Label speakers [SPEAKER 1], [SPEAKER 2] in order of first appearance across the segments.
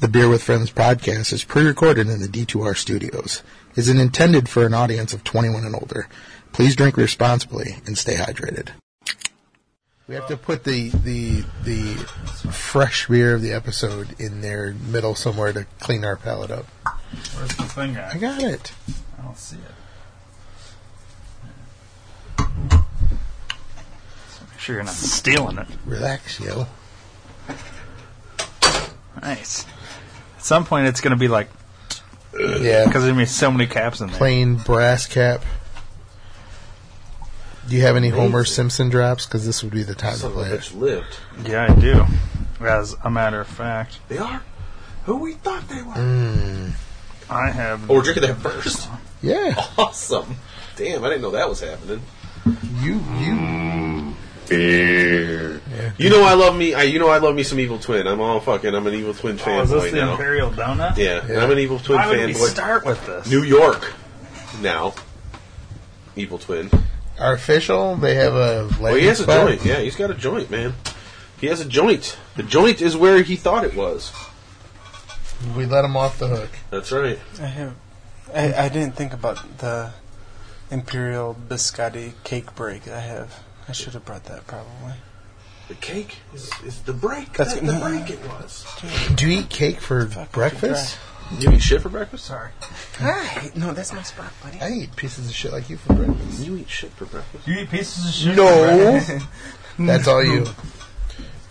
[SPEAKER 1] The Beer with Friends podcast is pre-recorded in the D2R studios. Is it intended for an audience of 21 and older? Please drink responsibly and stay hydrated. We have to put the the the fresh beer of the episode in their middle somewhere to clean our palate up.
[SPEAKER 2] Where's the thing at?
[SPEAKER 1] I got it.
[SPEAKER 2] I don't see it. So make sure you're not stealing it.
[SPEAKER 1] Relax, yo.
[SPEAKER 2] Nice. At some point, it's going to be like
[SPEAKER 1] Yeah.
[SPEAKER 2] because there's going to be so many caps in there.
[SPEAKER 1] plain brass cap. Do you have any Homer Simpson drops? Because this would be the time to
[SPEAKER 3] Some
[SPEAKER 1] play
[SPEAKER 3] of
[SPEAKER 1] it.
[SPEAKER 3] it's lived.
[SPEAKER 2] Yeah, I do. As a matter of fact,
[SPEAKER 3] They are who we thought they were.
[SPEAKER 2] I have.
[SPEAKER 3] Oh, we're drinking that first.
[SPEAKER 1] Yeah,
[SPEAKER 3] Awesome. Damn, I didn't know that was happening.
[SPEAKER 1] you you.
[SPEAKER 3] Mm, You know I love me. I, you know I love me some Evil Twin. I'm all fucking. I'm an Evil Twin
[SPEAKER 2] Oh, is this
[SPEAKER 3] fanboy
[SPEAKER 2] the
[SPEAKER 3] now.
[SPEAKER 2] Imperial Donut?
[SPEAKER 3] yeah, and I'm an Evil Twin
[SPEAKER 2] Why would we
[SPEAKER 3] fanboy.
[SPEAKER 2] start with this?
[SPEAKER 3] New York now. Evil Twin.
[SPEAKER 1] Our official, they have a.
[SPEAKER 3] Oh,
[SPEAKER 1] landing
[SPEAKER 3] he has a
[SPEAKER 1] spot.
[SPEAKER 3] joint. Yeah, he's got a joint, man. He has a joint. The joint is where he thought it was.
[SPEAKER 1] We let him off the hook.
[SPEAKER 3] That's right.
[SPEAKER 4] I have. I, I didn't think about the imperial biscotti cake break. I have. I should have brought that probably.
[SPEAKER 3] The cake is, is the break.
[SPEAKER 4] That's-
[SPEAKER 3] That's the break it was.
[SPEAKER 1] Do you eat cake for breakfast?
[SPEAKER 3] You eat shit for breakfast? Sorry.
[SPEAKER 4] Hi. No, that's my spot, buddy.
[SPEAKER 1] I eat pieces of shit like you for breakfast.
[SPEAKER 3] You eat shit for breakfast.
[SPEAKER 2] You eat pieces of shit.
[SPEAKER 1] No, that's all you.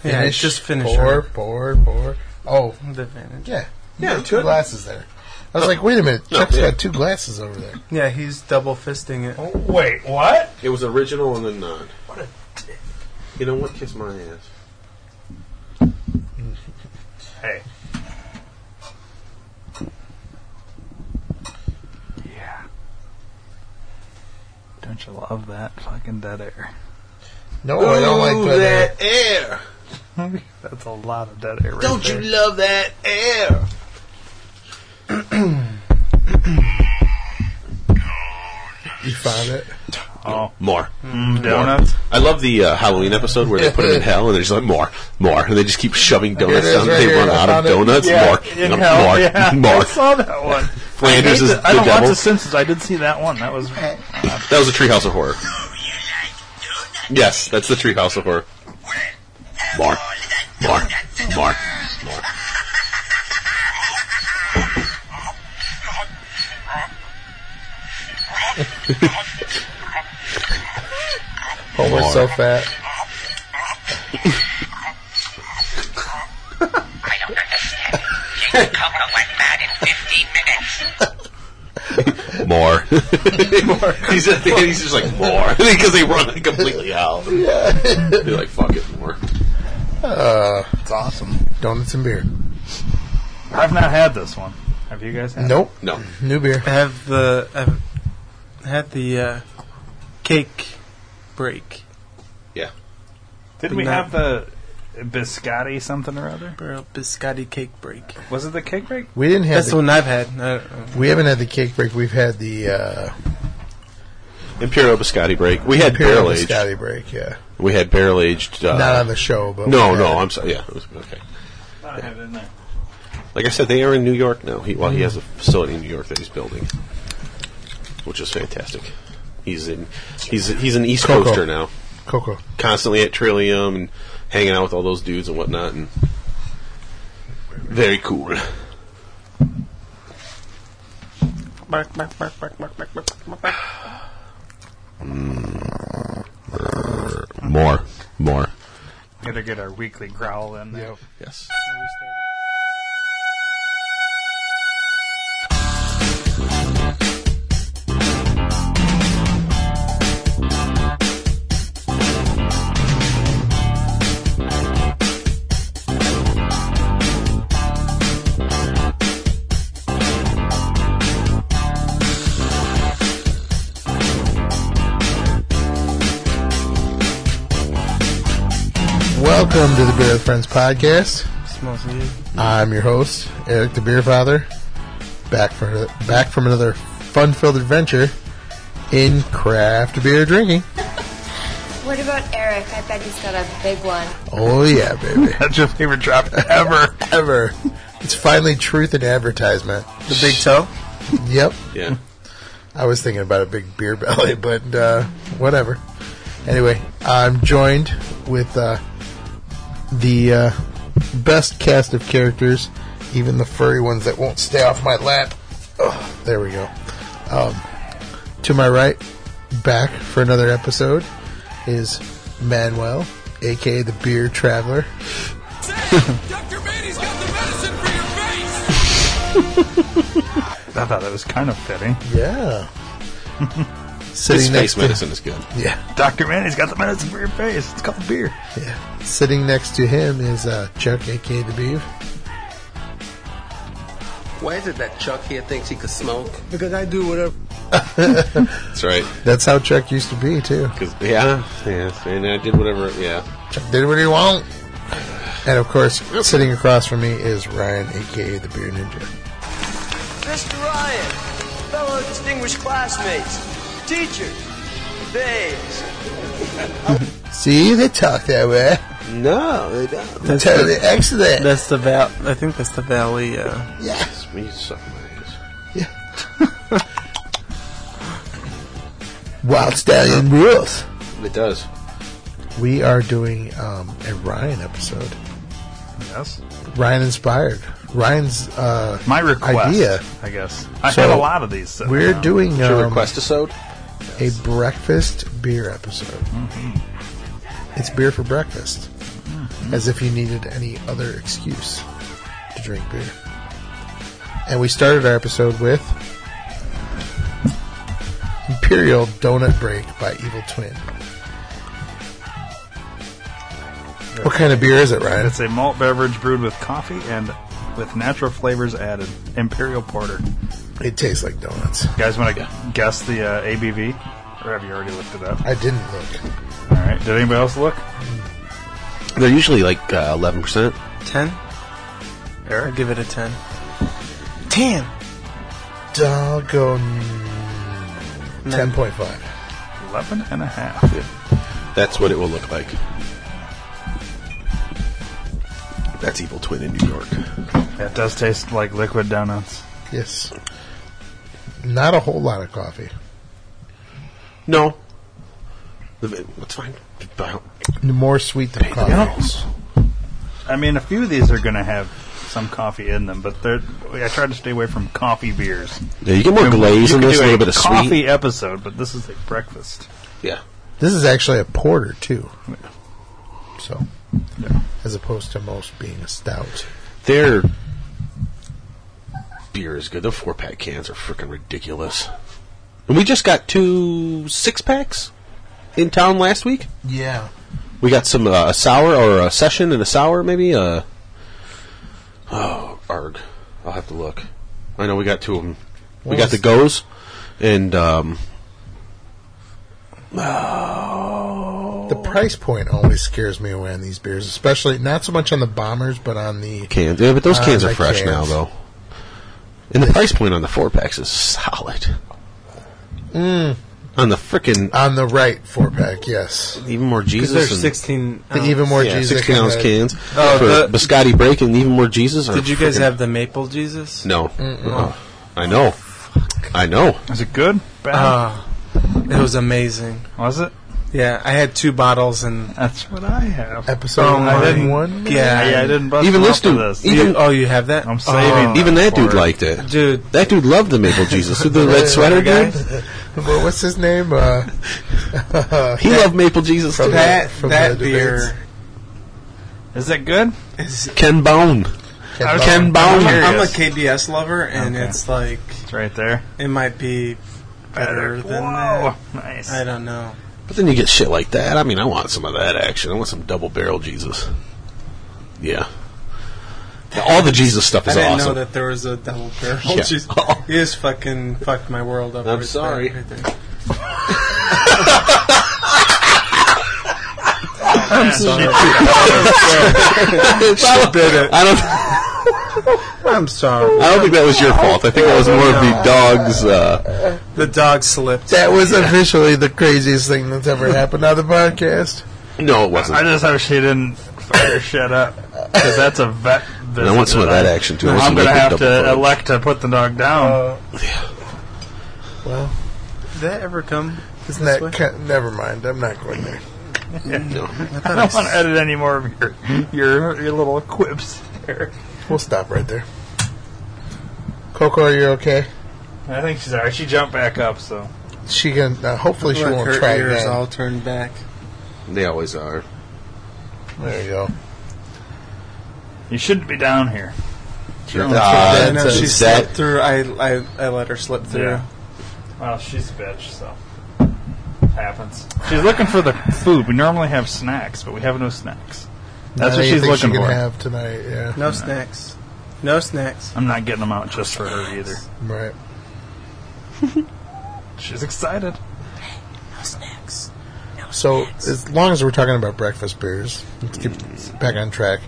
[SPEAKER 4] Yeah, just finish
[SPEAKER 1] Pour,
[SPEAKER 4] her.
[SPEAKER 1] pour, pour. Oh,
[SPEAKER 4] The vintage.
[SPEAKER 1] yeah. You
[SPEAKER 3] Yeah,
[SPEAKER 1] got two
[SPEAKER 3] good.
[SPEAKER 1] glasses there. I was like, wait a minute.
[SPEAKER 3] No,
[SPEAKER 1] Chuck's
[SPEAKER 3] yeah.
[SPEAKER 1] got two glasses over there.
[SPEAKER 4] Yeah, he's double fisting it.
[SPEAKER 2] Oh, wait, what?
[SPEAKER 3] It was original and then non.
[SPEAKER 2] What a dick.
[SPEAKER 3] You know what? Kiss my ass.
[SPEAKER 2] Hey. Yeah. Don't you love that fucking dead air?
[SPEAKER 1] No,
[SPEAKER 3] Oh,
[SPEAKER 1] I don't like
[SPEAKER 3] Ooh,
[SPEAKER 1] that. air.
[SPEAKER 3] that air.
[SPEAKER 2] That's a lot of dead air right
[SPEAKER 3] Don't
[SPEAKER 2] there.
[SPEAKER 3] you love that air?
[SPEAKER 1] You found it.
[SPEAKER 2] oh,
[SPEAKER 3] More.
[SPEAKER 2] mm, donuts?
[SPEAKER 3] I love the uh, Halloween episode where they put them in hell and they're just like more, more, and they just keep shoving donuts
[SPEAKER 1] it is
[SPEAKER 3] down.
[SPEAKER 1] right
[SPEAKER 3] they
[SPEAKER 1] here.
[SPEAKER 3] run
[SPEAKER 1] I
[SPEAKER 3] out
[SPEAKER 1] found
[SPEAKER 3] of
[SPEAKER 1] it.
[SPEAKER 3] donuts. more,
[SPEAKER 2] in
[SPEAKER 3] um,
[SPEAKER 2] hell,
[SPEAKER 3] more,
[SPEAKER 2] yeah. I
[SPEAKER 3] more.
[SPEAKER 2] saw that one. I
[SPEAKER 3] Flanders is
[SPEAKER 2] hate
[SPEAKER 3] the
[SPEAKER 2] the- I don't watch
[SPEAKER 3] devil.
[SPEAKER 2] The Simpsons. I did see that one. That was
[SPEAKER 3] That was a Treehouse of Horror. Yes, that's the Treehouse of Horror. More, more, more, more.
[SPEAKER 1] Homer's so fat.
[SPEAKER 5] I don't understand. Things cover like that in 15 minutes.
[SPEAKER 3] more. He's at the end. He's just like more because they run it completely out. They're like fuck it more.
[SPEAKER 1] It's awesome. Donuts and beer.
[SPEAKER 2] I've not had this one. Have you guys had?
[SPEAKER 1] Nope.
[SPEAKER 3] No,
[SPEAKER 1] New beer.
[SPEAKER 4] I have the. I've had the uh, cake break.
[SPEAKER 3] yeah,
[SPEAKER 2] Did we
[SPEAKER 4] No.
[SPEAKER 2] have the biscotti something or other?
[SPEAKER 4] Imperial biscotti cake break.
[SPEAKER 2] Was it the cake break?
[SPEAKER 1] We didn't have.
[SPEAKER 4] That's the
[SPEAKER 1] The,
[SPEAKER 4] one I've had. I don't know.
[SPEAKER 1] we haven't had the cake break. We've had the uh,
[SPEAKER 3] Imperial biscotti break. We had
[SPEAKER 1] Imperial
[SPEAKER 3] barrel aged.
[SPEAKER 1] biscotti break. Yeah,
[SPEAKER 3] We had barrel aged. Uh,
[SPEAKER 1] not on the show, but
[SPEAKER 3] no,
[SPEAKER 1] we had
[SPEAKER 3] no.
[SPEAKER 1] it.
[SPEAKER 3] I'm sorry. Yeah, it was, okay.
[SPEAKER 2] I have it in there.
[SPEAKER 3] Like I said, they are in New York now. He,
[SPEAKER 1] Mm-hmm.
[SPEAKER 3] well, he has a facility in New York that he's building, which is fantastic. He's in. He's he's an East
[SPEAKER 1] Coco.
[SPEAKER 3] Coaster now.
[SPEAKER 1] Coco.
[SPEAKER 3] constantly at Trillium and hanging out with all those dudes and whatnot, and very cool. More, more.
[SPEAKER 2] Gotta get our weekly growl in there.
[SPEAKER 3] Yes.
[SPEAKER 1] Welcome to the Beer with Friends podcast.
[SPEAKER 4] Smells good.
[SPEAKER 1] I'm your host, Eric the Beer Father, back for back from another fun-filled adventure in craft beer drinking.
[SPEAKER 6] What about Eric? I bet he's got a big one.
[SPEAKER 1] Oh yeah, baby.
[SPEAKER 2] That's your favorite drop ever.
[SPEAKER 1] Ever. It's finally truth in advertisement.
[SPEAKER 4] The big toe?
[SPEAKER 1] Yep.
[SPEAKER 3] Yeah.
[SPEAKER 1] I was thinking about a big beer belly, but uh, whatever. Anyway, I'm joined with uh, the uh, best cast of characters, even the furry ones that won't stay off my lap. Ugh, there we go. Um, to my right, back for another episode, is Manuel, aka the Beer Traveler.
[SPEAKER 7] Dr. Manny's got the medicine for your face!
[SPEAKER 2] I thought that was kind of fitting.
[SPEAKER 1] Yeah. Sitting
[SPEAKER 3] His face
[SPEAKER 1] to-
[SPEAKER 3] medicine is good.
[SPEAKER 1] Yeah,
[SPEAKER 2] Dr. Manny's got the medicine for your face. It's called beer.
[SPEAKER 1] yeah. Sitting next to him is uh, Chuck, aka the Beav.
[SPEAKER 8] Why is it that Chuck here thinks he could smoke?
[SPEAKER 9] Because I do whatever.
[SPEAKER 3] That's right.
[SPEAKER 1] That's how Chuck used to be too.
[SPEAKER 3] 'Cause- yeah, yeah, and I did whatever. Yeah,
[SPEAKER 1] Chuck did what he wanted. And of course, sitting across from me is Ryan, aka the Beer Ninja.
[SPEAKER 10] Mr. Ryan, fellow distinguished classmates, teacher, babes.
[SPEAKER 1] See, they talk that way.
[SPEAKER 3] no, they don't.
[SPEAKER 4] That's
[SPEAKER 1] Totally
[SPEAKER 4] the,
[SPEAKER 1] excellent.
[SPEAKER 4] that's the val. I think that's the valley. Uh,
[SPEAKER 1] yeah.
[SPEAKER 3] It's me sucking my ass.
[SPEAKER 1] Wild Stallion rules.
[SPEAKER 3] It does.
[SPEAKER 1] We are doing um, a Ryan episode.
[SPEAKER 2] Yes.
[SPEAKER 1] Ryan inspired. Ryan's uh,
[SPEAKER 2] My request,
[SPEAKER 1] idea.
[SPEAKER 2] I guess. I
[SPEAKER 1] So,
[SPEAKER 2] have a lot of these. uh, sitting
[SPEAKER 1] We're
[SPEAKER 2] around.
[SPEAKER 1] doing
[SPEAKER 3] Your
[SPEAKER 1] um,
[SPEAKER 3] request episode.
[SPEAKER 1] a breakfast beer episode.
[SPEAKER 2] Mm-hmm.
[SPEAKER 1] It's beer for breakfast, as if you needed any other excuse to drink beer. And we started our episode with Imperial Donut Break by Evil Twin. What kind of beer is it, Ryan?
[SPEAKER 2] It's a malt beverage brewed with coffee and with natural flavors added. Imperial Porter.
[SPEAKER 1] It tastes like donuts.
[SPEAKER 2] You guys want to guess the uh, ABV? Or have you already looked it up?
[SPEAKER 1] I didn't look.
[SPEAKER 2] All right. Did anybody else look?
[SPEAKER 3] They're usually like uh, eleven percent.
[SPEAKER 4] ten. Eric, I give it a ten. Ten.
[SPEAKER 1] Doggone. 10.5.
[SPEAKER 2] 11 and a half.
[SPEAKER 3] That's what it will look like. That's Evil Twin in New York.
[SPEAKER 2] That does taste like liquid donuts.
[SPEAKER 1] Yes. Not a whole lot of coffee.
[SPEAKER 3] No, The- that's fine.
[SPEAKER 1] More sweet than coffee.
[SPEAKER 2] I mean, a few of these are going to have some coffee in them, but they're. I tried to stay away from coffee beers.
[SPEAKER 3] Yeah, you get more glaze
[SPEAKER 2] You
[SPEAKER 3] in
[SPEAKER 2] could
[SPEAKER 3] this,
[SPEAKER 2] do
[SPEAKER 3] a little bit of
[SPEAKER 2] coffee
[SPEAKER 3] sweet.
[SPEAKER 2] episode, but this is a breakfast.
[SPEAKER 3] Yeah,
[SPEAKER 1] This is actually a porter too.
[SPEAKER 2] Yeah.
[SPEAKER 1] So, as opposed to most being a stout.
[SPEAKER 3] their beer is good. The four pack cans are freaking ridiculous. And we just got two six packs in town last week.
[SPEAKER 1] Yeah.
[SPEAKER 3] We got some uh, a sour or a session and a sour maybe. Uh, oh, arg! I'll have to look. I know we got two of them. we
[SPEAKER 1] What
[SPEAKER 3] got
[SPEAKER 1] was-
[SPEAKER 3] the goes and um. Oh,
[SPEAKER 1] The price point always scares me away on these beers, especially not so much on the bombers, but on the
[SPEAKER 3] cans. Yeah, but those
[SPEAKER 1] Ah,
[SPEAKER 3] cans are
[SPEAKER 1] the
[SPEAKER 3] fresh now
[SPEAKER 1] cans.
[SPEAKER 3] though. And the price point on the four packs is solid.
[SPEAKER 1] Mm.
[SPEAKER 3] On the frickin'
[SPEAKER 1] on the right four pack. Yes,
[SPEAKER 3] even more
[SPEAKER 4] Because
[SPEAKER 3] Jesus.
[SPEAKER 4] they're
[SPEAKER 3] and-
[SPEAKER 4] sixteen.
[SPEAKER 1] the
[SPEAKER 4] Oh, ounce.
[SPEAKER 1] even more
[SPEAKER 3] yeah,
[SPEAKER 1] Jesus
[SPEAKER 3] 16 ounce
[SPEAKER 1] can.
[SPEAKER 3] cans
[SPEAKER 4] Oh,
[SPEAKER 3] for
[SPEAKER 4] the-
[SPEAKER 3] biscotti break and even more Jesus. are
[SPEAKER 4] Did you guys
[SPEAKER 3] frickin'
[SPEAKER 4] have the maple Jesus?
[SPEAKER 3] No. Uh-uh. I know. I know.
[SPEAKER 2] Is it good?
[SPEAKER 3] Uh,
[SPEAKER 2] Bad?
[SPEAKER 4] Ah, it was amazing.
[SPEAKER 2] Was it?
[SPEAKER 4] Yeah, I had two bottles and
[SPEAKER 2] That's what I have.
[SPEAKER 1] Episode
[SPEAKER 4] Oh, I
[SPEAKER 1] one.
[SPEAKER 4] didn't-
[SPEAKER 1] one.
[SPEAKER 4] yeah.
[SPEAKER 2] I, I didn't bust
[SPEAKER 3] Even
[SPEAKER 2] them
[SPEAKER 3] let's
[SPEAKER 2] up for
[SPEAKER 3] do-
[SPEAKER 2] this.
[SPEAKER 3] even-
[SPEAKER 4] You- oh, you have that?
[SPEAKER 2] I'm saving.
[SPEAKER 4] Oh,
[SPEAKER 3] even that dude
[SPEAKER 2] for it.
[SPEAKER 3] liked it.
[SPEAKER 4] dude.
[SPEAKER 3] That dude loved the maple Jesus. The red sweater
[SPEAKER 4] guy?
[SPEAKER 3] dude.
[SPEAKER 1] Well, what's his name? Uh,
[SPEAKER 3] He loved maple Jesus.
[SPEAKER 1] From
[SPEAKER 3] Too.
[SPEAKER 1] the-
[SPEAKER 4] That
[SPEAKER 1] from
[SPEAKER 4] that
[SPEAKER 1] the
[SPEAKER 4] beer.
[SPEAKER 2] Is it good?
[SPEAKER 4] Is,
[SPEAKER 3] Ken Bone.
[SPEAKER 1] Ken
[SPEAKER 2] I was-
[SPEAKER 1] Bond.
[SPEAKER 3] Ken Bone.
[SPEAKER 2] Here it
[SPEAKER 4] I'm a
[SPEAKER 2] is.
[SPEAKER 4] KBS lover, and
[SPEAKER 2] Okay.
[SPEAKER 4] it's like
[SPEAKER 2] It's right there.
[SPEAKER 4] it might be better than
[SPEAKER 2] Whoa,
[SPEAKER 4] that.
[SPEAKER 2] nice.
[SPEAKER 4] I don't know.
[SPEAKER 3] But then you get shit like that. I mean, I want some of that action. I want some double barrel Jesus. Yeah. All the Jesus stuff
[SPEAKER 4] I
[SPEAKER 3] is
[SPEAKER 4] didn't
[SPEAKER 3] awesome.
[SPEAKER 4] know that there was a double barrel.
[SPEAKER 3] Yeah.
[SPEAKER 4] Jeez. You just fucking fucked my world up.
[SPEAKER 3] I'm
[SPEAKER 4] right
[SPEAKER 3] sorry.
[SPEAKER 4] there, right there.
[SPEAKER 3] I don't. I don't,
[SPEAKER 4] I'm sorry.
[SPEAKER 3] I don't think that was your fault. I think that was more of the dog's. Uh,
[SPEAKER 4] The dog slipped.
[SPEAKER 1] That was officially the craziest thing that's ever happened on the podcast.
[SPEAKER 3] no,
[SPEAKER 2] I
[SPEAKER 3] it wasn't.
[SPEAKER 2] just hope she didn't fire shit up because that's a vet
[SPEAKER 11] And I want some of that
[SPEAKER 2] visited, I-
[SPEAKER 11] action, too. I want
[SPEAKER 2] I'm
[SPEAKER 11] some
[SPEAKER 2] going to
[SPEAKER 11] liquid
[SPEAKER 2] have
[SPEAKER 11] double
[SPEAKER 2] to
[SPEAKER 11] fudge.
[SPEAKER 2] elect to put the dog down.
[SPEAKER 1] Oh.
[SPEAKER 4] Well, did that ever come?
[SPEAKER 1] Isn't
[SPEAKER 4] This
[SPEAKER 1] that
[SPEAKER 4] way?
[SPEAKER 1] ki- never mind? I'm not going there.
[SPEAKER 2] I don't want to edit any more of your your, your little quips there.
[SPEAKER 1] We'll stop right there. Coco, are you okay?
[SPEAKER 2] I think she's alright. She jumped back up, so
[SPEAKER 1] She can. Uh, hopefully, she
[SPEAKER 4] Look,
[SPEAKER 1] won't
[SPEAKER 4] her
[SPEAKER 1] try
[SPEAKER 4] ears
[SPEAKER 1] again.
[SPEAKER 4] all turned back.
[SPEAKER 11] They always are.
[SPEAKER 1] There you go.
[SPEAKER 2] you shouldn't be down here. Uh,
[SPEAKER 11] Ah,
[SPEAKER 4] I know
[SPEAKER 11] that's-
[SPEAKER 4] she
[SPEAKER 11] that-
[SPEAKER 4] slipped through. I, I I let her slip through.
[SPEAKER 2] Yeah. Well, she's a bitch, so happens. She's looking for the food. We normally have snacks, but we have no snacks.
[SPEAKER 1] Not
[SPEAKER 2] That's what she's
[SPEAKER 1] anything
[SPEAKER 2] looking
[SPEAKER 1] she can
[SPEAKER 2] for.
[SPEAKER 1] have tonight. Yeah.
[SPEAKER 4] No snacks. No snacks.
[SPEAKER 2] I'm not getting them out just for her either.
[SPEAKER 1] Right.
[SPEAKER 2] She's excited.
[SPEAKER 1] So as long as we're talking about breakfast beers, let's get back on track.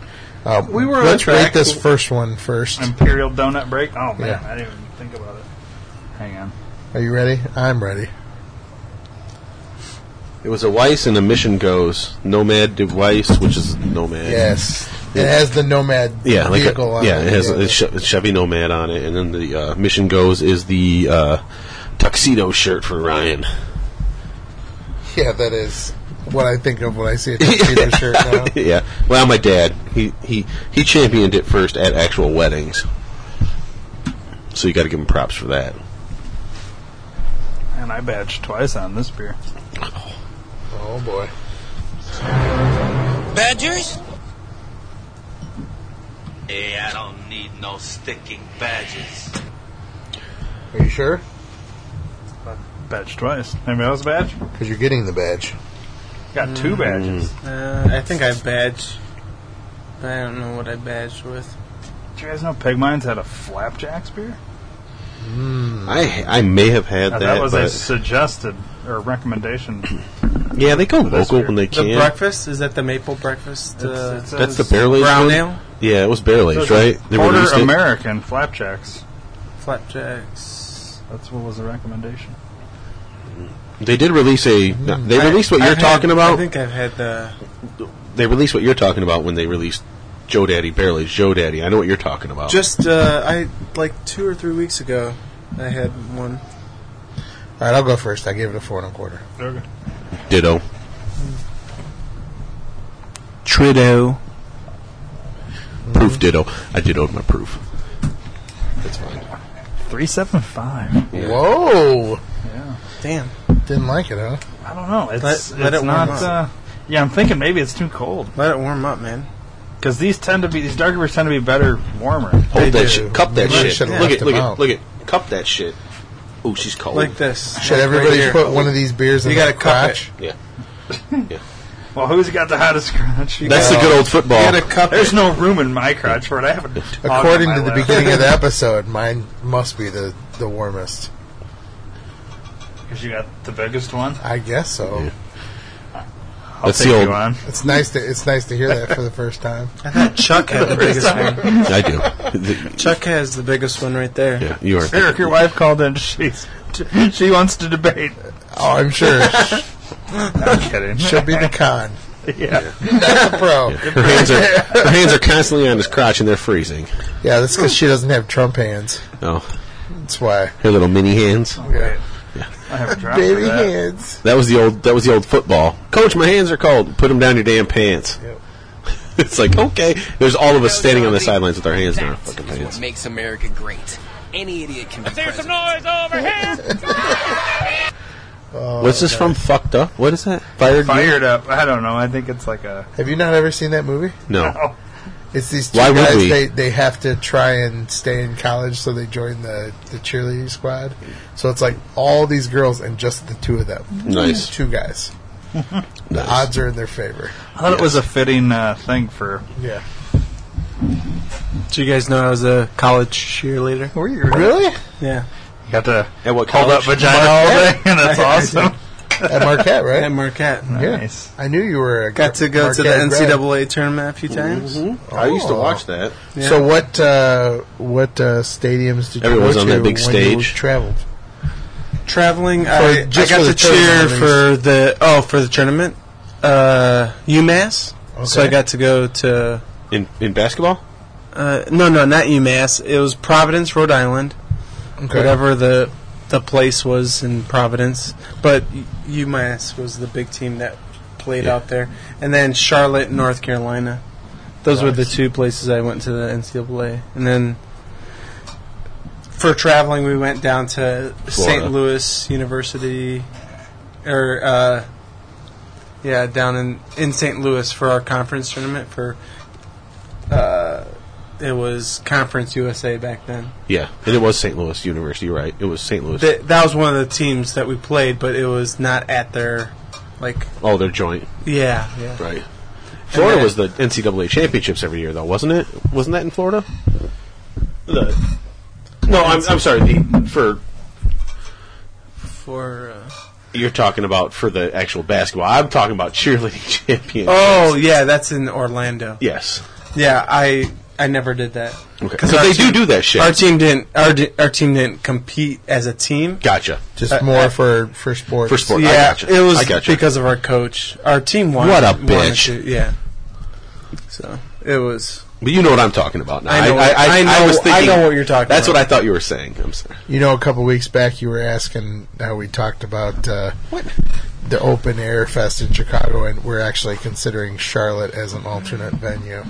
[SPEAKER 1] Um,
[SPEAKER 4] We were on
[SPEAKER 1] let's
[SPEAKER 4] track.
[SPEAKER 1] rate this first one first.
[SPEAKER 2] Imperial donut break. Oh man,
[SPEAKER 1] Yeah.
[SPEAKER 2] I didn't even think about it. Hang on.
[SPEAKER 1] Are you ready? I'm ready.
[SPEAKER 11] It was a Weiss and a Mission Goes Nomad device, which is Nomad.
[SPEAKER 1] Yes. It has the Nomad
[SPEAKER 11] Yeah, like a-
[SPEAKER 1] vehicle on
[SPEAKER 11] yeah,
[SPEAKER 1] it.
[SPEAKER 11] it has a Che- Chevy Nomad on it, and then the uh, Mission Goes is the uh, tuxedo shirt for Ryan.
[SPEAKER 1] yeah, that is what I think of when I see a tuxedo shirt now.
[SPEAKER 11] yeah. Well, my dad he he he championed it first at actual weddings, so you got to give him props for that.
[SPEAKER 2] And I badged twice on this beer.
[SPEAKER 1] Oh boy.
[SPEAKER 5] Badgers?
[SPEAKER 12] Hey, I don't need no sticking badges.
[SPEAKER 1] Are you sure?
[SPEAKER 2] Badged twice. Anybody else badge?
[SPEAKER 1] Because you're getting the badge.
[SPEAKER 2] Got two badges.
[SPEAKER 4] Uh, I think I badged. But I don't know what I badged with.
[SPEAKER 2] Do you guys know Pegmines had a flapjacks beer?
[SPEAKER 1] Hmm.
[SPEAKER 11] I I may have had
[SPEAKER 2] Now,
[SPEAKER 11] that,
[SPEAKER 2] that was a
[SPEAKER 11] but
[SPEAKER 2] suggested or recommendation.
[SPEAKER 11] yeah, they go
[SPEAKER 2] this
[SPEAKER 11] local
[SPEAKER 2] beer.
[SPEAKER 11] when they
[SPEAKER 4] The
[SPEAKER 11] can.
[SPEAKER 4] breakfast is that the maple breakfast. Uh,
[SPEAKER 2] It's- it
[SPEAKER 11] That's the
[SPEAKER 2] says-
[SPEAKER 11] barrel aged
[SPEAKER 4] brown
[SPEAKER 11] one?
[SPEAKER 4] ale?
[SPEAKER 11] Yeah, it was barrel
[SPEAKER 2] says
[SPEAKER 11] aged, right? They
[SPEAKER 2] Porter
[SPEAKER 11] released it-
[SPEAKER 2] American flapjacks.
[SPEAKER 4] flapjacks.
[SPEAKER 2] That's what was the recommendation.
[SPEAKER 11] They did release a.
[SPEAKER 1] Hmm.
[SPEAKER 11] They released what
[SPEAKER 4] I-
[SPEAKER 11] you're
[SPEAKER 4] I've had-
[SPEAKER 11] talking about.
[SPEAKER 4] I think I've had the.
[SPEAKER 11] they released what you're talking about when they released Joe Daddy Barely Joe Daddy. I know what you're talking about.
[SPEAKER 4] Just uh, I like two or three weeks ago, I had one.
[SPEAKER 1] All right, I'll go first. I gave it a four and a quarter.
[SPEAKER 2] Okay.
[SPEAKER 11] ditto.
[SPEAKER 1] Mm-hmm.
[SPEAKER 4] Trido.
[SPEAKER 11] Proof ditto. I dittoed my proof. That's fine.
[SPEAKER 2] 375.
[SPEAKER 11] Yeah.
[SPEAKER 1] Whoa!
[SPEAKER 2] Yeah.
[SPEAKER 4] Damn.
[SPEAKER 1] Didn't like it, huh?
[SPEAKER 2] I don't know. It's,
[SPEAKER 4] Let- let
[SPEAKER 2] it's
[SPEAKER 4] it warm
[SPEAKER 2] not.
[SPEAKER 4] up.
[SPEAKER 2] Uh, yeah, I'm thinking maybe it's too cold.
[SPEAKER 4] Let it warm up, man.
[SPEAKER 2] Because these tend to be, these darker beers tend to be better warmer.
[SPEAKER 11] Hold
[SPEAKER 1] They
[SPEAKER 11] that
[SPEAKER 1] do.
[SPEAKER 11] shit. Cup that
[SPEAKER 1] Maybe I
[SPEAKER 11] shit.
[SPEAKER 1] should've
[SPEAKER 11] Look
[SPEAKER 1] left
[SPEAKER 11] at look
[SPEAKER 1] them
[SPEAKER 11] at
[SPEAKER 1] out.
[SPEAKER 11] look at cup that shit. Oh, she's cold.
[SPEAKER 4] Like this.
[SPEAKER 1] Should
[SPEAKER 4] Like right
[SPEAKER 1] everybody
[SPEAKER 4] here.
[SPEAKER 1] put one of these beers in
[SPEAKER 4] You
[SPEAKER 1] their
[SPEAKER 4] gotta cup
[SPEAKER 1] crotch?
[SPEAKER 11] yeah.
[SPEAKER 2] Well, who's got the hottest crotch?
[SPEAKER 11] That's the good old football.
[SPEAKER 4] You gotta cup
[SPEAKER 2] There's
[SPEAKER 4] it.
[SPEAKER 2] no room in my crotch for it. I have a dog
[SPEAKER 1] According
[SPEAKER 2] on my
[SPEAKER 1] to the
[SPEAKER 2] lap.
[SPEAKER 1] beginning of the episode, mine must be the, the warmest.
[SPEAKER 2] 'Cause you got the biggest one.
[SPEAKER 1] I guess so.
[SPEAKER 2] I'll
[SPEAKER 11] That's
[SPEAKER 2] take
[SPEAKER 11] the
[SPEAKER 2] you
[SPEAKER 11] old-
[SPEAKER 2] on.
[SPEAKER 1] It's nice to it's nice to hear that for the first time.
[SPEAKER 4] I thought Chuck had the biggest one.
[SPEAKER 11] I do. The-
[SPEAKER 4] Chuck has the biggest one right there.
[SPEAKER 11] yeah, you are.
[SPEAKER 2] Eric, your wife called in. She's, she wants to debate.
[SPEAKER 1] Oh, I'm sure
[SPEAKER 2] I'm kidding.
[SPEAKER 1] she'll be the con,
[SPEAKER 2] yeah.
[SPEAKER 1] not the pro.
[SPEAKER 11] Her hands are her hands are constantly on his crotch and they're freezing.
[SPEAKER 1] Yeah, that's because she doesn't have Trump hands.
[SPEAKER 11] Oh,
[SPEAKER 1] That's why.
[SPEAKER 11] her little mini hands.
[SPEAKER 1] Yeah.
[SPEAKER 2] I have a drop for
[SPEAKER 1] Baby
[SPEAKER 2] that.
[SPEAKER 1] hands.
[SPEAKER 11] That was the old. That was the old football. Coach, my hands are cold. Put them down your damn pants.
[SPEAKER 1] Yep.
[SPEAKER 11] it's like okay. There's all of us standing on the sidelines with our hands in our fucking
[SPEAKER 10] That's what
[SPEAKER 11] pants.
[SPEAKER 10] makes America great. Any idiot can be president.
[SPEAKER 5] noise over here!
[SPEAKER 11] What's this from? Fucked up. What is that? Fired.
[SPEAKER 2] Fired up. I don't know. I think it's like a.
[SPEAKER 1] Have you not ever seen that movie?
[SPEAKER 11] No.
[SPEAKER 1] It's these two
[SPEAKER 11] Why would
[SPEAKER 1] guys.
[SPEAKER 11] we?
[SPEAKER 1] They they have to try and stay in college, so they join the the cheerleading squad. So it's like all these girls and just the two of them.
[SPEAKER 11] Nice.
[SPEAKER 1] two guys. The
[SPEAKER 11] Nice.
[SPEAKER 1] odds are in their favor.
[SPEAKER 2] I thought it was a fitting uh, thing for.
[SPEAKER 1] Yeah.
[SPEAKER 4] Do you guys know I was a college cheerleader?
[SPEAKER 2] Were you
[SPEAKER 1] Really?
[SPEAKER 4] Yeah.
[SPEAKER 2] You got to
[SPEAKER 11] At what
[SPEAKER 2] hold up
[SPEAKER 11] college?
[SPEAKER 2] vagina all day, and that's awesome.
[SPEAKER 1] At Marquette,
[SPEAKER 4] At
[SPEAKER 1] right?
[SPEAKER 4] Marquette.
[SPEAKER 2] Nice.
[SPEAKER 1] I knew you were. A
[SPEAKER 4] Got to go to the
[SPEAKER 1] Marquette grad.
[SPEAKER 4] NCAA tournament a few times.
[SPEAKER 11] Hmm? I used to
[SPEAKER 1] Oh.
[SPEAKER 11] watch that.
[SPEAKER 4] Yeah.
[SPEAKER 1] So what uh, what uh, stadiums did you
[SPEAKER 11] Everyone's
[SPEAKER 1] go
[SPEAKER 11] on
[SPEAKER 1] to
[SPEAKER 11] that big
[SPEAKER 1] when you
[SPEAKER 11] stage.
[SPEAKER 1] traveled?
[SPEAKER 4] Traveling, I, I
[SPEAKER 1] just
[SPEAKER 4] got
[SPEAKER 1] for the
[SPEAKER 4] to cheer
[SPEAKER 1] tournament, at
[SPEAKER 4] for the oh for the tournament, uh, UMass. So
[SPEAKER 1] Okay.
[SPEAKER 4] I got to go to
[SPEAKER 11] In in basketball.
[SPEAKER 4] uh, Uh, no, no, not UMass. It was Providence, Rhode Island.
[SPEAKER 1] Okay.
[SPEAKER 4] Whatever the the place was in Providence, but UMass was the big team that played
[SPEAKER 11] Yeah.
[SPEAKER 4] out there, and then Charlotte, North Carolina. Those were the two places I went to the NCAA, and then for traveling, we went down to
[SPEAKER 11] Florida.
[SPEAKER 4] St. Louis University, or uh, yeah, down in in St. Louis for our conference tournament. For uh, it was Conference USA back then.
[SPEAKER 11] Yeah, and it was St. Louis University, you're right? It was St. Louis.
[SPEAKER 4] Th- that was one of the teams that we played, but it was not at their like
[SPEAKER 11] oh, their joint,
[SPEAKER 4] yeah yeah.
[SPEAKER 11] right? Florida
[SPEAKER 4] then-
[SPEAKER 11] was the NCAA championships every year, though, wasn't it? Wasn't that in Florida? The no, I'm, I'm sorry. The, for
[SPEAKER 4] For uh,
[SPEAKER 11] you're talking about for the actual basketball. I'm talking about cheerleading champions.
[SPEAKER 4] oh yeah, that's in Orlando.
[SPEAKER 11] yes.
[SPEAKER 4] Yeah, I I never did that.
[SPEAKER 11] Okay.
[SPEAKER 4] 'Cause
[SPEAKER 11] But
[SPEAKER 4] our
[SPEAKER 11] they
[SPEAKER 4] team-
[SPEAKER 11] do do that shit.
[SPEAKER 4] Our team didn't our, di- our team didn't compete as a team.
[SPEAKER 11] Gotcha.
[SPEAKER 1] Just
[SPEAKER 4] I-
[SPEAKER 1] more
[SPEAKER 4] I-
[SPEAKER 1] for for sports.
[SPEAKER 11] For sport. I
[SPEAKER 4] yeah,
[SPEAKER 11] gotcha.
[SPEAKER 4] it was
[SPEAKER 11] I gotcha.
[SPEAKER 4] because of our coach. Our team wanted.
[SPEAKER 11] What a
[SPEAKER 4] wanted
[SPEAKER 11] bitch.
[SPEAKER 4] to- yeah. So it was.
[SPEAKER 11] But you know what I'm talking about now.
[SPEAKER 4] I know- I know- I know what you're talking
[SPEAKER 11] That's
[SPEAKER 4] about.
[SPEAKER 11] what I thought you were saying. I'm sorry.
[SPEAKER 1] You know, a couple weeks back, you were asking how we talked about uh,
[SPEAKER 11] What?
[SPEAKER 1] the open air fest in Chicago, and we're actually considering Charlotte as an alternate venue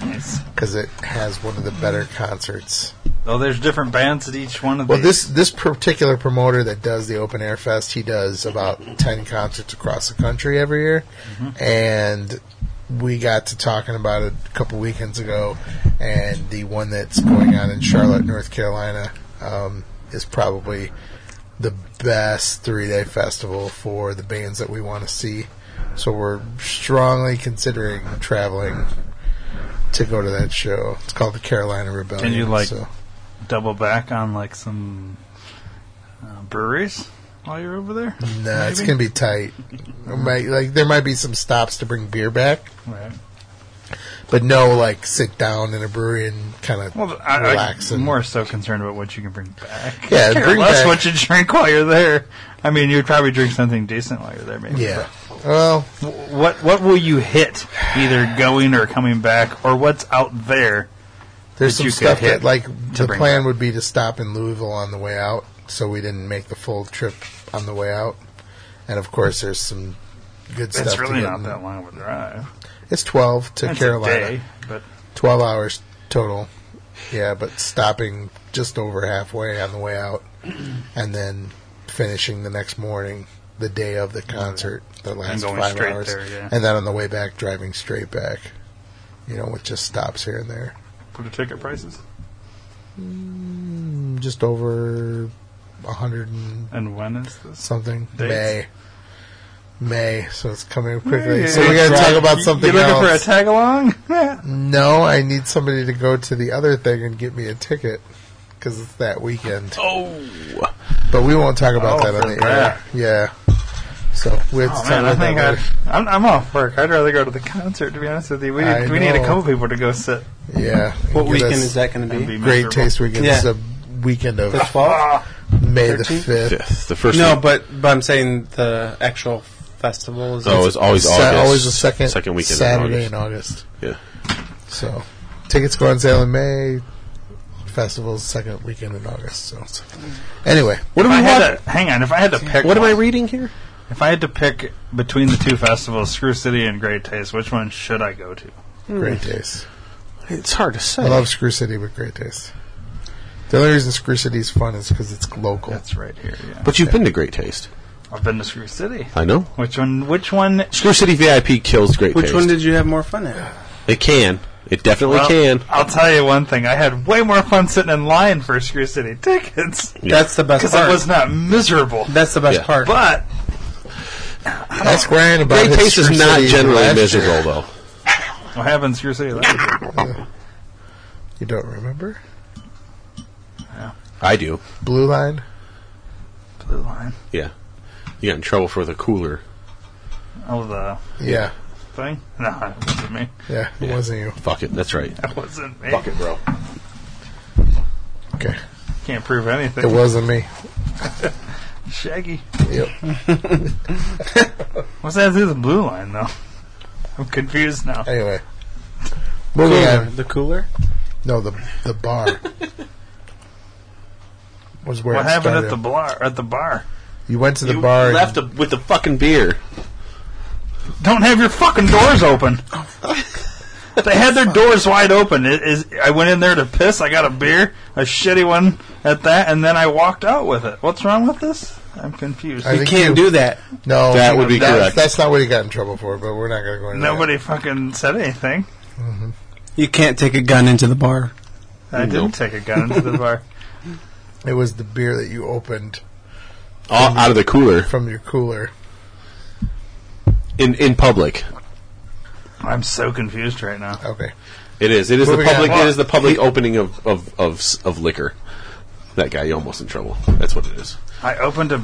[SPEAKER 2] Nice.
[SPEAKER 1] because it has one of the better concerts.
[SPEAKER 2] Oh, there's different bands at each one of
[SPEAKER 1] Well,
[SPEAKER 2] these.
[SPEAKER 1] this this particular promoter that does the open air fest, he does about ten concerts across the country every year,
[SPEAKER 2] Mm-hmm.
[SPEAKER 1] and we got to talking about it a couple weekends ago, and the one that's going on in Charlotte, North Carolina, um, is probably the best three day festival for the bands that we want to see. So we're strongly considering traveling to go to that show. It's called the Carolina Rebellion.
[SPEAKER 2] you, like,
[SPEAKER 1] so.
[SPEAKER 2] Double back on like some uh, breweries while you're over there.
[SPEAKER 1] No, it's
[SPEAKER 2] Maybe?
[SPEAKER 1] gonna be tight. It might- like there might be some stops to bring beer back,
[SPEAKER 2] Right.
[SPEAKER 1] but no, like sit down in a brewery and kind of
[SPEAKER 2] Well, I, I,
[SPEAKER 1] relax.
[SPEAKER 2] I'm
[SPEAKER 1] and,
[SPEAKER 2] more so concerned about what you can bring back.
[SPEAKER 1] Yeah,
[SPEAKER 2] Care
[SPEAKER 1] bring
[SPEAKER 2] less
[SPEAKER 1] back-
[SPEAKER 2] what you drink while you're there. I mean, you'd probably drink something decent while you're there, maybe.
[SPEAKER 1] Yeah. Well,
[SPEAKER 2] but wh- What What will you hit either going or coming back, or what's out there?
[SPEAKER 1] there's
[SPEAKER 2] that
[SPEAKER 1] some
[SPEAKER 2] you could
[SPEAKER 1] stuff
[SPEAKER 2] hit
[SPEAKER 1] that like
[SPEAKER 2] to
[SPEAKER 1] the
[SPEAKER 2] bring
[SPEAKER 1] plan would be to stop in Louisville on the way out, so we didn't make the full trip on the way out. And of course, there's some good stuff.
[SPEAKER 2] It's
[SPEAKER 1] to
[SPEAKER 2] really
[SPEAKER 1] get
[SPEAKER 2] not
[SPEAKER 1] in.
[SPEAKER 2] that long of a drive.
[SPEAKER 1] It's twelve to
[SPEAKER 2] It's
[SPEAKER 1] Carolina.
[SPEAKER 2] a day, but
[SPEAKER 1] Twelve hours total. Yeah, but stopping just over halfway on the way out, and then finishing the next morning, the day of the concert, the last
[SPEAKER 2] going
[SPEAKER 1] five
[SPEAKER 2] straight
[SPEAKER 1] hours,
[SPEAKER 2] there, yeah.
[SPEAKER 1] and then on the way back, driving straight back. You know, with just stops here and there,
[SPEAKER 2] for the ticket prices
[SPEAKER 1] Mm, just over a hundred and
[SPEAKER 2] and when is this?
[SPEAKER 1] something
[SPEAKER 2] Dates?
[SPEAKER 1] May. May, so it's coming quickly.
[SPEAKER 2] Hey,
[SPEAKER 1] so we got to talk about something
[SPEAKER 2] You looking
[SPEAKER 1] else.
[SPEAKER 2] for a tag along? Oh, Yeah.
[SPEAKER 1] No, I need somebody to go to the other thing and get me a ticket because it's that weekend.
[SPEAKER 11] Oh.
[SPEAKER 1] But we won't talk about
[SPEAKER 2] Oh,
[SPEAKER 1] that on the
[SPEAKER 2] for that.
[SPEAKER 1] air. Yeah. So we have to
[SPEAKER 2] Oh
[SPEAKER 1] talk
[SPEAKER 2] man, I
[SPEAKER 1] about
[SPEAKER 2] think
[SPEAKER 1] that
[SPEAKER 2] I'd,
[SPEAKER 1] later.
[SPEAKER 2] I'm, I'm off work. I'd rather go to the concert. To be honest with you, we
[SPEAKER 1] I
[SPEAKER 2] need, we need a
[SPEAKER 1] know.
[SPEAKER 2] couple people to go sit.
[SPEAKER 1] Yeah.
[SPEAKER 4] What
[SPEAKER 1] Give
[SPEAKER 4] weekend
[SPEAKER 1] us
[SPEAKER 4] is that going to
[SPEAKER 2] and
[SPEAKER 4] be?
[SPEAKER 2] be
[SPEAKER 1] Great
[SPEAKER 2] miserable.
[SPEAKER 1] Taste Weekend.
[SPEAKER 4] Yeah.
[SPEAKER 1] It's a weekend of
[SPEAKER 2] Ah,
[SPEAKER 1] May the
[SPEAKER 4] 13th?
[SPEAKER 1] 5th.
[SPEAKER 11] The first
[SPEAKER 4] No,
[SPEAKER 11] week-
[SPEAKER 4] but but I'm saying the actual festival is.
[SPEAKER 11] Oh, it's always
[SPEAKER 1] Sa-
[SPEAKER 11] August.
[SPEAKER 1] always the second,
[SPEAKER 11] second weekend
[SPEAKER 1] Saturday
[SPEAKER 11] in
[SPEAKER 1] in
[SPEAKER 11] August.
[SPEAKER 1] August.
[SPEAKER 11] Yeah.
[SPEAKER 1] So tickets go on sale in May. Festivals second weekend in August. So
[SPEAKER 2] Mm.
[SPEAKER 1] anyway,
[SPEAKER 2] What if I had to, hang on, if I had to pick,
[SPEAKER 11] What am I
[SPEAKER 2] one,
[SPEAKER 11] reading here?
[SPEAKER 2] If I had to pick between the two festivals, Screw City and Great Taste, which one should I go to?
[SPEAKER 1] great taste.
[SPEAKER 11] It's hard to say.
[SPEAKER 1] I love Screw City with great taste. The only reason Screw City is fun is because it's local.
[SPEAKER 2] That's right here. Yeah,
[SPEAKER 11] but you've been to Great Taste.
[SPEAKER 2] I've been to Screw City.
[SPEAKER 11] I know.
[SPEAKER 2] Which one? Which one?
[SPEAKER 11] Screw City VIP kills Great
[SPEAKER 4] Which
[SPEAKER 11] Taste.
[SPEAKER 4] one did you have more fun at?
[SPEAKER 11] it can. It definitely
[SPEAKER 2] Well,
[SPEAKER 11] can.
[SPEAKER 2] I'll tell you one thing. I had way more fun sitting in line for Screw City tickets
[SPEAKER 4] That's the best
[SPEAKER 2] because I
[SPEAKER 4] part.
[SPEAKER 2] was not miserable.
[SPEAKER 4] That's the best
[SPEAKER 11] Yeah.
[SPEAKER 4] part.
[SPEAKER 2] But
[SPEAKER 1] Ask Ryan about
[SPEAKER 11] Great
[SPEAKER 1] his
[SPEAKER 11] Taste is
[SPEAKER 1] Screw
[SPEAKER 11] not
[SPEAKER 1] City
[SPEAKER 11] generally
[SPEAKER 1] last
[SPEAKER 11] miserable,
[SPEAKER 1] year.
[SPEAKER 11] though.
[SPEAKER 2] what happened in Screw City? last year?
[SPEAKER 1] You don't remember
[SPEAKER 11] I do.
[SPEAKER 1] Blue Line?
[SPEAKER 2] Blue line.
[SPEAKER 11] Yeah. You got in trouble for the cooler.
[SPEAKER 2] Oh, the
[SPEAKER 1] Yeah,
[SPEAKER 2] thing? No, it wasn't me.
[SPEAKER 1] yeah. It wasn't you.
[SPEAKER 11] Fuck it. That's right.
[SPEAKER 2] It wasn't me.
[SPEAKER 11] it, bro.
[SPEAKER 1] Okay,
[SPEAKER 2] Can't prove anything.
[SPEAKER 1] it wasn't me.
[SPEAKER 2] Shaggy.
[SPEAKER 1] Yep.
[SPEAKER 2] What's that through the blue line though? I'm confused now.
[SPEAKER 1] Anyway, moving on.
[SPEAKER 4] The cooler.
[SPEAKER 1] No, the the bar was where
[SPEAKER 2] What
[SPEAKER 1] it
[SPEAKER 2] happened
[SPEAKER 1] started.
[SPEAKER 2] at the bar? At the bar?
[SPEAKER 1] You went to the
[SPEAKER 11] you
[SPEAKER 1] bar. and-
[SPEAKER 11] left a, with the fucking beer.
[SPEAKER 2] Don't have your fucking doors open. they had their doors wide open. It is I went in there to piss. I got a beer, a shitty one at that, and then I walked out with it. What's wrong with this? I'm confused.
[SPEAKER 1] I
[SPEAKER 4] You
[SPEAKER 1] think
[SPEAKER 4] can't
[SPEAKER 1] you-
[SPEAKER 4] do that.
[SPEAKER 1] No,
[SPEAKER 11] That
[SPEAKER 1] he-
[SPEAKER 11] would be
[SPEAKER 1] Oh, that's-
[SPEAKER 11] correct.
[SPEAKER 1] That's not what he got in trouble for, but we're not going to go into that.
[SPEAKER 2] Nobody fucking said anything.
[SPEAKER 4] You can't take a gun into the bar.
[SPEAKER 2] I didn't take a gun into the bar.
[SPEAKER 1] It was the beer that you opened
[SPEAKER 11] All, out of the cooler
[SPEAKER 1] from your cooler.
[SPEAKER 11] in in public.
[SPEAKER 2] I'm so confused right now.
[SPEAKER 1] Okay.
[SPEAKER 11] It is. It is
[SPEAKER 1] Moving
[SPEAKER 11] the
[SPEAKER 1] on.
[SPEAKER 11] public. It is the public opening of of of, s- of liquor. That guy, you're almost in trouble. That's what it is.
[SPEAKER 2] I opened a.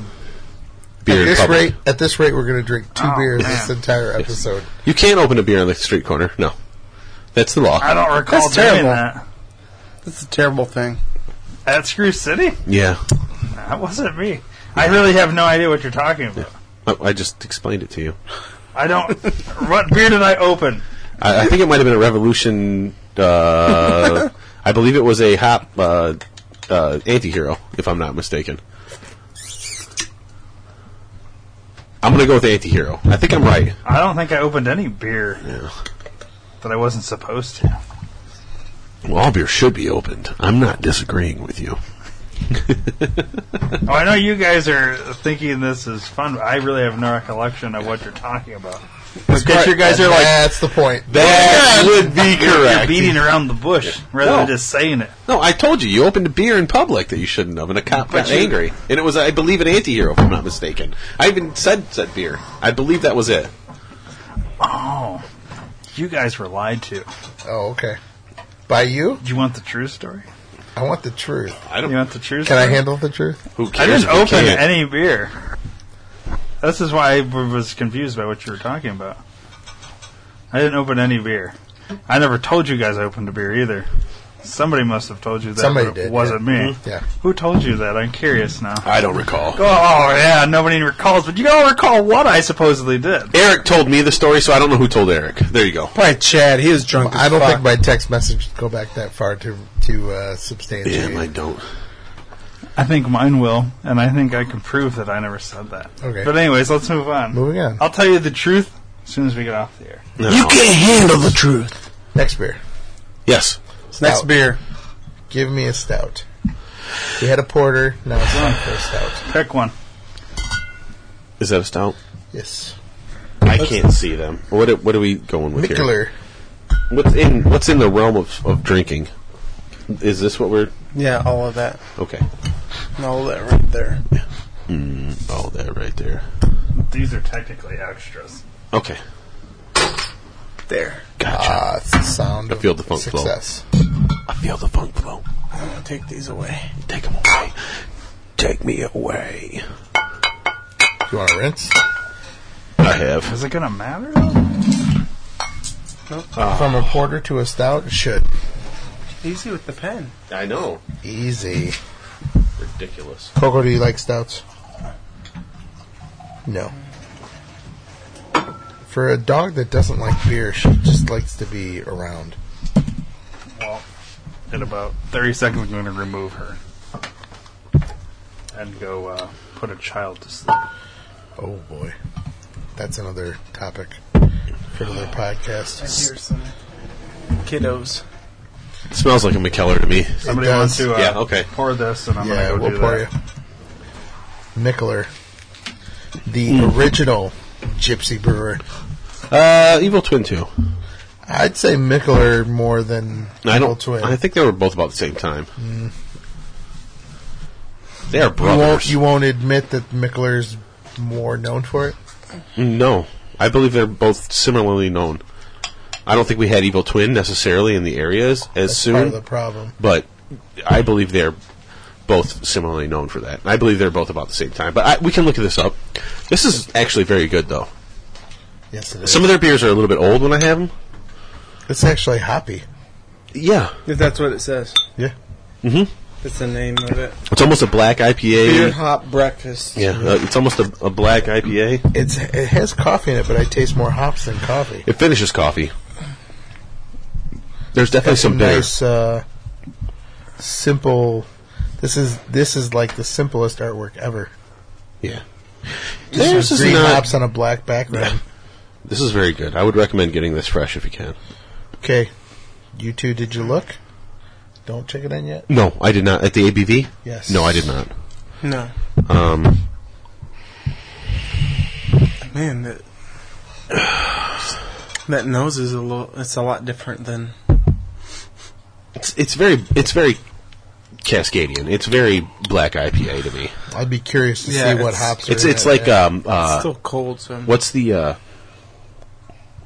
[SPEAKER 11] Beer
[SPEAKER 1] at
[SPEAKER 11] in
[SPEAKER 1] this
[SPEAKER 11] public.
[SPEAKER 1] rate, at this rate, we're going to drink two
[SPEAKER 2] Oh,
[SPEAKER 1] beers
[SPEAKER 2] man.
[SPEAKER 1] this entire
[SPEAKER 11] Yes.
[SPEAKER 1] episode.
[SPEAKER 11] You can't open a beer on the street corner. No, that's the law.
[SPEAKER 2] I don't recall
[SPEAKER 4] That's
[SPEAKER 2] doing
[SPEAKER 4] terrible.
[SPEAKER 2] that
[SPEAKER 4] That's a terrible thing.
[SPEAKER 2] at Screw City.
[SPEAKER 11] yeah,
[SPEAKER 2] That wasn't me. I really have no idea what you're talking about.
[SPEAKER 11] I, I just explained it to you.
[SPEAKER 2] I don't. what beer did I open?
[SPEAKER 11] I, I think it might have been a revolution. Uh, I believe it was a hop uh, uh, anti-hero, if I'm not mistaken. I'm gonna go with anti-hero. I think I'm right.
[SPEAKER 2] I don't think I opened any beer that I wasn't supposed to.
[SPEAKER 11] Well, all beer should be opened. I'm not disagreeing with you.
[SPEAKER 2] Oh, I know you guys are thinking this is fun, but I really have no recollection of what you're talking about. Because you guys are
[SPEAKER 1] And
[SPEAKER 2] like
[SPEAKER 1] that's the point.
[SPEAKER 11] That would be
[SPEAKER 2] you're
[SPEAKER 11] correct.
[SPEAKER 2] beating around the bush rather than
[SPEAKER 11] No.
[SPEAKER 2] just saying it.
[SPEAKER 11] No, I told you you opened a beer in public that you shouldn't have, and a cop got
[SPEAKER 2] you-
[SPEAKER 11] angry. And it was, I believe, an anti-hero, if I'm not mistaken. I even said said beer. I believe that was it.
[SPEAKER 2] Oh, you guys were lied to.
[SPEAKER 1] Oh, okay. By you?
[SPEAKER 2] Do you want the true story?
[SPEAKER 1] I want the truth.
[SPEAKER 11] I
[SPEAKER 2] You
[SPEAKER 11] don't.
[SPEAKER 2] want the true
[SPEAKER 1] Can
[SPEAKER 2] story?
[SPEAKER 1] I handle the truth?
[SPEAKER 11] Who
[SPEAKER 2] I
[SPEAKER 11] cares?
[SPEAKER 2] didn't
[SPEAKER 11] if you
[SPEAKER 2] open
[SPEAKER 11] can't?
[SPEAKER 2] any beer. This is why I w- was confused by what you were talking about. I didn't open any beer. I never told you guys I opened a beer either. Somebody must have told you that.
[SPEAKER 1] Somebody
[SPEAKER 2] but it
[SPEAKER 1] did, yeah. Mm-hmm.
[SPEAKER 2] Wasn't me.
[SPEAKER 1] Yeah.
[SPEAKER 2] Who told you that? I'm curious now.
[SPEAKER 11] I don't recall.
[SPEAKER 2] Oh yeah, nobody recalls, but you gotta recall what I supposedly did.
[SPEAKER 11] Eric told me the story, so I don't know who told Eric. There you go.
[SPEAKER 4] Probably Chad. He was drunk.
[SPEAKER 1] I
[SPEAKER 4] as
[SPEAKER 1] don't
[SPEAKER 4] fuck.
[SPEAKER 1] think my text message would go back that far to to uh, substantiate.
[SPEAKER 11] Damn, I don't.
[SPEAKER 2] I think mine will, and I think I can prove that I never said that.
[SPEAKER 1] Okay.
[SPEAKER 2] But anyways, let's move on.
[SPEAKER 1] Moving on.
[SPEAKER 2] I'll tell you the truth as soon as we get off the air.
[SPEAKER 11] No.
[SPEAKER 4] You can't handle the truth.
[SPEAKER 1] Next beer.
[SPEAKER 11] Yes.
[SPEAKER 4] Next
[SPEAKER 1] Stout.
[SPEAKER 4] beer.
[SPEAKER 1] Give me a stout. We had a porter. Now it's time for a stout.
[SPEAKER 2] Pick one.
[SPEAKER 11] Is that a stout?
[SPEAKER 1] Yes.
[SPEAKER 11] I can't see them. What are, what are we going with here?
[SPEAKER 1] Mickler.
[SPEAKER 11] What's in What's in the realm of, of drinking? Is this what we're
[SPEAKER 4] Yeah, all of that.
[SPEAKER 11] okay?
[SPEAKER 4] And all of that right there.
[SPEAKER 11] Oh, that right there.
[SPEAKER 2] These are technically extras.
[SPEAKER 11] Okay,
[SPEAKER 4] There.
[SPEAKER 11] gotcha.
[SPEAKER 1] Ah, it's the sound
[SPEAKER 11] I
[SPEAKER 1] of
[SPEAKER 11] feel the funk flow.
[SPEAKER 1] success.
[SPEAKER 11] I feel the funk flow.
[SPEAKER 4] I'm gonna take these away.
[SPEAKER 11] Take him away. Take me away.
[SPEAKER 1] You want to rinse?
[SPEAKER 11] I have.
[SPEAKER 2] Is it gonna matter? though?
[SPEAKER 1] From a porter to a stout? It should.
[SPEAKER 4] Easy with the pen.
[SPEAKER 11] I know.
[SPEAKER 1] Easy.
[SPEAKER 11] Ridiculous.
[SPEAKER 1] Coco, do you like stouts? No. For a dog that doesn't like beer, she just likes to be around.
[SPEAKER 2] Well, in about 30 seconds, I'm gonna remove her and go uh, put a child to sleep.
[SPEAKER 1] Oh boy. That's another topic for another podcast.
[SPEAKER 4] Here's some kiddos.
[SPEAKER 11] smells like a McKellar to me.
[SPEAKER 2] Somebody
[SPEAKER 1] does.
[SPEAKER 2] wants to uh,
[SPEAKER 11] Yeah, okay.
[SPEAKER 2] pour this, and I'm
[SPEAKER 1] yeah,
[SPEAKER 2] gonna go
[SPEAKER 1] we'll
[SPEAKER 2] do
[SPEAKER 1] pour
[SPEAKER 2] that.
[SPEAKER 1] you. Mickler. The original gypsy brewer.
[SPEAKER 11] Uh, Evil Twin Two.
[SPEAKER 1] I'd say Mickler more than
[SPEAKER 11] I
[SPEAKER 1] Evil
[SPEAKER 11] don't.
[SPEAKER 1] Twin.
[SPEAKER 11] I think they were both about the same time. They are
[SPEAKER 1] Mm. you won't,
[SPEAKER 11] brothers.
[SPEAKER 1] you won't admit that Mickler's more known for it?
[SPEAKER 11] no, I believe they're both similarly known. I don't think we had Evil Twin necessarily in the areas as
[SPEAKER 1] That's
[SPEAKER 11] soon,
[SPEAKER 1] part of the problem.
[SPEAKER 11] but I believe they're both similarly known for that. I believe they're both about the same time. But I, we can look this up. This is actually very good, though.
[SPEAKER 1] Yes, it is.
[SPEAKER 11] Some of their beers are a little bit old when I have them.
[SPEAKER 1] it's actually hoppy.
[SPEAKER 11] Yeah,
[SPEAKER 4] If that's what it says.
[SPEAKER 1] Yeah.
[SPEAKER 4] That's the name of it.
[SPEAKER 11] it's almost a black IPA.
[SPEAKER 4] Beer hop breakfast.
[SPEAKER 11] Yeah, uh, it's almost a, a black IPA.
[SPEAKER 1] It's it has coffee in it, but I taste more hops than coffee.
[SPEAKER 11] It finishes coffee. There's definitely
[SPEAKER 1] got
[SPEAKER 11] some bitter.
[SPEAKER 1] nice, uh, simple. This is this is like the simplest artwork ever.
[SPEAKER 11] Yeah.
[SPEAKER 1] Just
[SPEAKER 11] Theirs is
[SPEAKER 1] green
[SPEAKER 11] not-
[SPEAKER 1] hops on a black background.
[SPEAKER 11] This is very good. I would recommend getting this fresh if you can.
[SPEAKER 1] Okay, you two, did you look? Don't check it in yet.
[SPEAKER 11] No, I did not. At the ABV?
[SPEAKER 1] Yes.
[SPEAKER 11] No, I did not.
[SPEAKER 4] No.
[SPEAKER 11] Um,
[SPEAKER 4] Man, that that nose is a little. It's a lot different than.
[SPEAKER 11] it's, it's very it's very Cascadian. It's very black IPA to me.
[SPEAKER 1] I'd be curious to
[SPEAKER 4] Yeah,
[SPEAKER 1] see what
[SPEAKER 4] it's-
[SPEAKER 1] hops.
[SPEAKER 11] It's
[SPEAKER 1] are in
[SPEAKER 11] it's
[SPEAKER 1] it.
[SPEAKER 11] like um
[SPEAKER 4] it's
[SPEAKER 11] uh
[SPEAKER 4] still cold, so I'm-
[SPEAKER 11] what's the uh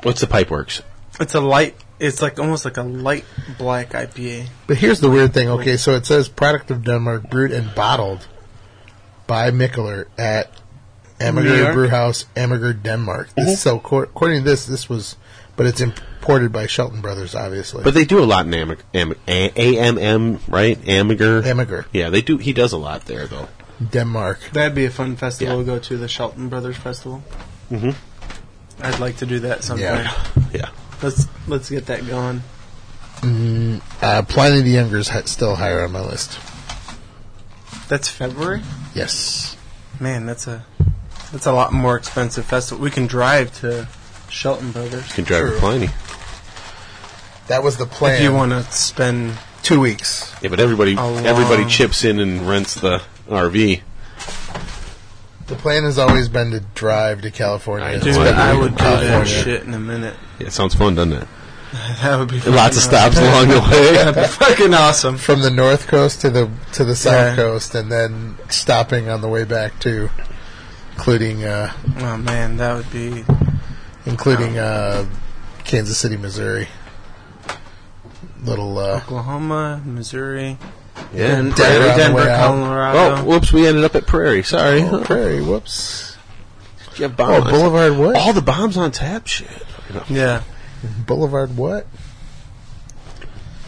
[SPEAKER 11] what's the pipeworks?
[SPEAKER 4] it's a light. It's like almost like a light black IPA.
[SPEAKER 1] But here's the weird thing. Okay, so it says product of Denmark, brewed and bottled by Mikkeler at
[SPEAKER 4] New
[SPEAKER 1] Amager
[SPEAKER 4] York? Mm-hmm.
[SPEAKER 1] Brewhouse, Amager, Denmark. This, so, cor- according to this, this was, but it's imported by Shelton Brothers, obviously.
[SPEAKER 11] But they do a lot in Am- Am- A- AMM, right? Amager.
[SPEAKER 1] Amager,
[SPEAKER 11] Yeah, they do. He does a lot there though.
[SPEAKER 1] Denmark.
[SPEAKER 4] That'd be a fun festival
[SPEAKER 11] Yeah.
[SPEAKER 4] to go to, the Shelton Brothers Festival. Mm-hmm. I'd like to do that sometime.
[SPEAKER 11] Yeah.
[SPEAKER 4] Let's let's get that going.
[SPEAKER 1] Uh, Pliny the Younger is hi- still higher on my list.
[SPEAKER 4] That's February.
[SPEAKER 1] Yes.
[SPEAKER 4] Man, that's a that's a lot more expensive festival. We can drive to Shelton Brothers
[SPEAKER 11] Can drive a Pliny.
[SPEAKER 1] That was the plan.
[SPEAKER 4] if you want to spend.
[SPEAKER 1] Two weeks.
[SPEAKER 11] Yeah, but everybody
[SPEAKER 4] A long-
[SPEAKER 11] everybody chips in and rents the RV.
[SPEAKER 1] The plan has always been to drive to California.
[SPEAKER 11] I know.
[SPEAKER 4] Dude,
[SPEAKER 11] Why
[SPEAKER 4] I
[SPEAKER 11] would
[SPEAKER 4] would
[SPEAKER 11] you
[SPEAKER 4] do
[SPEAKER 11] drive
[SPEAKER 4] that
[SPEAKER 11] there?
[SPEAKER 4] shit in a minute.
[SPEAKER 11] Yeah, it sounds fun, doesn't it?
[SPEAKER 4] That would be
[SPEAKER 11] Lots of stops along the way.
[SPEAKER 4] fucking awesome.
[SPEAKER 1] From the north coast to the to the south
[SPEAKER 4] Yeah.
[SPEAKER 1] coast, and then stopping on the way back too, including uh,
[SPEAKER 4] Oh man, that would be
[SPEAKER 1] including uh, Kansas City, Missouri. Little uh,
[SPEAKER 4] Oklahoma, Missouri,
[SPEAKER 11] Yeah.
[SPEAKER 4] and
[SPEAKER 1] Denver
[SPEAKER 4] Denver,
[SPEAKER 1] on the way out.
[SPEAKER 4] Colorado.
[SPEAKER 11] Oh, whoops! We ended up at Prairie. Sorry.
[SPEAKER 1] oh, Prairie. Whoops.
[SPEAKER 11] You have bombs.
[SPEAKER 1] Oh, Boulevard what?
[SPEAKER 11] All the bombs on tap. Shit.
[SPEAKER 4] Yeah,
[SPEAKER 1] Boulevard what?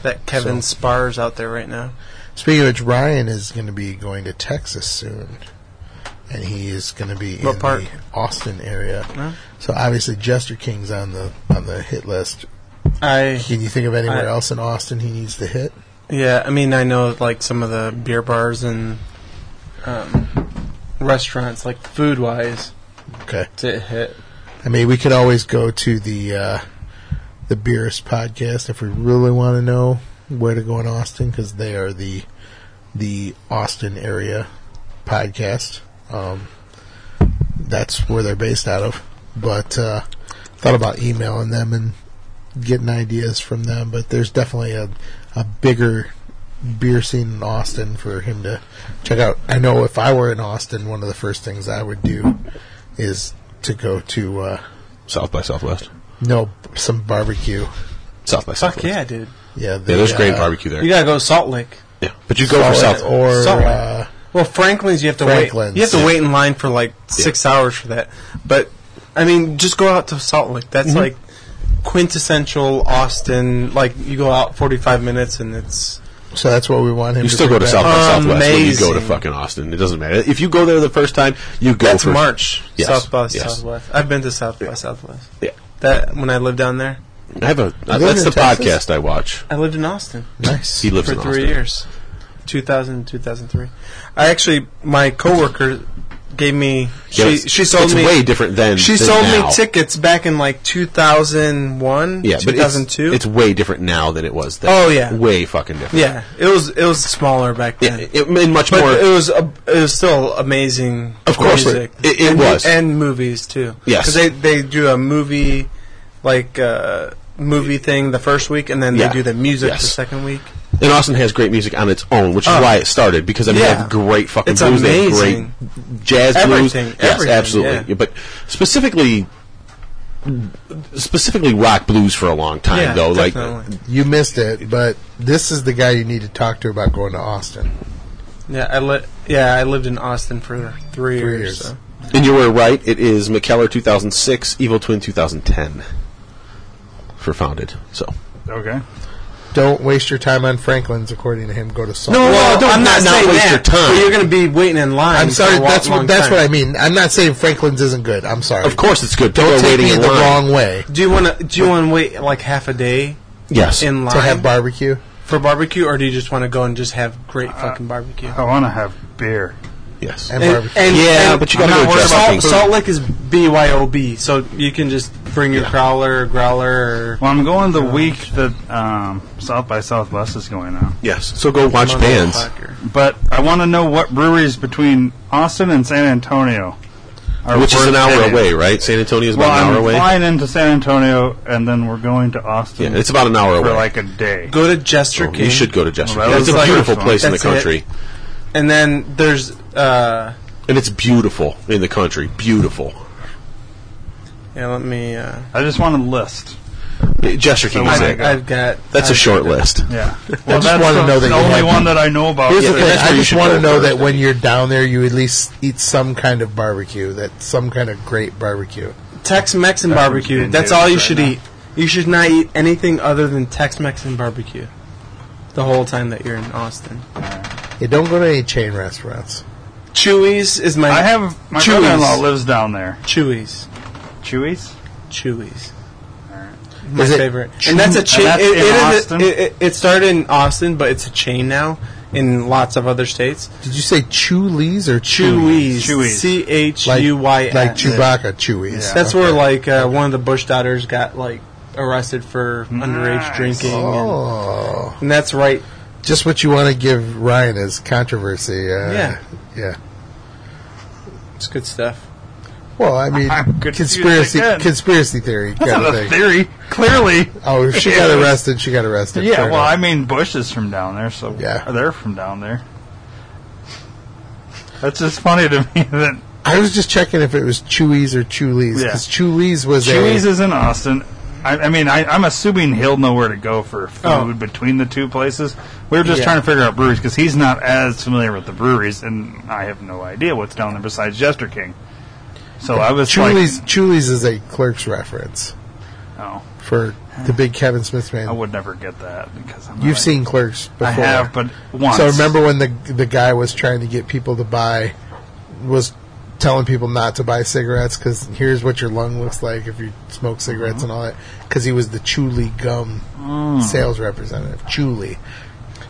[SPEAKER 4] that Kevin Spars out there right now.
[SPEAKER 1] Speaking of which, Ryan is going to be going to Texas soon, and he is going to be
[SPEAKER 4] What
[SPEAKER 1] in
[SPEAKER 4] park?
[SPEAKER 1] the Austin area.
[SPEAKER 4] Huh?
[SPEAKER 1] So obviously, Jester King's on the on the hit list.
[SPEAKER 4] I
[SPEAKER 1] Can you think of anywhere
[SPEAKER 4] I-
[SPEAKER 1] else in Austin he needs to hit?
[SPEAKER 4] yeah, I mean I know like some of the beer bars and um, restaurants like food wise
[SPEAKER 1] Okay.
[SPEAKER 4] to hit.
[SPEAKER 1] I mean, we could always go to the uh, the Beerus podcast if we really want to know where to go in Austin because they are the the Austin area podcast. Um, that's where they're based out of. But uh, thought about emailing them and getting ideas from them. But there's definitely a a bigger beer scene in Austin for him to check out. I know if I were in Austin, one of the first things I would do is to go to uh,
[SPEAKER 11] South by Southwest.
[SPEAKER 1] no some barbecue.
[SPEAKER 11] South by
[SPEAKER 4] Fuck
[SPEAKER 11] Southwest.
[SPEAKER 4] yeah, dude!
[SPEAKER 1] Yeah, the,
[SPEAKER 11] Yeah, there's great
[SPEAKER 1] uh,
[SPEAKER 11] barbecue there.
[SPEAKER 4] You gotta go to Salt Lake.
[SPEAKER 11] Yeah, but you go for
[SPEAKER 1] Salt
[SPEAKER 11] South
[SPEAKER 1] Lake or
[SPEAKER 4] Salt Lake.
[SPEAKER 1] uh,
[SPEAKER 4] Well, Franklin's you have to
[SPEAKER 1] Franklin's,
[SPEAKER 4] wait. You have to
[SPEAKER 1] yeah.
[SPEAKER 4] wait in line for like six hours for that. But I mean, just go out to Salt Lake. That's like quintessential Austin. Like you go out forty five minutes and it's
[SPEAKER 1] so that's what we want him.
[SPEAKER 11] You
[SPEAKER 1] to
[SPEAKER 11] still go
[SPEAKER 1] bring
[SPEAKER 11] to
[SPEAKER 1] back.
[SPEAKER 11] South by Southwest when you go to
[SPEAKER 4] Amazing.
[SPEAKER 11] fucking Austin. It doesn't matter if you go there the first time. You go
[SPEAKER 4] that's
[SPEAKER 11] for
[SPEAKER 4] March.
[SPEAKER 11] Yes,
[SPEAKER 4] South by
[SPEAKER 11] yes.
[SPEAKER 4] Southwest. I've been to South by Southwest.
[SPEAKER 11] Yeah.
[SPEAKER 4] That when I lived down there,
[SPEAKER 11] I have a. uh,
[SPEAKER 1] live
[SPEAKER 11] that's
[SPEAKER 1] in
[SPEAKER 11] the
[SPEAKER 1] Texas?
[SPEAKER 11] podcast I watch.
[SPEAKER 4] I lived in Austin
[SPEAKER 1] Nice.
[SPEAKER 11] He lives
[SPEAKER 4] for
[SPEAKER 11] in
[SPEAKER 4] three
[SPEAKER 11] Austin.
[SPEAKER 4] years, 2000 2003. I actually my coworker gave me
[SPEAKER 11] Yeah,
[SPEAKER 4] she
[SPEAKER 11] it's-
[SPEAKER 4] she sold
[SPEAKER 11] it's
[SPEAKER 4] me
[SPEAKER 11] way different than
[SPEAKER 4] She
[SPEAKER 11] than
[SPEAKER 4] sold
[SPEAKER 11] now.
[SPEAKER 4] me tickets back in like 2001,
[SPEAKER 11] Yeah, but it's,
[SPEAKER 4] 2002.
[SPEAKER 11] it's way different now than it was then.
[SPEAKER 4] Oh, yeah.
[SPEAKER 11] way fucking different.
[SPEAKER 4] yeah, it was it was smaller back
[SPEAKER 11] yeah,
[SPEAKER 4] then.
[SPEAKER 11] it, and much
[SPEAKER 4] but
[SPEAKER 11] more.
[SPEAKER 4] it was a, it was still amazing.
[SPEAKER 11] Of course it-
[SPEAKER 4] music.
[SPEAKER 11] it- it
[SPEAKER 4] and,
[SPEAKER 11] was.
[SPEAKER 4] and movies too.
[SPEAKER 11] Yes.
[SPEAKER 4] because they they do a movie like uh, movie thing the first week, and then
[SPEAKER 11] Yeah.
[SPEAKER 4] they do the music
[SPEAKER 11] Yes.
[SPEAKER 4] the second week.
[SPEAKER 11] and Austin has great music on its own, which is
[SPEAKER 4] Oh.
[SPEAKER 11] why it started because I mean they
[SPEAKER 4] Yeah.
[SPEAKER 11] have great fucking
[SPEAKER 4] It's
[SPEAKER 11] blues,
[SPEAKER 4] amazing.
[SPEAKER 11] they have great jazz blues.
[SPEAKER 4] Everything,
[SPEAKER 11] Yes,
[SPEAKER 4] everything,
[SPEAKER 11] absolutely.
[SPEAKER 4] yeah.
[SPEAKER 11] But specifically, specifically rock blues for a long time
[SPEAKER 4] Yeah,
[SPEAKER 11] though. Like
[SPEAKER 4] definitely.
[SPEAKER 1] You missed it, but this is the guy you need to talk to about going to Austin.
[SPEAKER 4] Yeah, I li- yeah I lived in Austin for three,
[SPEAKER 1] Three
[SPEAKER 4] years.
[SPEAKER 1] years.
[SPEAKER 4] so.
[SPEAKER 11] And you were right. It is McKellar 2006, Evil Twin 2010 for founded. So
[SPEAKER 2] Okay.
[SPEAKER 1] Don't waste your time on Franklin's. According to him, go to Salt. Lake.
[SPEAKER 11] Well, don't-
[SPEAKER 4] I'm not,
[SPEAKER 11] not
[SPEAKER 4] saying
[SPEAKER 11] waste
[SPEAKER 4] that,
[SPEAKER 11] your time.
[SPEAKER 4] But you're going to be waiting in line.
[SPEAKER 1] I'm sorry.
[SPEAKER 4] For a wa-
[SPEAKER 1] That's
[SPEAKER 4] long
[SPEAKER 1] what that's
[SPEAKER 4] time.
[SPEAKER 1] what I mean. I'm not saying Franklin's isn't good. I'm sorry.
[SPEAKER 11] of course it's good.
[SPEAKER 1] don't
[SPEAKER 11] People are
[SPEAKER 1] take
[SPEAKER 11] waiting
[SPEAKER 1] me
[SPEAKER 11] in
[SPEAKER 1] the
[SPEAKER 11] line.
[SPEAKER 1] wrong way.
[SPEAKER 4] Do you want to? Do you want to wait like half a day
[SPEAKER 11] Yes.
[SPEAKER 4] in line
[SPEAKER 1] to have barbecue.
[SPEAKER 4] for barbecue, or do you just want to go and just have great fucking barbecue?
[SPEAKER 2] I want to have beer.
[SPEAKER 11] Yes.
[SPEAKER 1] And,
[SPEAKER 4] And-
[SPEAKER 1] barbecue.
[SPEAKER 4] and-
[SPEAKER 11] Yeah,
[SPEAKER 4] and
[SPEAKER 11] but you gotta
[SPEAKER 4] I'm
[SPEAKER 11] go
[SPEAKER 4] not worried
[SPEAKER 11] adjust
[SPEAKER 4] about-
[SPEAKER 11] the food.
[SPEAKER 4] Salt, Lake is BYOB, so you can just bring your crowler or growler or
[SPEAKER 2] Well, I'm going the week that um, South by Southwest is going on.
[SPEAKER 11] Yes. So go watch bands.
[SPEAKER 4] motherfucker.
[SPEAKER 2] But I want to know what breweries between Austin and San Antonio are
[SPEAKER 11] Which is
[SPEAKER 2] worth
[SPEAKER 11] an hour
[SPEAKER 2] hitting.
[SPEAKER 11] away, right? San Antonio is
[SPEAKER 2] Well,
[SPEAKER 11] about an
[SPEAKER 2] I'm
[SPEAKER 11] hour away.
[SPEAKER 2] flying into San Antonio, and then we're going to Austin.
[SPEAKER 11] Yeah, it's about an hour
[SPEAKER 2] for
[SPEAKER 11] away.
[SPEAKER 2] like a day.
[SPEAKER 4] Go to Jester
[SPEAKER 11] Oh,
[SPEAKER 4] King.
[SPEAKER 11] you should go to Jester.
[SPEAKER 2] Well,
[SPEAKER 11] King. It's
[SPEAKER 2] that
[SPEAKER 11] a
[SPEAKER 2] was the
[SPEAKER 11] beautiful
[SPEAKER 2] first
[SPEAKER 11] place in the
[SPEAKER 4] one. That's
[SPEAKER 11] country,
[SPEAKER 4] And then there's uh,
[SPEAKER 11] and it's beautiful in the country. Beautiful.
[SPEAKER 4] yeah. Let me. Uh,
[SPEAKER 2] I just want a list.
[SPEAKER 11] Uh, Jester
[SPEAKER 4] Oh
[SPEAKER 11] King is
[SPEAKER 2] I-
[SPEAKER 11] it.
[SPEAKER 2] I-
[SPEAKER 4] I've got.
[SPEAKER 11] That's a
[SPEAKER 4] I've
[SPEAKER 11] short
[SPEAKER 4] got-
[SPEAKER 11] list.
[SPEAKER 2] Yeah. Well,
[SPEAKER 1] just
[SPEAKER 2] that's
[SPEAKER 1] wanna
[SPEAKER 2] the,
[SPEAKER 1] know that
[SPEAKER 2] the
[SPEAKER 1] you
[SPEAKER 2] only
[SPEAKER 1] have-
[SPEAKER 2] one that I know about.
[SPEAKER 11] Here's
[SPEAKER 2] Yeah.
[SPEAKER 11] the thing,
[SPEAKER 1] And
[SPEAKER 11] that's where
[SPEAKER 1] I
[SPEAKER 11] you
[SPEAKER 1] just
[SPEAKER 11] should
[SPEAKER 1] want
[SPEAKER 11] go
[SPEAKER 1] to know that
[SPEAKER 11] first.
[SPEAKER 1] when you're down there, you at least eat some kind of barbecue. That some kind of great barbecue.
[SPEAKER 4] Tex-Mex and
[SPEAKER 2] That's
[SPEAKER 4] barbecue.
[SPEAKER 2] Indian
[SPEAKER 4] That's
[SPEAKER 2] dudes
[SPEAKER 4] all you
[SPEAKER 2] right
[SPEAKER 4] should
[SPEAKER 2] now.
[SPEAKER 4] eat. You should not eat anything other than Tex-Mex and barbecue. The whole time that you're in Austin.
[SPEAKER 1] You don't go to any chain restaurants.
[SPEAKER 4] Chewies is my.
[SPEAKER 2] I have my
[SPEAKER 4] Chewies.
[SPEAKER 2] brother-in-law lives down there.
[SPEAKER 4] Chewies.
[SPEAKER 2] Chewies.
[SPEAKER 4] Chewies. My
[SPEAKER 1] Is it
[SPEAKER 4] favorite, and that's a chain.
[SPEAKER 2] that's
[SPEAKER 4] it,
[SPEAKER 2] in
[SPEAKER 4] it is a-
[SPEAKER 2] Austin?
[SPEAKER 4] it- it- it started in Austin, but it's a chain now in lots of other states.
[SPEAKER 1] Did you say Chewies or
[SPEAKER 4] Chewies.
[SPEAKER 2] Chewies.
[SPEAKER 4] C H
[SPEAKER 1] Like,
[SPEAKER 4] U Y S.
[SPEAKER 1] like Chewbacca Chewies.
[SPEAKER 2] Yeah.
[SPEAKER 4] That's
[SPEAKER 1] Okay.
[SPEAKER 4] where like uh, one of the Bush daughters got like arrested for underage drinking, and,
[SPEAKER 1] Oh.
[SPEAKER 4] and that's right.
[SPEAKER 1] Just what you want to give Ryan is controversy. Uh,
[SPEAKER 4] Yeah.
[SPEAKER 1] Yeah.
[SPEAKER 4] It's good stuff.
[SPEAKER 1] Well, I mean,
[SPEAKER 2] I'm confused
[SPEAKER 1] conspiracy
[SPEAKER 2] again.
[SPEAKER 1] conspiracy theory kind
[SPEAKER 2] Not
[SPEAKER 1] of
[SPEAKER 2] a
[SPEAKER 1] thing.
[SPEAKER 2] theory. Clearly.
[SPEAKER 1] Oh, if she got arrested. She got arrested.
[SPEAKER 2] Yeah,
[SPEAKER 1] fair
[SPEAKER 2] well,
[SPEAKER 1] enough.
[SPEAKER 2] I mean, Bush is from down there, so
[SPEAKER 1] Yeah.
[SPEAKER 2] they're from down there. That's just funny to me that
[SPEAKER 1] I was just checking if it was Chewies or Chulies because
[SPEAKER 2] Yeah.
[SPEAKER 1] Chulies was
[SPEAKER 2] Chewy's
[SPEAKER 1] a
[SPEAKER 2] is in Austin. I, I mean, I, I'm assuming he'll know where to go for food
[SPEAKER 4] Oh.
[SPEAKER 2] between the two places. We were just
[SPEAKER 4] Yeah.
[SPEAKER 2] trying to figure out breweries because he's not as familiar with the breweries, and I have no idea what's down there besides Jester King. So I was
[SPEAKER 1] Chulies.
[SPEAKER 2] like,
[SPEAKER 1] Chulies is a clerk's reference
[SPEAKER 2] oh,
[SPEAKER 1] for the big Kevin Smith
[SPEAKER 2] I
[SPEAKER 1] man.
[SPEAKER 2] would never get that because I'm
[SPEAKER 1] You've
[SPEAKER 2] not-
[SPEAKER 1] seen Clerks before.
[SPEAKER 2] I have, but once.
[SPEAKER 1] So remember when the the guy was trying to get people to buy was telling people not to buy cigarettes because here's what your lung looks like if you smoke cigarettes and all that because he was the Chuli gum sales representative. Chuli.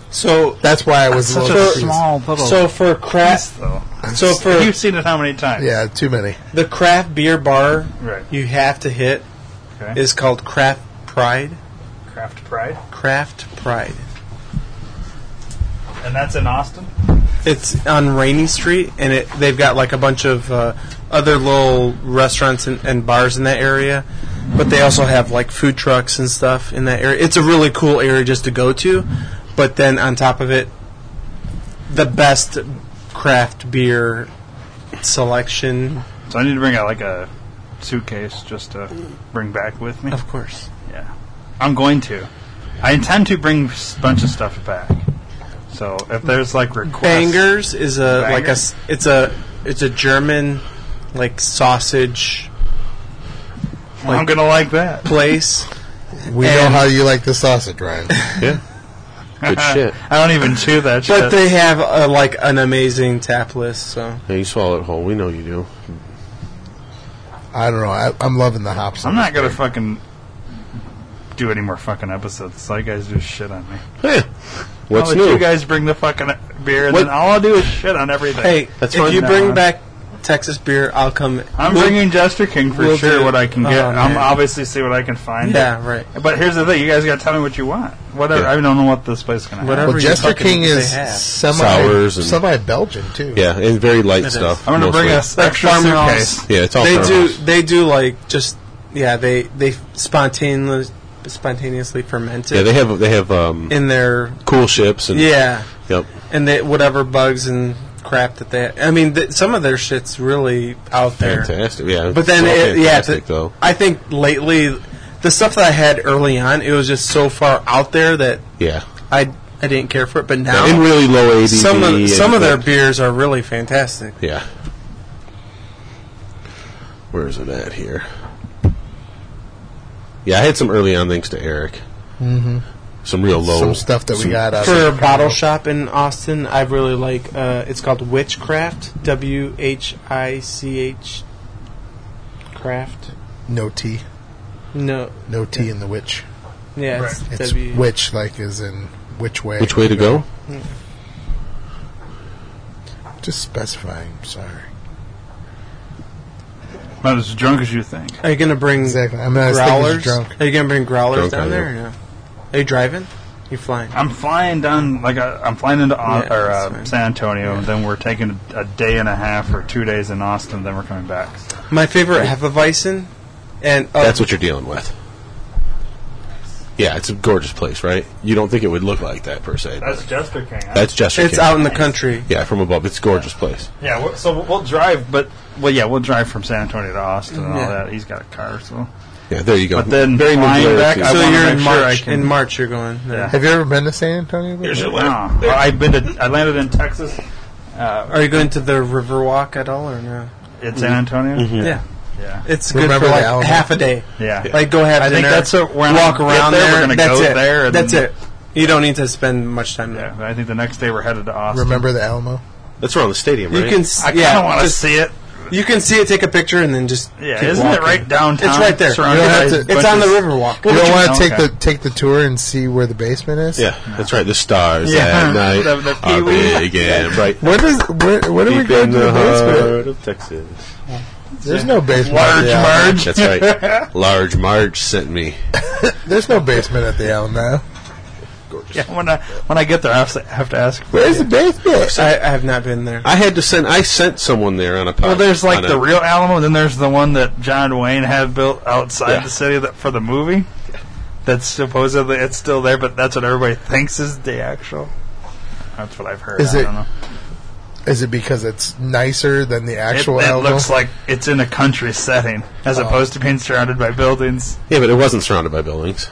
[SPEAKER 4] So
[SPEAKER 1] That's why I was a
[SPEAKER 2] such
[SPEAKER 1] little
[SPEAKER 2] a
[SPEAKER 1] confused.
[SPEAKER 2] small little.
[SPEAKER 4] so for
[SPEAKER 2] place,
[SPEAKER 4] craft,
[SPEAKER 2] though.
[SPEAKER 4] so for
[SPEAKER 2] You've seen it how many times?
[SPEAKER 1] Yeah, too many.
[SPEAKER 4] the craft beer bar,
[SPEAKER 2] Right.
[SPEAKER 4] you have to hit
[SPEAKER 2] Okay.
[SPEAKER 4] is called Craft Pride.
[SPEAKER 2] Craft Pride,
[SPEAKER 4] Craft Pride.
[SPEAKER 2] and that's in Austin.
[SPEAKER 4] It's on Rainy Street, and it they've got like a bunch of uh, other little restaurants and, and bars in that area. But they also have like food trucks and stuff in that area. It's a really cool area just to go to. But then on top of it, the best craft beer selection,
[SPEAKER 2] So I need to bring out like a suitcase just to bring back with me.
[SPEAKER 4] of course.
[SPEAKER 2] Yeah, I'm going to. I intend to bring a bunch of stuff back. So if there's like requests,
[SPEAKER 4] Bangers is a like a
[SPEAKER 2] Banger?
[SPEAKER 4] s- it's a it's a German like sausage
[SPEAKER 2] I'm gonna like that.
[SPEAKER 4] place.
[SPEAKER 1] We
[SPEAKER 4] And-
[SPEAKER 1] know how you like the sausage, Ryan.
[SPEAKER 11] Yeah. Good shit.
[SPEAKER 2] I don't even chew that shit.
[SPEAKER 4] But they have uh like an amazing tap list. So
[SPEAKER 11] Yeah, you swallow it whole. We know you do.
[SPEAKER 1] I don't know. I, I'm loving the hops.
[SPEAKER 2] I'm not gonna fucking do any more fucking episodes. You guys do shit on me.
[SPEAKER 11] Yeah. What's
[SPEAKER 2] I'll let
[SPEAKER 11] new?
[SPEAKER 2] You guys bring the fucking beer, and
[SPEAKER 11] What-
[SPEAKER 2] then all I'll do is shit on everything.
[SPEAKER 4] hey, Uh,
[SPEAKER 11] That's
[SPEAKER 4] if
[SPEAKER 11] fine. Uh,
[SPEAKER 4] you
[SPEAKER 2] No,
[SPEAKER 4] bring
[SPEAKER 2] I'm-
[SPEAKER 4] back Texas beer, I'll come.
[SPEAKER 2] I'm
[SPEAKER 4] we'll-
[SPEAKER 2] bringing Jester King for
[SPEAKER 4] we'll
[SPEAKER 2] sure.
[SPEAKER 4] do-
[SPEAKER 2] What I can
[SPEAKER 4] oh,
[SPEAKER 2] get, I'm
[SPEAKER 4] man.
[SPEAKER 2] obviously see what I can find.
[SPEAKER 4] Yeah, right.
[SPEAKER 2] But here's the thing: you guys got to tell me what you want. Whatever.
[SPEAKER 11] Yeah.
[SPEAKER 2] I don't know what this place is gonna. have.
[SPEAKER 4] Whatever.
[SPEAKER 1] Well,
[SPEAKER 4] you
[SPEAKER 1] Jester
[SPEAKER 4] fucking-
[SPEAKER 1] King
[SPEAKER 4] they
[SPEAKER 1] is
[SPEAKER 4] have.
[SPEAKER 1] semi
[SPEAKER 11] Sours and-
[SPEAKER 1] semi Belgian too.
[SPEAKER 11] Yeah, and very light stuff.
[SPEAKER 2] I'm gonna bring
[SPEAKER 11] mostly.
[SPEAKER 2] us extra
[SPEAKER 4] farmhouse.
[SPEAKER 2] suitcase.
[SPEAKER 11] Yeah, it's all
[SPEAKER 4] They do.
[SPEAKER 11] farmhouse.
[SPEAKER 4] They do like just yeah. They they spontaneously spontaneously ferment it
[SPEAKER 11] Yeah, they have they have um,
[SPEAKER 4] in their
[SPEAKER 11] cool ships and
[SPEAKER 4] yeah,
[SPEAKER 11] Yep.
[SPEAKER 4] and they whatever bugs and crap that they. I mean, th- some of their shit's really out there.
[SPEAKER 11] Fantastic. Yeah.
[SPEAKER 4] But then,
[SPEAKER 11] it's all
[SPEAKER 4] it, yeah,
[SPEAKER 11] fantastic,
[SPEAKER 4] the-
[SPEAKER 11] though.
[SPEAKER 4] I think lately the stuff that I had early on, it was just so far out there that
[SPEAKER 11] Yeah.
[SPEAKER 4] I I didn't care for it. But now
[SPEAKER 11] And really low ADV.
[SPEAKER 4] some of
[SPEAKER 11] and-
[SPEAKER 4] some of their beers are really fantastic.
[SPEAKER 11] Yeah. Where is it at here? Yeah, I had some early on thanks to Eric. Mm-hmm. Some real low.
[SPEAKER 1] Some stuff that we
[SPEAKER 11] some-
[SPEAKER 1] got out of
[SPEAKER 4] For a
[SPEAKER 1] Chicago.
[SPEAKER 4] bottle shop in Austin, I really like. Uh, it's called Witchcraft. W H I C H. Craft.
[SPEAKER 1] No tea.
[SPEAKER 4] No,
[SPEAKER 1] No tea in the witch.
[SPEAKER 4] Yeah, it's
[SPEAKER 1] It's
[SPEAKER 4] W-
[SPEAKER 1] which, like, is in which way.
[SPEAKER 11] Which way to
[SPEAKER 1] Um,
[SPEAKER 11] go?
[SPEAKER 1] Just specifying. Sorry.
[SPEAKER 2] Not as drunk as you think.
[SPEAKER 4] Are you gonna bring
[SPEAKER 1] Exactly. I mean, I was thinking
[SPEAKER 4] growlers?
[SPEAKER 1] drunk.
[SPEAKER 4] Are you gonna bring growlers
[SPEAKER 11] Drunk,
[SPEAKER 4] down
[SPEAKER 11] I
[SPEAKER 4] there? Or no? Are you driving? You flying?
[SPEAKER 2] I'm flying down, like uh, I'm flying into Au-
[SPEAKER 4] Yeah,
[SPEAKER 2] or,
[SPEAKER 4] that's
[SPEAKER 2] uh,
[SPEAKER 4] fine.
[SPEAKER 2] San Antonio, and then we're taking a day and a half or two days in Austin, then we're coming back.
[SPEAKER 4] My favorite Hefeweizen, and oh,
[SPEAKER 11] That's what you're dealing with. Yeah, it's a gorgeous place, right? You don't think it would look like that per se. but
[SPEAKER 2] Jester King.
[SPEAKER 11] that's Jester
[SPEAKER 4] it's
[SPEAKER 11] King.
[SPEAKER 4] out in the country.
[SPEAKER 11] Yeah, from above. It's a gorgeous place.
[SPEAKER 2] Yeah, we so we'll drive, but well, yeah, we'll drive from San Antonio to Austin and all
[SPEAKER 4] Yeah.
[SPEAKER 2] that. He's got a car, so
[SPEAKER 11] Yeah, there you go.
[SPEAKER 2] But then
[SPEAKER 11] Very
[SPEAKER 2] flying
[SPEAKER 11] nuclear
[SPEAKER 2] back,
[SPEAKER 11] too.
[SPEAKER 2] I
[SPEAKER 4] so
[SPEAKER 2] wanna
[SPEAKER 4] you're
[SPEAKER 2] make
[SPEAKER 4] in
[SPEAKER 2] sure I
[SPEAKER 4] March.
[SPEAKER 2] can-
[SPEAKER 4] in March, you're going. there.
[SPEAKER 2] yeah.
[SPEAKER 1] Have you ever been to San Antonio? before?
[SPEAKER 2] No. Well, I've been to. I landed in Texas. Uh,
[SPEAKER 4] Are you going to the Riverwalk at all, or no?
[SPEAKER 2] in
[SPEAKER 4] Mm-hmm.
[SPEAKER 2] San Antonio.
[SPEAKER 4] Yeah,
[SPEAKER 2] Yeah,
[SPEAKER 4] it's good
[SPEAKER 1] Remember
[SPEAKER 4] for
[SPEAKER 1] the
[SPEAKER 4] like
[SPEAKER 1] Alamo?
[SPEAKER 4] half a day.
[SPEAKER 2] yeah.
[SPEAKER 4] Like go have
[SPEAKER 2] I
[SPEAKER 4] dinner.
[SPEAKER 2] think that's what- when
[SPEAKER 4] walk
[SPEAKER 2] I get
[SPEAKER 4] around
[SPEAKER 2] there, we're
[SPEAKER 4] there.
[SPEAKER 2] gonna
[SPEAKER 4] that's
[SPEAKER 2] go
[SPEAKER 4] it.
[SPEAKER 2] there and-
[SPEAKER 4] that's it. You don't need to spend much time there.
[SPEAKER 2] yeah. I think the next day we're headed to Austin.
[SPEAKER 1] Remember the Alamo?
[SPEAKER 11] That's around the stadium,
[SPEAKER 4] You
[SPEAKER 11] right?
[SPEAKER 4] can, s-
[SPEAKER 2] I kind of
[SPEAKER 4] yeah,
[SPEAKER 2] want to
[SPEAKER 4] just-
[SPEAKER 2] see it.
[SPEAKER 4] You can see it, take a picture, and then just
[SPEAKER 2] Yeah,
[SPEAKER 4] keep
[SPEAKER 2] isn't it
[SPEAKER 4] walking.
[SPEAKER 2] right downtown?
[SPEAKER 4] It's right there.
[SPEAKER 2] surrounded
[SPEAKER 1] You don't have
[SPEAKER 2] by
[SPEAKER 1] to-
[SPEAKER 2] a
[SPEAKER 1] It's
[SPEAKER 2] bunch
[SPEAKER 4] It's on the
[SPEAKER 2] of-
[SPEAKER 4] Riverwalk.
[SPEAKER 1] you don't want
[SPEAKER 2] Oh,
[SPEAKER 1] to take
[SPEAKER 2] okay.
[SPEAKER 1] the take the tour and see where the basement is?
[SPEAKER 11] yeah, that's right. The stars
[SPEAKER 2] Yeah.
[SPEAKER 11] at night
[SPEAKER 2] The- the
[SPEAKER 11] are
[SPEAKER 2] Pee-wee.
[SPEAKER 11] big and bright.
[SPEAKER 1] Where does where, where do we
[SPEAKER 11] Deep
[SPEAKER 1] go to
[SPEAKER 11] in
[SPEAKER 1] the,
[SPEAKER 11] the
[SPEAKER 1] basement?
[SPEAKER 11] heart of Texas.
[SPEAKER 1] There's no basement. at
[SPEAKER 2] Large
[SPEAKER 1] the Alamo.
[SPEAKER 2] Marge.
[SPEAKER 11] That's right. Large Marge sent me.
[SPEAKER 1] There's no basement at the Alamo.
[SPEAKER 2] Yeah, when I when I get there, I have to, have to ask.
[SPEAKER 1] Where's the basement?
[SPEAKER 4] I, I have not been there.
[SPEAKER 11] I had to send. I sent someone there on a. Pod,
[SPEAKER 2] Well, there's like
[SPEAKER 11] on
[SPEAKER 2] the
[SPEAKER 11] a-
[SPEAKER 2] real Alamo, and then there's the one that John Wayne had built outside
[SPEAKER 11] Yeah.
[SPEAKER 2] the city that, for the movie. That's supposedly it's still there, but that's what everybody thinks is the actual. That's what I've heard.
[SPEAKER 1] Is
[SPEAKER 2] I
[SPEAKER 1] it
[SPEAKER 2] don't know.
[SPEAKER 1] Is it because it's nicer than the
[SPEAKER 2] It,
[SPEAKER 1] actual
[SPEAKER 2] it
[SPEAKER 1] Alamo? Oh.
[SPEAKER 2] looks like it's in a country setting, as opposed to being surrounded by buildings.
[SPEAKER 11] Yeah, but it wasn't surrounded by buildings.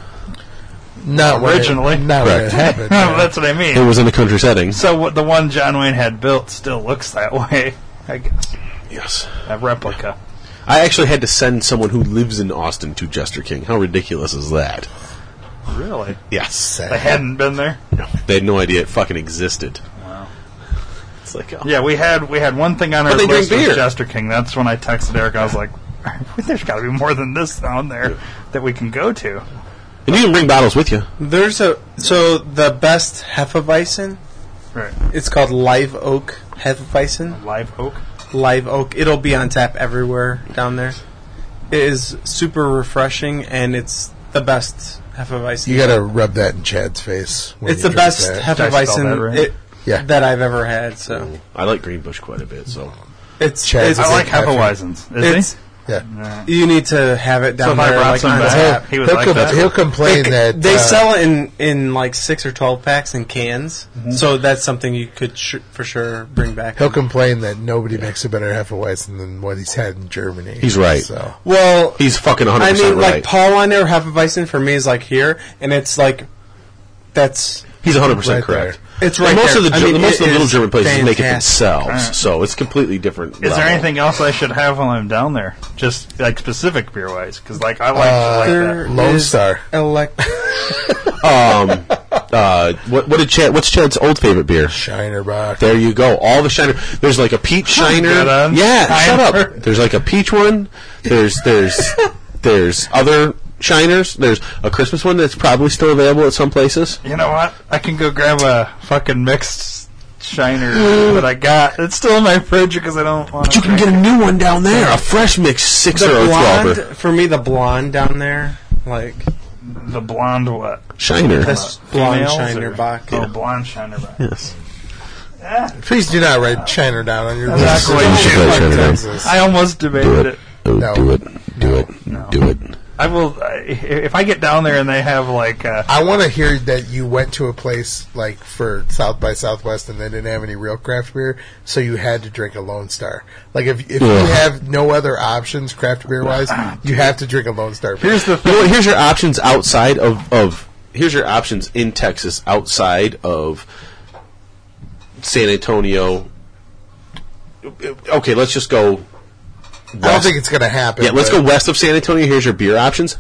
[SPEAKER 1] not when it-
[SPEAKER 2] originally.
[SPEAKER 1] not when it
[SPEAKER 11] Correct.
[SPEAKER 1] happened. yeah.
[SPEAKER 2] that's what I mean.
[SPEAKER 11] It was in a country setting.
[SPEAKER 2] so what, the one John Wayne had built still looks that way. I guess
[SPEAKER 11] Yes.
[SPEAKER 2] a replica.
[SPEAKER 11] I actually had to send someone who lives in Austin to Jester King. How ridiculous is that?
[SPEAKER 2] Really,
[SPEAKER 11] Yes.
[SPEAKER 2] they hadn't been there.
[SPEAKER 11] They had no idea it fucking existed. Wow. It's like, oh.
[SPEAKER 2] Yeah, we had we had one thing on our
[SPEAKER 11] But they drink
[SPEAKER 2] list was
[SPEAKER 11] beer.
[SPEAKER 2] Jester King. That's when I texted Eric. I was like, "There's got to be more than this down there that we can go to."
[SPEAKER 11] And you can bring bottles with you.
[SPEAKER 4] There's a so the best hefeweizen.
[SPEAKER 2] Right,
[SPEAKER 4] It's called Live Oak Hefeweizen.
[SPEAKER 2] live oak.
[SPEAKER 4] Live Oak. It'll be on tap everywhere down there. It is super refreshing, and it's the best hefeweizen.
[SPEAKER 1] You gotta rub that in Chad's face. when
[SPEAKER 4] It's
[SPEAKER 1] you
[SPEAKER 4] the
[SPEAKER 1] drink
[SPEAKER 4] best
[SPEAKER 1] that.
[SPEAKER 2] I spell that
[SPEAKER 4] hefeweizen
[SPEAKER 2] right?
[SPEAKER 4] it,
[SPEAKER 1] Yeah.
[SPEAKER 4] that I've ever had. So
[SPEAKER 11] I like Greenbush quite a bit, so.
[SPEAKER 4] it's
[SPEAKER 1] Chad,
[SPEAKER 4] it's,
[SPEAKER 2] I like
[SPEAKER 1] Patrick.
[SPEAKER 2] Hefeweizens. Is
[SPEAKER 4] it's
[SPEAKER 2] he?
[SPEAKER 1] yeah.
[SPEAKER 4] you need to have it
[SPEAKER 2] So
[SPEAKER 4] down
[SPEAKER 2] if I
[SPEAKER 4] there
[SPEAKER 2] brought
[SPEAKER 4] like
[SPEAKER 2] some
[SPEAKER 4] on
[SPEAKER 2] back,
[SPEAKER 4] tap.
[SPEAKER 2] he was
[SPEAKER 1] he'll,
[SPEAKER 2] like
[SPEAKER 1] com-
[SPEAKER 2] that.
[SPEAKER 1] he'll complain
[SPEAKER 4] They-
[SPEAKER 1] that
[SPEAKER 4] they
[SPEAKER 1] uh,
[SPEAKER 4] sell it in in like six or twelve packs in cans,
[SPEAKER 2] Mm-hmm.
[SPEAKER 4] so that's something you could sh- for sure bring back.
[SPEAKER 1] He'll complain that nobody makes a better Hefeweizen than what he's had in Germany.
[SPEAKER 11] He's right.
[SPEAKER 1] So
[SPEAKER 4] Well,
[SPEAKER 11] He's fucking 100%
[SPEAKER 4] I mean,
[SPEAKER 11] right.
[SPEAKER 4] like Paul on there, Hefeweizen for me is like here, and it's like that's
[SPEAKER 11] He's 100%
[SPEAKER 1] Right
[SPEAKER 11] correct.
[SPEAKER 4] it's
[SPEAKER 11] And
[SPEAKER 4] right
[SPEAKER 11] most
[SPEAKER 4] there.
[SPEAKER 11] of the
[SPEAKER 4] I
[SPEAKER 11] Ge-
[SPEAKER 4] mean,
[SPEAKER 11] most
[SPEAKER 4] it
[SPEAKER 11] of the little
[SPEAKER 4] is
[SPEAKER 11] German places make it
[SPEAKER 4] fantastic.
[SPEAKER 11] themselves,
[SPEAKER 2] Alright.
[SPEAKER 11] so it's completely different.
[SPEAKER 2] Is there
[SPEAKER 11] level.
[SPEAKER 2] anything else I should have while I'm down there? Just like specific beer wise, because like I like,
[SPEAKER 1] Uh,
[SPEAKER 2] like
[SPEAKER 4] There
[SPEAKER 2] that.
[SPEAKER 1] Lone
[SPEAKER 4] is
[SPEAKER 1] Star.
[SPEAKER 4] elect-
[SPEAKER 11] Um, uh, what, what did Chad? What's Chad's old favorite beer?
[SPEAKER 1] Shiner Bock.
[SPEAKER 11] There you go. All the shiner. There's like a peach shiner.
[SPEAKER 2] good on
[SPEAKER 11] Yeah, shut
[SPEAKER 2] Shiner.
[SPEAKER 11] up. There's like a peach one. There's there's there's other shiners. There's a Christmas one that's probably still available at some places.
[SPEAKER 2] You know what? I can go grab a fucking mixed shiner that I got. It's still in my fridge because I don't want.
[SPEAKER 11] But you can get a new one down there, a fresh mix sixer
[SPEAKER 4] the
[SPEAKER 11] or
[SPEAKER 4] blonde
[SPEAKER 11] twelver
[SPEAKER 4] for me, the blonde down there, like
[SPEAKER 2] the blonde what?
[SPEAKER 11] shiner.
[SPEAKER 4] that's blonde
[SPEAKER 2] Females
[SPEAKER 4] Shiner
[SPEAKER 2] or-
[SPEAKER 4] Bach.
[SPEAKER 2] Oh, blonde shiner box.
[SPEAKER 11] Yes.
[SPEAKER 1] Please do not write Shiner down on your
[SPEAKER 2] That's
[SPEAKER 1] list.
[SPEAKER 2] not going to.
[SPEAKER 1] Fuck
[SPEAKER 11] Shiner down.
[SPEAKER 1] Texas.
[SPEAKER 2] I almost debated it.
[SPEAKER 11] Oh,
[SPEAKER 1] No.
[SPEAKER 11] Do it. Do it.
[SPEAKER 2] No.
[SPEAKER 11] Do it.
[SPEAKER 2] I will I, if I get down there and they have like uh,
[SPEAKER 1] I want to hear that you went to a place like for South by Southwest and they didn't have any real craft beer, so you had to drink a Lone Star. Like if if you
[SPEAKER 11] Yeah.
[SPEAKER 1] have no other options craft beer wise, you have to drink a Lone Star. Beer.
[SPEAKER 2] here's the
[SPEAKER 11] You know
[SPEAKER 2] thing.
[SPEAKER 11] what? Here's your options outside of, of here's your options in Texas outside of San Antonio. Okay, let's just go.
[SPEAKER 1] I don't think it's gonna happen.
[SPEAKER 11] Yeah, let's
[SPEAKER 1] but
[SPEAKER 11] go west of San Antonio. Here's your beer options.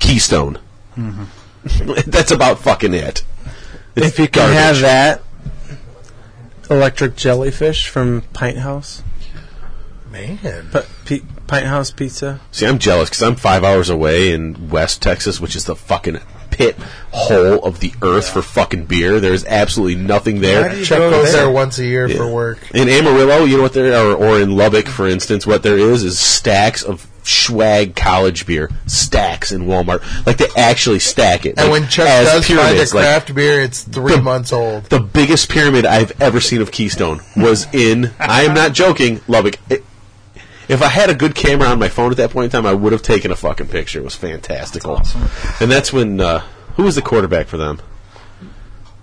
[SPEAKER 11] Keystone. That's about fucking it. It's
[SPEAKER 4] Mm-hmm. If you can
[SPEAKER 11] garbage.
[SPEAKER 4] have that electric jellyfish from Pint House,
[SPEAKER 1] Man,
[SPEAKER 4] P- P- Pint House Pizza.
[SPEAKER 11] See, I'm jealous because I'm five hours away in West Texas, which is the fucking pit hole of the earth for fucking beer. There's absolutely nothing there.
[SPEAKER 1] Chuck goes there once a year for work.
[SPEAKER 11] In Amarillo, you know what there or, or in Lubbock, for instance, what there is is stacks of swag college beer, stacks in Walmart. Like they actually stack it.
[SPEAKER 1] And
[SPEAKER 11] like,
[SPEAKER 1] when Chuck
[SPEAKER 11] as
[SPEAKER 1] does find a
[SPEAKER 11] pyramids, like,
[SPEAKER 1] craft beer, it's three months old.
[SPEAKER 11] the biggest pyramid I've ever seen of Keystone was in. I am not joking, Lubbock. It- if I had a good camera on my phone at that point in time, I would have taken a fucking picture. It was fantastical, and that's when uh, who was the quarterback for them?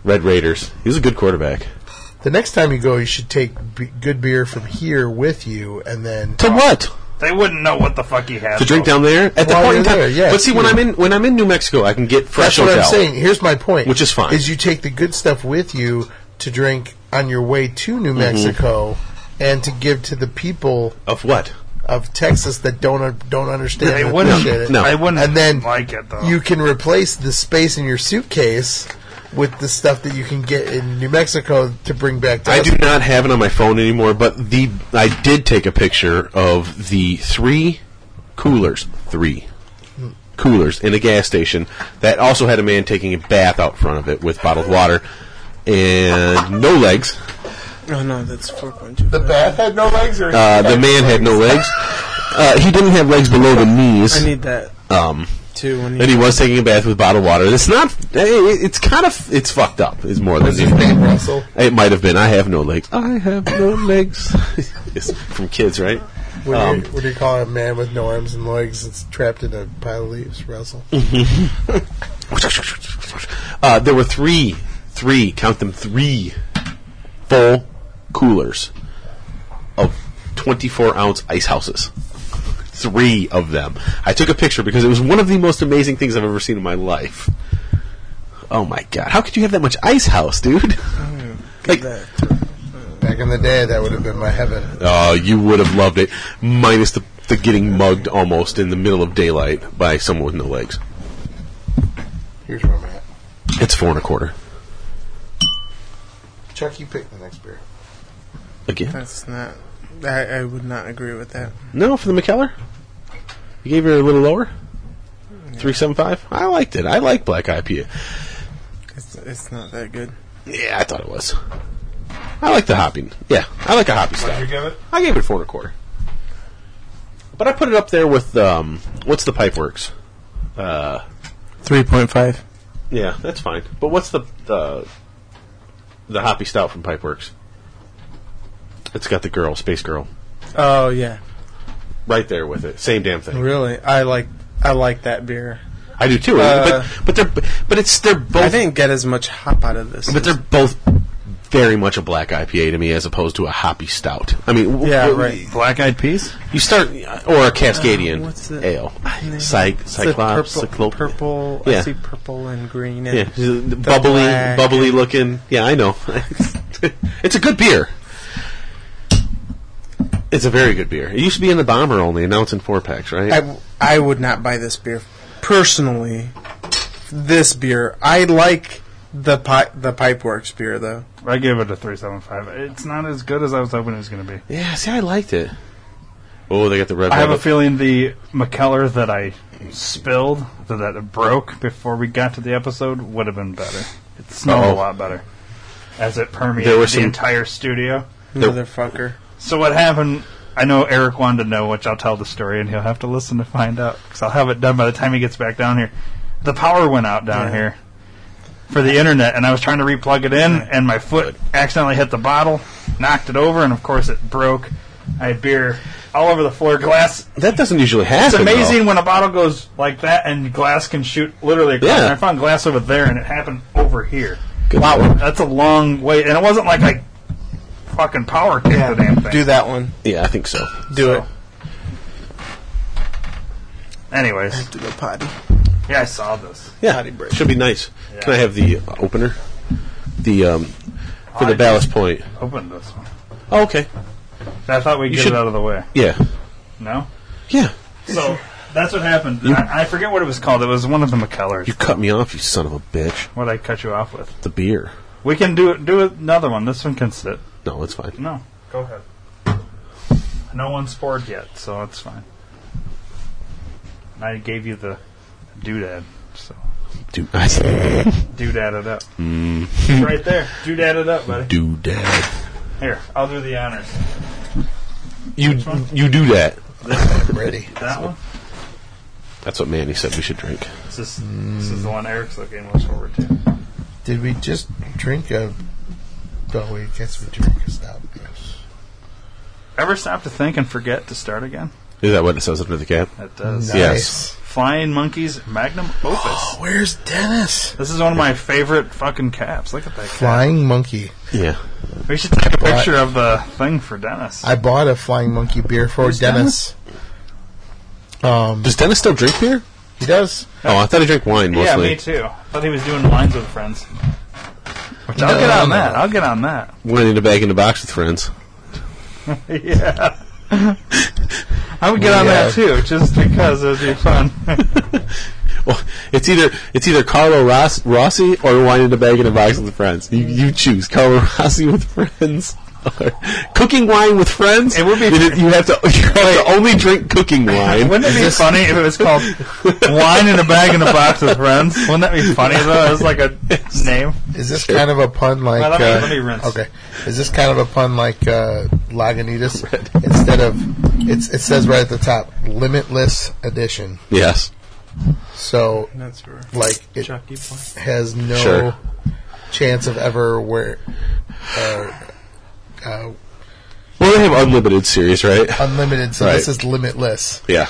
[SPEAKER 11] Red Raiders. He was a good quarterback.
[SPEAKER 1] The next time you go, you should take b- good beer from here with you, and then
[SPEAKER 11] To what?
[SPEAKER 2] They wouldn't know what the fuck he had.
[SPEAKER 11] To drink down there at the
[SPEAKER 1] While
[SPEAKER 11] point
[SPEAKER 1] you're
[SPEAKER 11] in time.
[SPEAKER 1] there, yeah,
[SPEAKER 11] but see, when
[SPEAKER 1] yeah.
[SPEAKER 11] I'm in when I'm in New Mexico, I can get fresh
[SPEAKER 1] That's what I'm
[SPEAKER 11] Odell.
[SPEAKER 1] saying. Here's my point,
[SPEAKER 11] Which is fine.
[SPEAKER 1] Is you take the good stuff with you to drink on your way to
[SPEAKER 11] Mm-hmm.
[SPEAKER 1] New Mexico, and to give to the people
[SPEAKER 11] Of what?
[SPEAKER 1] of Texas that don't uh, don't understand.
[SPEAKER 2] They
[SPEAKER 1] and
[SPEAKER 2] wouldn't.
[SPEAKER 1] appreciate it.
[SPEAKER 11] No.
[SPEAKER 2] I wouldn't
[SPEAKER 1] And then
[SPEAKER 2] like it though.
[SPEAKER 1] you can replace the space in your suitcase with the stuff that you can get in New Mexico to bring back. To
[SPEAKER 11] I
[SPEAKER 1] us.
[SPEAKER 11] do not have it on my phone anymore, but the I did take a picture of the three coolers, three coolers in a gas station that also had a man taking a bath out front of it with bottled water and no legs.
[SPEAKER 4] Oh no, that's four point two.
[SPEAKER 1] The bath had no legs, or
[SPEAKER 11] Uh, the man had no legs. Uh, he didn't have legs below the
[SPEAKER 4] I
[SPEAKER 11] knees.
[SPEAKER 4] need that
[SPEAKER 11] Um,
[SPEAKER 4] too. When you,
[SPEAKER 11] and he was taking a bath with bottled water. It's not. eh, It's kind of. It's fucked up. Is more than the
[SPEAKER 1] name Russell.
[SPEAKER 11] It might have been. I have no legs. I have no legs. It's from kids, right?
[SPEAKER 1] What,
[SPEAKER 11] Um,
[SPEAKER 1] do you, what do you call a man with no arms and legs that's trapped in a pile of leaves, Russell?
[SPEAKER 11] Uh, there were three, three, count them three, full coolers of 24 ounce ice houses. Three of them. I took a picture because it was one of the most amazing things I've ever seen in my life. Oh my god! How could you have that much ice house, dude? like,
[SPEAKER 1] Back in the day, that would have been my heaven.
[SPEAKER 11] Oh, you would have loved it, minus the, the getting mugged almost in the middle of daylight by someone with no legs.
[SPEAKER 1] Here's where I'm at.
[SPEAKER 11] It's four and a quarter
[SPEAKER 1] Chuck, you pick the next beer.
[SPEAKER 11] again.
[SPEAKER 4] that's not. I, I would not agree with that.
[SPEAKER 11] No, for the McKellar. You gave her a little lower. Three seven five. I liked it. I like black IPA.
[SPEAKER 4] It's, it's not that good.
[SPEAKER 11] Yeah, I thought it was. I like the hopping. Yeah, I like a hoppy style. I gave it four and a quarter. But I put it up there with um, what's the Pipeworks? Uh,
[SPEAKER 4] Three point five.
[SPEAKER 11] yeah, that's fine. But what's the the the hoppy style from Pipeworks? It's got the girl, space girl,
[SPEAKER 4] Oh yeah,
[SPEAKER 11] right there with it. Same damn thing.
[SPEAKER 4] really? I like I like that beer.
[SPEAKER 11] I do too.
[SPEAKER 4] Uh,
[SPEAKER 11] but but they're but it's they're both.
[SPEAKER 4] I didn't get as much hop out of this.
[SPEAKER 11] But they're both very much a black IPA to me, as opposed to a hoppy stout. I mean, w-
[SPEAKER 4] yeah,
[SPEAKER 11] w-
[SPEAKER 4] right.
[SPEAKER 2] Black Eyed Peas.
[SPEAKER 11] You start or a Cascadian
[SPEAKER 4] Uh, what's the-
[SPEAKER 11] ale,
[SPEAKER 4] It's
[SPEAKER 11] Cyc-
[SPEAKER 4] the
[SPEAKER 11] Cyclops,
[SPEAKER 4] purple,
[SPEAKER 11] Cyclop-
[SPEAKER 4] purple.
[SPEAKER 11] Yeah.
[SPEAKER 4] I see purple and green. And
[SPEAKER 11] yeah, the bubbly,
[SPEAKER 4] black
[SPEAKER 11] bubbly looking. Yeah, I know. it's a good beer. It's a very good beer. It used to be in the bomber only, and now it's in four packs, right?
[SPEAKER 4] I, I would not buy this beer personally. This beer, I like the pi- the Pipeworks beer though.
[SPEAKER 2] I gave it a three seven five. It's not as good as I was hoping it was going to be.
[SPEAKER 11] yeah, see, I liked it. Oh, they got the red.
[SPEAKER 2] I have
[SPEAKER 11] one
[SPEAKER 2] a
[SPEAKER 11] up.
[SPEAKER 2] feeling the McKellar that I spilled, that, that it broke before we got to the episode, would have been better. It smelled
[SPEAKER 11] Uh-oh.
[SPEAKER 2] a lot better as it permeated
[SPEAKER 11] There were
[SPEAKER 2] the
[SPEAKER 11] some-
[SPEAKER 2] entire studio.
[SPEAKER 4] Motherfucker.
[SPEAKER 2] So what happened? I know Eric wanted to know, which I'll tell the story, and he'll have to listen to find out because I'll have it done by the time he gets back down here. The power went out down
[SPEAKER 4] Yeah.
[SPEAKER 2] here for the internet, and I was trying to replug it in, and my foot accidentally hit the bottle, knocked it over, and of course it broke. I had beer all over the floor, glass.
[SPEAKER 11] That doesn't usually
[SPEAKER 2] It's
[SPEAKER 11] happen.
[SPEAKER 2] amazing when a bottle goes like that, and glass can shoot literally across.
[SPEAKER 11] Yeah.
[SPEAKER 2] And I found glass over there, and it happened over here.
[SPEAKER 11] Good
[SPEAKER 2] wow,
[SPEAKER 11] lord.
[SPEAKER 2] that's a long way, and it wasn't like I fucking power kicked the damn thing.
[SPEAKER 4] Do that one.
[SPEAKER 11] though. Yeah, I think so.
[SPEAKER 4] Do it.
[SPEAKER 2] Anyways,
[SPEAKER 4] Do the potty.
[SPEAKER 2] Yeah, I saw this.
[SPEAKER 11] Yeah,
[SPEAKER 4] Potty break.
[SPEAKER 11] should be nice.
[SPEAKER 2] Yeah.
[SPEAKER 11] Can I have the uh, opener? The um, for
[SPEAKER 2] I
[SPEAKER 11] the ballast point.
[SPEAKER 2] Open this one.
[SPEAKER 11] Oh, okay.
[SPEAKER 2] I thought we'd
[SPEAKER 11] You
[SPEAKER 2] get
[SPEAKER 11] should-
[SPEAKER 2] it out of the way.
[SPEAKER 11] Yeah.
[SPEAKER 2] No?
[SPEAKER 11] Yeah.
[SPEAKER 2] So, that's what happened. I, I forget what it was called. It was one of the McKellars.
[SPEAKER 11] You cut me off, you son of a bitch.
[SPEAKER 2] what I cut you off with.
[SPEAKER 11] The beer.
[SPEAKER 2] We can do it. do another one. This one can sit.
[SPEAKER 11] No, it's fine.
[SPEAKER 2] No, go ahead. No one's poured yet, so it's fine. I gave you the doodad. So
[SPEAKER 11] Dude, I-
[SPEAKER 2] doodad it up.
[SPEAKER 11] Mm.
[SPEAKER 2] right there. Doodad it up, buddy.
[SPEAKER 11] do that.
[SPEAKER 2] Here, I'll do the honors.
[SPEAKER 11] You you do that.
[SPEAKER 2] This one,
[SPEAKER 3] Ready.
[SPEAKER 2] that one.
[SPEAKER 11] That's what Manny said we should drink.
[SPEAKER 2] This is this is the one Eric's looking most forward to.
[SPEAKER 1] Did we just drink a? Oh, we guess we drink a stout.
[SPEAKER 2] Ever stop to think and forget to start again?
[SPEAKER 11] Is that what it says under the cap?
[SPEAKER 2] That does.
[SPEAKER 1] Nice.
[SPEAKER 11] Yes.
[SPEAKER 2] Flying Monkeys Magnum Opus.
[SPEAKER 1] Where's Dennis?
[SPEAKER 2] This is one of my favorite fucking caps. Look at that. Cap.
[SPEAKER 1] Flying monkey.
[SPEAKER 11] Yeah.
[SPEAKER 2] We should take a
[SPEAKER 1] Fly-
[SPEAKER 2] picture of the thing for Dennis.
[SPEAKER 1] I bought a flying monkey beer for
[SPEAKER 2] Who's
[SPEAKER 1] Dennis. Um,
[SPEAKER 11] Does Dennis still drink beer?
[SPEAKER 1] he does.
[SPEAKER 11] Oh, I thought he drank wine
[SPEAKER 2] yeah,
[SPEAKER 11] mostly.
[SPEAKER 2] me too. Thought he was doing lines with friends. Which I'll
[SPEAKER 1] No,
[SPEAKER 2] get on
[SPEAKER 1] no,
[SPEAKER 2] that.
[SPEAKER 1] no.
[SPEAKER 2] I'll get on that.
[SPEAKER 11] Went in a bag in a box with friends.
[SPEAKER 2] yeah. I would get on that too, just because it'd be fun.
[SPEAKER 11] Well, it's either it's either Carlo Ross, Rossi or wine in a bag in a box with friends. You, you choose Carlo Rossi with friends. or Cooking wine with friends.
[SPEAKER 2] It would be-
[SPEAKER 11] You, you have to. You have to only drink cooking wine.
[SPEAKER 2] Wouldn't it be funny if it was called "Wine in a Bag in a Box with Friends"? Wouldn't that be funny though? It's like a name.
[SPEAKER 1] Is this kind of a pun like?
[SPEAKER 2] Well, let me-
[SPEAKER 1] uh,
[SPEAKER 2] let me rinse.
[SPEAKER 1] Okay. Is this kind of a pun like uh, Lagunitas? Instead of it's, it says right at the top, limitless edition.
[SPEAKER 11] Yes.
[SPEAKER 1] So
[SPEAKER 4] That's where
[SPEAKER 1] like it
[SPEAKER 2] E.
[SPEAKER 4] Chucky point.
[SPEAKER 1] has no
[SPEAKER 11] Sure.
[SPEAKER 1] chance of ever where uh, uh,
[SPEAKER 11] Well, they have unlimited series, right?
[SPEAKER 2] Uh,
[SPEAKER 1] unlimited. So this
[SPEAKER 11] Right.
[SPEAKER 1] is limitless.
[SPEAKER 11] Yeah.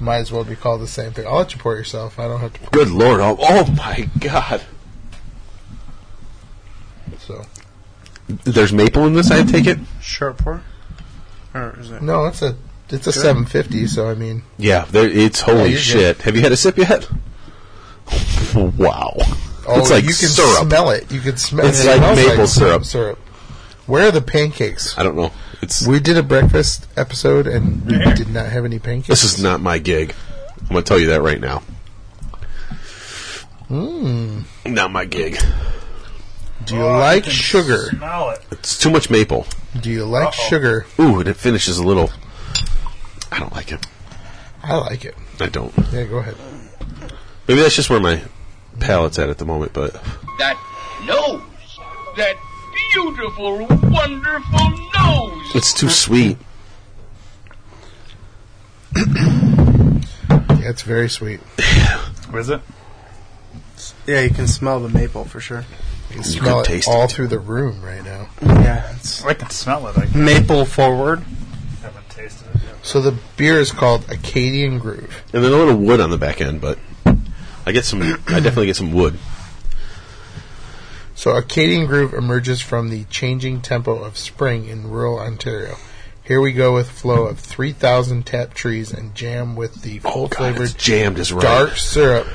[SPEAKER 1] Might as well be called the same thing. I'll let you pour it yourself. I don't have to. Pour
[SPEAKER 11] Good lord! Oh, oh my god!
[SPEAKER 1] it, so
[SPEAKER 11] There's maple in this. I take it.
[SPEAKER 4] Sharp pour? Or is it?
[SPEAKER 1] no, it's a it's a seven fifty. So I mean,
[SPEAKER 11] Yeah, there, it's holy
[SPEAKER 1] you're
[SPEAKER 11] shit. Have you had a sip yet? wow.
[SPEAKER 1] oh,
[SPEAKER 11] it's like
[SPEAKER 1] you can
[SPEAKER 11] syrup.
[SPEAKER 1] smell it. You can smell.
[SPEAKER 11] It's
[SPEAKER 1] it
[SPEAKER 11] like
[SPEAKER 1] smells
[SPEAKER 11] maple syrup.
[SPEAKER 1] Syrup. Where are the pancakes?
[SPEAKER 11] I don't know. It's
[SPEAKER 1] We did a breakfast episode and we did not have any pancakes.
[SPEAKER 11] this is not my gig. I'm gonna tell you that right now.
[SPEAKER 1] Hmm.
[SPEAKER 11] Not my gig.
[SPEAKER 1] Do you like sugar?
[SPEAKER 2] Oh, Smell it.
[SPEAKER 11] It's too much maple.
[SPEAKER 1] Do you like sugar?
[SPEAKER 11] Ooh, and it finishes a little. I don't like it.
[SPEAKER 1] I like it.
[SPEAKER 11] I don't.
[SPEAKER 1] Yeah, go ahead.
[SPEAKER 11] Maybe that's just where my palate's at at the moment. But
[SPEAKER 5] That nose. That beautiful, wonderful nose.
[SPEAKER 11] it's too sweet.
[SPEAKER 1] Yeah, it's very sweet.
[SPEAKER 2] What is it?
[SPEAKER 4] Yeah, you can smell the maple for sure.
[SPEAKER 1] You,
[SPEAKER 11] can
[SPEAKER 1] smell it
[SPEAKER 11] taste
[SPEAKER 1] all
[SPEAKER 11] it.
[SPEAKER 1] through the room right now.
[SPEAKER 4] Yeah, it's
[SPEAKER 2] I can smell it. I
[SPEAKER 4] maple forward.
[SPEAKER 2] haven't tasted it yet.
[SPEAKER 1] So the beer is called Acadian Groove.
[SPEAKER 11] and then a little wood on the back end. But I get some. I definitely get some wood.
[SPEAKER 1] So Acadian Groove emerges from the changing tempo of spring in rural Ontario. Here we go with flow of 3,000 tap trees and jam with the
[SPEAKER 11] Oh, God, it's
[SPEAKER 1] full-flavored
[SPEAKER 11] jammed is right.
[SPEAKER 1] dark syrup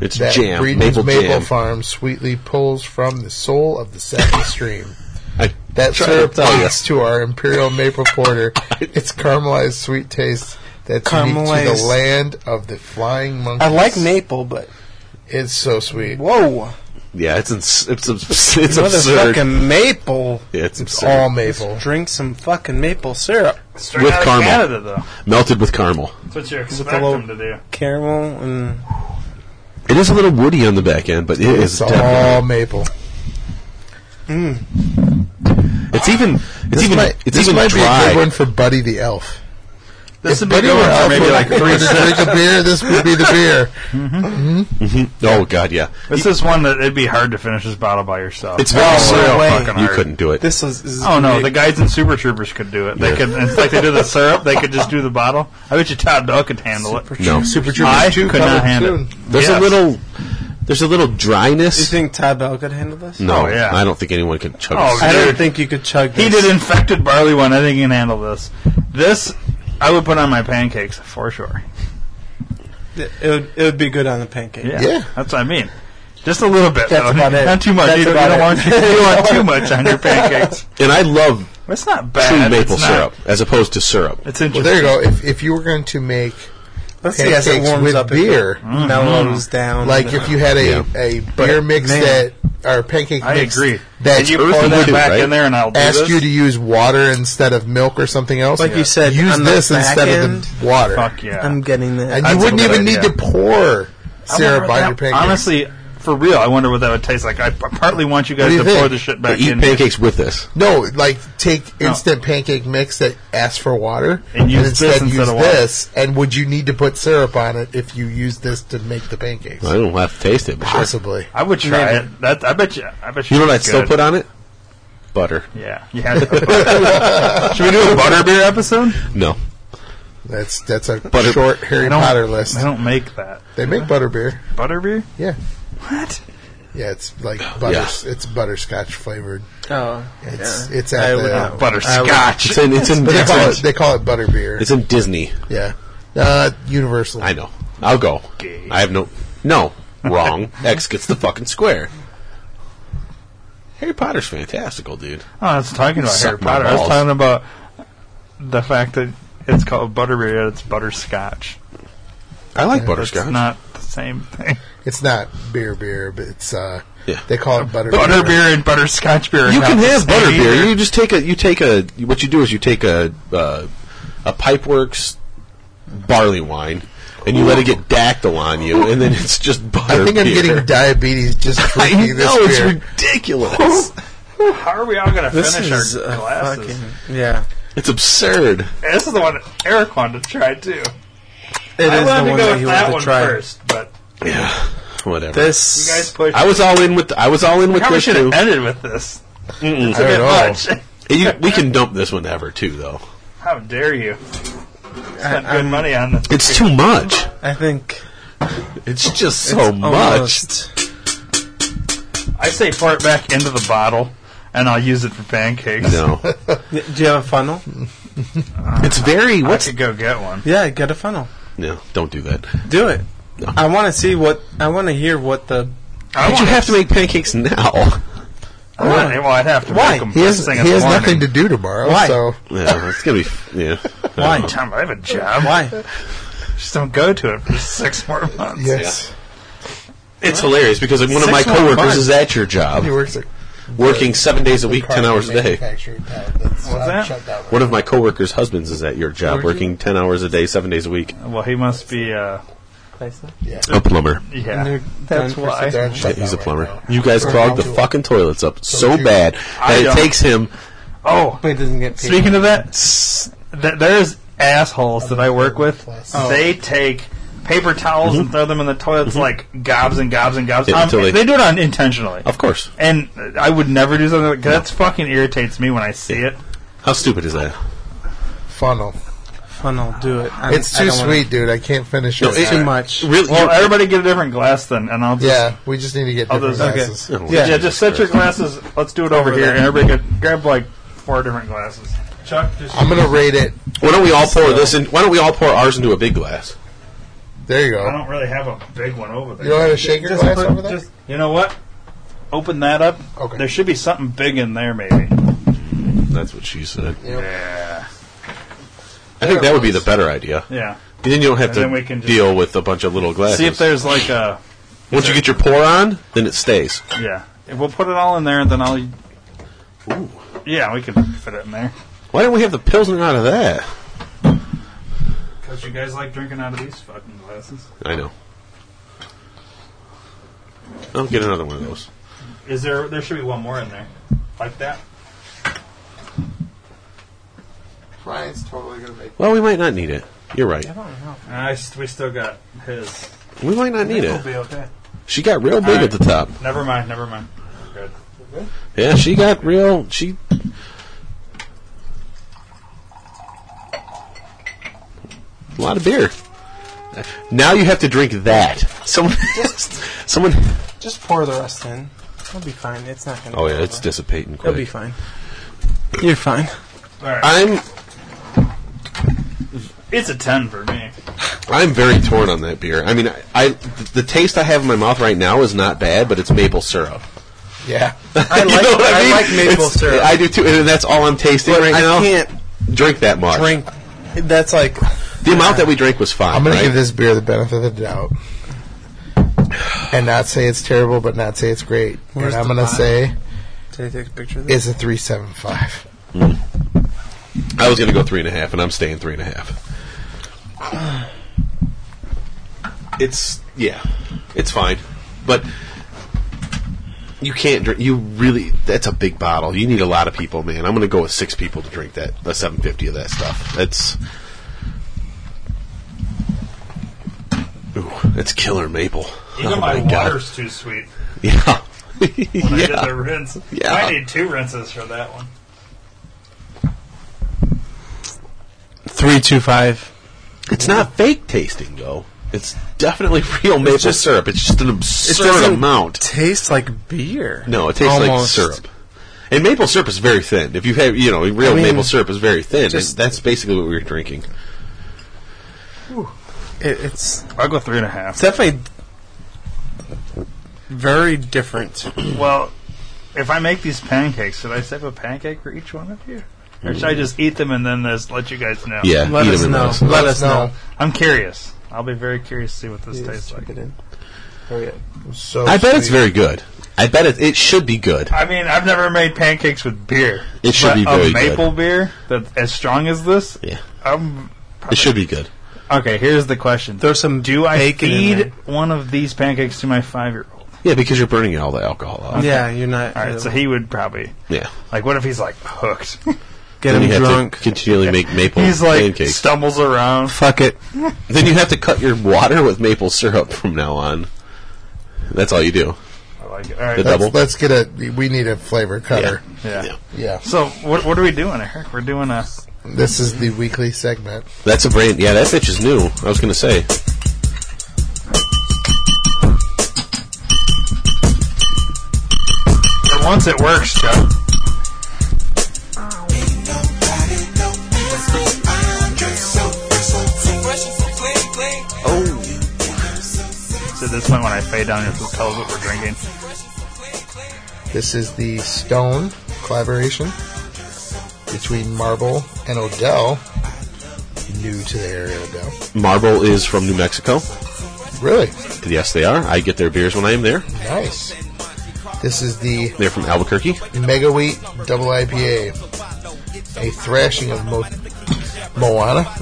[SPEAKER 11] It's
[SPEAKER 1] that
[SPEAKER 11] jam.
[SPEAKER 1] Breeden's
[SPEAKER 11] Maple,
[SPEAKER 1] Maple,
[SPEAKER 11] jam.
[SPEAKER 1] Farm sweetly pulls from the soul of the Sappy Stream.
[SPEAKER 11] I
[SPEAKER 1] That
[SPEAKER 11] tried
[SPEAKER 1] syrup
[SPEAKER 11] to tell ya.
[SPEAKER 1] leads to our imperial maple porter. Its caramelized sweet taste that's unique to the
[SPEAKER 4] Caramelized.
[SPEAKER 1] land of the flying monkeys.
[SPEAKER 4] I like maple, but
[SPEAKER 1] It's so sweet.
[SPEAKER 4] whoa,
[SPEAKER 11] Yeah, it's ins- it's abs- it's absurd.
[SPEAKER 4] motherfucking maple!
[SPEAKER 11] Yeah, it's
[SPEAKER 1] It's
[SPEAKER 11] absurd.
[SPEAKER 1] all maple.
[SPEAKER 4] Drink some fucking maple syrup,
[SPEAKER 2] Straight
[SPEAKER 11] With
[SPEAKER 2] out
[SPEAKER 11] caramel.
[SPEAKER 2] of Canada, though.
[SPEAKER 11] melted with caramel.
[SPEAKER 2] That's what you
[SPEAKER 4] a
[SPEAKER 2] expect
[SPEAKER 4] little-
[SPEAKER 2] them to do.
[SPEAKER 4] caramel, and
[SPEAKER 11] It is a little woody on the back end, but it
[SPEAKER 1] It's
[SPEAKER 11] is definitely.
[SPEAKER 1] all maple.
[SPEAKER 11] It's even it's
[SPEAKER 1] This
[SPEAKER 11] even
[SPEAKER 1] might,
[SPEAKER 11] it's
[SPEAKER 1] this
[SPEAKER 11] even
[SPEAKER 1] might be a
[SPEAKER 11] dry.
[SPEAKER 1] good one for Buddy the Elf.
[SPEAKER 2] This
[SPEAKER 1] if
[SPEAKER 2] would be
[SPEAKER 1] Buddy
[SPEAKER 2] good
[SPEAKER 1] were
[SPEAKER 2] one for
[SPEAKER 1] Elf
[SPEAKER 2] maybe
[SPEAKER 1] would-
[SPEAKER 2] like
[SPEAKER 1] would
[SPEAKER 2] three.
[SPEAKER 1] drink a beer, this would be the beer.
[SPEAKER 11] oh god, yeah.
[SPEAKER 2] This is one that it'd be hard to finish this bottle by yourself.
[SPEAKER 11] It's very
[SPEAKER 2] real
[SPEAKER 4] way.
[SPEAKER 2] fucking
[SPEAKER 11] You
[SPEAKER 2] hard.
[SPEAKER 11] couldn't do it.
[SPEAKER 4] this was. This is
[SPEAKER 2] Oh no,
[SPEAKER 4] big.
[SPEAKER 2] the guys in Super Troopers could do it. They
[SPEAKER 11] Yeah.
[SPEAKER 2] could, it's like they do the syrup. They could just do the bottle. I bet you Todd Dog could handle it.
[SPEAKER 11] no,
[SPEAKER 1] Super
[SPEAKER 2] I
[SPEAKER 1] Troopers 2
[SPEAKER 2] could not
[SPEAKER 1] coming
[SPEAKER 2] handle
[SPEAKER 1] soon.
[SPEAKER 2] it.
[SPEAKER 11] there's
[SPEAKER 2] Yes.
[SPEAKER 11] a little there's a little
[SPEAKER 4] You
[SPEAKER 11] dryness.
[SPEAKER 4] think Ty Bell could handle this?
[SPEAKER 2] Oh,
[SPEAKER 11] no,
[SPEAKER 2] yeah.
[SPEAKER 11] I don't think anyone can chug.
[SPEAKER 2] Oh,
[SPEAKER 11] this.
[SPEAKER 4] I don't
[SPEAKER 2] Dude.
[SPEAKER 4] think you could chug. This.
[SPEAKER 2] He did infected barley one. I think he can handle this. This I would put on my pancakes for sure.
[SPEAKER 4] It would, it would be good on the pancake.
[SPEAKER 2] Yeah,
[SPEAKER 1] Yeah.
[SPEAKER 2] that's what I mean. Just a little bit,
[SPEAKER 4] That's
[SPEAKER 2] though.
[SPEAKER 4] about it.
[SPEAKER 2] Not too much.
[SPEAKER 4] That's
[SPEAKER 2] you, don't, you
[SPEAKER 4] about
[SPEAKER 2] don't
[SPEAKER 4] it.
[SPEAKER 2] want, you don't want too much on your pancakes.
[SPEAKER 11] And I love
[SPEAKER 2] It's not
[SPEAKER 11] true
[SPEAKER 2] bad.
[SPEAKER 11] maple
[SPEAKER 2] it's not-
[SPEAKER 11] syrup as opposed to syrup.
[SPEAKER 2] It's
[SPEAKER 1] Well,
[SPEAKER 2] interesting.
[SPEAKER 1] there you go. If, if you were going to make
[SPEAKER 4] Let's see as it
[SPEAKER 1] Pancakes
[SPEAKER 4] warms
[SPEAKER 1] with
[SPEAKER 4] up, mm,
[SPEAKER 1] beer.
[SPEAKER 4] it mellows down.
[SPEAKER 1] Like if you had a,
[SPEAKER 11] Yeah.
[SPEAKER 1] a beer mix
[SPEAKER 4] man.
[SPEAKER 1] that or pancake
[SPEAKER 2] I
[SPEAKER 1] mix.
[SPEAKER 2] agree.
[SPEAKER 1] That's
[SPEAKER 2] And you pour
[SPEAKER 1] earthy
[SPEAKER 2] that
[SPEAKER 1] too,
[SPEAKER 2] back in there and I'll do
[SPEAKER 1] ask
[SPEAKER 2] this?
[SPEAKER 1] you to use water instead of milk or something else.
[SPEAKER 4] Like you said,
[SPEAKER 1] use
[SPEAKER 4] on the
[SPEAKER 1] this
[SPEAKER 4] back
[SPEAKER 1] instead
[SPEAKER 4] end,
[SPEAKER 1] of the water,
[SPEAKER 2] Fuck yeah.
[SPEAKER 4] I'm getting that.
[SPEAKER 1] and
[SPEAKER 2] That's
[SPEAKER 1] you
[SPEAKER 2] a
[SPEAKER 1] wouldn't
[SPEAKER 2] good
[SPEAKER 1] even need
[SPEAKER 2] idea.
[SPEAKER 1] to pour syrup on your pancakes.
[SPEAKER 2] Honestly, for real, I wonder what that would taste like. I p- partly want you guys
[SPEAKER 1] do you
[SPEAKER 2] to pour
[SPEAKER 1] think?
[SPEAKER 2] the shit
[SPEAKER 11] But
[SPEAKER 2] back
[SPEAKER 11] eat
[SPEAKER 2] in.
[SPEAKER 11] pancakes with this.
[SPEAKER 1] no, like take
[SPEAKER 2] No.
[SPEAKER 1] instant pancake mix that asks for water,
[SPEAKER 2] And use this
[SPEAKER 1] instead
[SPEAKER 2] instead
[SPEAKER 1] use
[SPEAKER 2] of water.
[SPEAKER 1] this. And would you need to put syrup on it if you use this to make the pancakes?
[SPEAKER 11] I don't have to taste it. But sure.
[SPEAKER 1] Possibly.
[SPEAKER 2] I would try it. That I bet you. I bet you.
[SPEAKER 11] You know what I'd
[SPEAKER 2] it's
[SPEAKER 11] still
[SPEAKER 2] good.
[SPEAKER 11] put on it? Butter.
[SPEAKER 2] Yeah, you had to put butter. Should we do a butterbeer episode?
[SPEAKER 11] No.
[SPEAKER 1] That's that's a
[SPEAKER 11] Butter-
[SPEAKER 1] short Harry
[SPEAKER 2] I don't-
[SPEAKER 1] Potter list.
[SPEAKER 2] I don't make that
[SPEAKER 1] They make butterbeer.
[SPEAKER 2] butterbeer.
[SPEAKER 1] Yeah.
[SPEAKER 2] What?
[SPEAKER 1] Yeah, it's like butter. It's butterscotch flavored.
[SPEAKER 4] oh,
[SPEAKER 1] It's
[SPEAKER 4] yeah.
[SPEAKER 1] it's at
[SPEAKER 4] I
[SPEAKER 1] the,
[SPEAKER 4] would not
[SPEAKER 2] Butterscotch.
[SPEAKER 11] It's in it's in,
[SPEAKER 1] but they
[SPEAKER 11] it's
[SPEAKER 1] call
[SPEAKER 11] in,
[SPEAKER 1] it they call it butterbeer.
[SPEAKER 11] it's in Disney.
[SPEAKER 1] yeah, uh, Universal.
[SPEAKER 11] I know. I'll go.
[SPEAKER 2] Gay.
[SPEAKER 11] I have no no wrong. X gets the fucking square. Harry Potter's fantastical, dude.
[SPEAKER 2] Oh, I was talking about Harry
[SPEAKER 11] Suck my
[SPEAKER 2] Potter. I was
[SPEAKER 11] balls.
[SPEAKER 2] talking about the fact that it's called butterbeer, yet it's butterscotch.
[SPEAKER 11] I like
[SPEAKER 2] It's
[SPEAKER 11] butterscotch.
[SPEAKER 2] not the same thing.
[SPEAKER 1] It's not beer beer, but it's uh,
[SPEAKER 11] Yeah.
[SPEAKER 1] they call it butterbeer.
[SPEAKER 2] Butterbeer and butterscotch beer. are
[SPEAKER 11] you
[SPEAKER 2] not
[SPEAKER 11] can
[SPEAKER 2] the
[SPEAKER 11] have
[SPEAKER 2] same
[SPEAKER 11] butter beer.
[SPEAKER 2] either.
[SPEAKER 11] You just take a. You take a. What you do is you take a uh, a pipeworks barley wine, and you let it get dactyl on you, and then it's just butter.
[SPEAKER 1] I think I'm getting diabetes just
[SPEAKER 11] I
[SPEAKER 1] drinking this
[SPEAKER 11] know it's
[SPEAKER 1] beer.
[SPEAKER 11] ridiculous.
[SPEAKER 2] How are we all going to
[SPEAKER 4] This
[SPEAKER 2] finish
[SPEAKER 4] is
[SPEAKER 2] our
[SPEAKER 4] a
[SPEAKER 2] glasses?
[SPEAKER 4] fucking yeah.
[SPEAKER 11] it's absurd.
[SPEAKER 2] And this is the one Eric wanted to try too.
[SPEAKER 4] It is
[SPEAKER 2] I wanted
[SPEAKER 4] the
[SPEAKER 2] to
[SPEAKER 4] one
[SPEAKER 2] go
[SPEAKER 4] that
[SPEAKER 2] with
[SPEAKER 4] he
[SPEAKER 2] that
[SPEAKER 4] wanted
[SPEAKER 2] one
[SPEAKER 4] to try.
[SPEAKER 2] first, but
[SPEAKER 11] Yeah, whatever.
[SPEAKER 2] you
[SPEAKER 4] This
[SPEAKER 2] guys pushed.
[SPEAKER 11] I was all in with. I was all in
[SPEAKER 2] we
[SPEAKER 11] with
[SPEAKER 2] probably
[SPEAKER 11] this
[SPEAKER 2] should have
[SPEAKER 11] too.
[SPEAKER 2] ended with this.
[SPEAKER 11] Mm-mm.
[SPEAKER 2] It's a bit
[SPEAKER 1] know.
[SPEAKER 2] much.
[SPEAKER 11] You- we can dump this one ever too, though.
[SPEAKER 2] How dare you? Spent good money on this.
[SPEAKER 11] It's too much.
[SPEAKER 4] I think
[SPEAKER 11] It's just
[SPEAKER 4] Oh,
[SPEAKER 11] so much.
[SPEAKER 4] almost-
[SPEAKER 2] I say pour it back into the bottle, and I'll use it for pancakes.
[SPEAKER 11] No,
[SPEAKER 4] Y- Do you have a funnel?
[SPEAKER 11] it's very.
[SPEAKER 2] I
[SPEAKER 11] What's
[SPEAKER 2] could go get one.
[SPEAKER 4] Yeah, get a funnel.
[SPEAKER 11] no? Don't do that.
[SPEAKER 4] Do it.
[SPEAKER 11] No.
[SPEAKER 4] I want to see what I want to hear what the
[SPEAKER 2] I
[SPEAKER 11] But you
[SPEAKER 2] want-
[SPEAKER 11] have to make pancakes now.
[SPEAKER 2] I want- well, I'd have to
[SPEAKER 4] Why?
[SPEAKER 2] make 'em
[SPEAKER 1] He has,
[SPEAKER 2] first thing
[SPEAKER 1] he
[SPEAKER 2] in the
[SPEAKER 1] has
[SPEAKER 2] morning.
[SPEAKER 1] nothing to do tomorrow,
[SPEAKER 4] Why?
[SPEAKER 1] so
[SPEAKER 11] Yeah, it's gonna be. Yeah.
[SPEAKER 2] Why? Tom, I have a job.
[SPEAKER 4] why.
[SPEAKER 2] Just don't go to it for six more months.
[SPEAKER 1] yes,
[SPEAKER 11] It's hilarious because one of my
[SPEAKER 2] Six more
[SPEAKER 11] coworkers
[SPEAKER 2] months.
[SPEAKER 11] is at your job,
[SPEAKER 1] he works at
[SPEAKER 11] working seven days a week,
[SPEAKER 1] car
[SPEAKER 11] ten hours a day.
[SPEAKER 1] manufacturing town that's, uh,
[SPEAKER 2] that?
[SPEAKER 1] shut down right
[SPEAKER 11] One of my coworkers' husbands is at your job, working ten hours a day, seven days a week.
[SPEAKER 2] Well, he must be. Uh,
[SPEAKER 11] A plumber.
[SPEAKER 2] yeah.
[SPEAKER 4] That's
[SPEAKER 1] now.
[SPEAKER 4] why.
[SPEAKER 1] They're shut
[SPEAKER 11] He's
[SPEAKER 1] down
[SPEAKER 11] a
[SPEAKER 1] right
[SPEAKER 11] plumber.
[SPEAKER 1] now.
[SPEAKER 11] You guys clogged the fucking toilets up so bad that
[SPEAKER 2] I
[SPEAKER 11] it
[SPEAKER 2] don't-
[SPEAKER 11] takes him.
[SPEAKER 2] Oh,
[SPEAKER 4] But it doesn't get paid.
[SPEAKER 2] Speaking of that, s- th- there's assholes that I work with. They take paper towels and throw them in the toilets like gobs and gobs and gobs.
[SPEAKER 11] Yeah,
[SPEAKER 2] Um,
[SPEAKER 11] until they-
[SPEAKER 2] they, do it unintentionally.
[SPEAKER 11] Of course.
[SPEAKER 2] And uh, I would never do something like that. That's fucking irritates me when I see it.
[SPEAKER 11] How stupid is that?
[SPEAKER 1] Funnel.
[SPEAKER 4] funnel, do it. I'm,
[SPEAKER 1] It's
[SPEAKER 4] I
[SPEAKER 1] too
[SPEAKER 4] don't wanna-
[SPEAKER 1] sweet, dude. I can't finish
[SPEAKER 11] No,
[SPEAKER 1] it.
[SPEAKER 11] it-
[SPEAKER 4] Too much.
[SPEAKER 11] Really?
[SPEAKER 2] Well, everybody get a different glass then, and I'll just
[SPEAKER 1] Yeah, we just need to get
[SPEAKER 2] Oh,
[SPEAKER 1] different
[SPEAKER 2] those- okay.
[SPEAKER 1] glasses.
[SPEAKER 11] Oh,
[SPEAKER 2] yeah,
[SPEAKER 11] Jesus
[SPEAKER 2] just set your
[SPEAKER 11] Christ.
[SPEAKER 2] glasses. Let's do it over, here, and everybody get, grab like four different glasses. Chuck, just
[SPEAKER 1] I'm gonna rate it.
[SPEAKER 11] Why don't we all pour this? In, why don't we all pour ours into a big glass?
[SPEAKER 1] There you
[SPEAKER 2] I
[SPEAKER 1] go.
[SPEAKER 2] don't really have a big one over there.
[SPEAKER 1] You don't have a shaker
[SPEAKER 2] Just
[SPEAKER 1] glass
[SPEAKER 2] put-
[SPEAKER 1] over there?
[SPEAKER 2] just- you know what? Open that up.
[SPEAKER 1] Okay.
[SPEAKER 2] There should be something big in there, maybe.
[SPEAKER 11] That's what she said.
[SPEAKER 2] Yeah.
[SPEAKER 11] I think that would be the better idea.
[SPEAKER 2] Yeah.
[SPEAKER 11] Then you don't have
[SPEAKER 2] And
[SPEAKER 11] to
[SPEAKER 2] then we can just-
[SPEAKER 11] deal with a bunch of little glasses.
[SPEAKER 2] See if there's like a
[SPEAKER 11] Once you get your pour on, then it stays.
[SPEAKER 2] yeah. We'll put it all in there, and then I'll. Yeah, we can fit it in there.
[SPEAKER 11] Why don't we have the pilsner out of that?
[SPEAKER 2] Because you guys like drinking out of these fucking glasses.
[SPEAKER 11] I know. I'll get another one of those.
[SPEAKER 2] Is there? There should be one more in there, like that.
[SPEAKER 1] Ryan's totally gonna make.
[SPEAKER 11] Well, we might not need it. You're right.
[SPEAKER 2] I s- we still got his.
[SPEAKER 11] We might not need it.
[SPEAKER 2] be okay.
[SPEAKER 11] She got real big at the top.
[SPEAKER 2] Never mind. Never mind. Good.
[SPEAKER 11] Yeah, she got real. She. A lot of beer. Now you have to drink that. Someone. someone.
[SPEAKER 4] Just pour the rest in. It'll be fine. It's not gonna. go
[SPEAKER 11] Oh yeah, it's
[SPEAKER 4] over.
[SPEAKER 11] dissipating quick.
[SPEAKER 4] It'll be fine. You're fine.
[SPEAKER 2] All right.
[SPEAKER 11] I'm
[SPEAKER 2] it's a ten for me.
[SPEAKER 11] I'm very torn on that beer. I mean, I, I the taste I have in my mouth right now is not bad, but it's maple syrup.
[SPEAKER 1] Yeah,
[SPEAKER 4] I like.
[SPEAKER 11] know what
[SPEAKER 4] I,
[SPEAKER 11] mean?
[SPEAKER 4] like maple
[SPEAKER 11] It's-
[SPEAKER 4] syrup.
[SPEAKER 11] I do too, and that's all I'm tasting
[SPEAKER 4] but
[SPEAKER 11] right
[SPEAKER 4] I
[SPEAKER 11] now.
[SPEAKER 4] can't
[SPEAKER 11] drink that much.
[SPEAKER 4] drink. That's like
[SPEAKER 11] The amount that we drank was fine.
[SPEAKER 1] I'm gonna
[SPEAKER 11] right?
[SPEAKER 1] give this beer the benefit of the doubt. and not say it's terrible, but not say it's great.
[SPEAKER 4] Where's
[SPEAKER 1] and I'm
[SPEAKER 4] the
[SPEAKER 1] gonna
[SPEAKER 4] pie?
[SPEAKER 1] say
[SPEAKER 4] Did I take a picture of this?
[SPEAKER 1] it's a three seven five.
[SPEAKER 11] I was going to go three and a half, and I'm staying three and a half. It's yeah, it's fine, but you can't drink. You really that's a big bottle. You need a lot of people, man. I'm going to go with six people to drink that the 750 of that stuff. That's ooh, that's killer maple.
[SPEAKER 2] Even
[SPEAKER 11] oh
[SPEAKER 2] my,
[SPEAKER 11] my god,
[SPEAKER 2] water's too sweet.
[SPEAKER 11] yeah,
[SPEAKER 2] When I did
[SPEAKER 11] yeah.
[SPEAKER 2] the rinse,
[SPEAKER 11] Yeah.
[SPEAKER 2] I need two rinses for that one.
[SPEAKER 4] Three two five.
[SPEAKER 11] It's not fake tasting though. It's definitely real maple syrup. It's just an absurd
[SPEAKER 4] doesn't-
[SPEAKER 11] amount.
[SPEAKER 4] Tastes like beer.
[SPEAKER 11] No, it tastes like
[SPEAKER 4] Almost.
[SPEAKER 11] syrup. And maple syrup is very thin. If you have, you know, real
[SPEAKER 4] I mean,
[SPEAKER 11] maple syrup is very thin. and
[SPEAKER 4] just-
[SPEAKER 11] that's basically what we were drinking.
[SPEAKER 4] It, it's
[SPEAKER 2] I'll go three and a half.
[SPEAKER 4] definitely very different.
[SPEAKER 2] Well, if I make these pancakes, should I save a pancake for each one of you? Or should I just eat them and then just let you guys know?
[SPEAKER 11] Yeah,
[SPEAKER 4] Let
[SPEAKER 11] eat
[SPEAKER 4] us
[SPEAKER 11] them
[SPEAKER 4] know.
[SPEAKER 11] and
[SPEAKER 4] Let us know.
[SPEAKER 2] I'm curious. I'll be very curious to see what this tastes like.
[SPEAKER 1] So
[SPEAKER 11] I bet it's very good. I bet it, it should be good.
[SPEAKER 2] I mean, I've never made pancakes with beer.
[SPEAKER 11] It should
[SPEAKER 2] but
[SPEAKER 11] be
[SPEAKER 2] a
[SPEAKER 11] very
[SPEAKER 2] maple beer that's as strong as this.
[SPEAKER 11] Yeah,
[SPEAKER 2] I'm
[SPEAKER 11] it should be good.
[SPEAKER 2] okay. Here's the question:
[SPEAKER 4] There's some
[SPEAKER 2] Do I
[SPEAKER 4] bacon in
[SPEAKER 2] feed
[SPEAKER 4] there.
[SPEAKER 2] one of these pancakes to my five-year-old?
[SPEAKER 11] Yeah, because you're burning all the alcohol out.
[SPEAKER 4] Yeah, you're not.
[SPEAKER 2] All right, so he would probably
[SPEAKER 11] Yeah,
[SPEAKER 2] like. What if he's like hooked?
[SPEAKER 4] get him
[SPEAKER 11] then you have
[SPEAKER 4] drunk.
[SPEAKER 11] to continually make maple
[SPEAKER 2] he's like
[SPEAKER 11] pancakes.
[SPEAKER 2] stumbles around.
[SPEAKER 4] Fuck it.
[SPEAKER 11] Then you have to cut your water with maple syrup from now on. That's all you do.
[SPEAKER 2] I like it. All right,
[SPEAKER 11] The
[SPEAKER 1] Let's,
[SPEAKER 11] double.
[SPEAKER 1] let's get a. We need a flavor cutter.
[SPEAKER 2] yeah.
[SPEAKER 11] Yeah.
[SPEAKER 1] Yeah.
[SPEAKER 2] So what what are we doing, Eric? We're doing a
[SPEAKER 1] This is the weekly segment.
[SPEAKER 11] That's a brand. Yeah, that bitch is new. I was gonna say.
[SPEAKER 2] for once it works, Chuck. So at this point, when I fade down, you'll just tell us what we're drinking.
[SPEAKER 1] This is the Stone collaboration between Marble and Odell. New to the area, Odell.
[SPEAKER 11] Marble is from New Mexico.
[SPEAKER 1] Really
[SPEAKER 11] Yes, they are. I get their beers when I am there.
[SPEAKER 1] nice. This is the
[SPEAKER 11] They're from Albuquerque.
[SPEAKER 1] Mega Wheat Double IPA, a thrashing of Mo- Moana,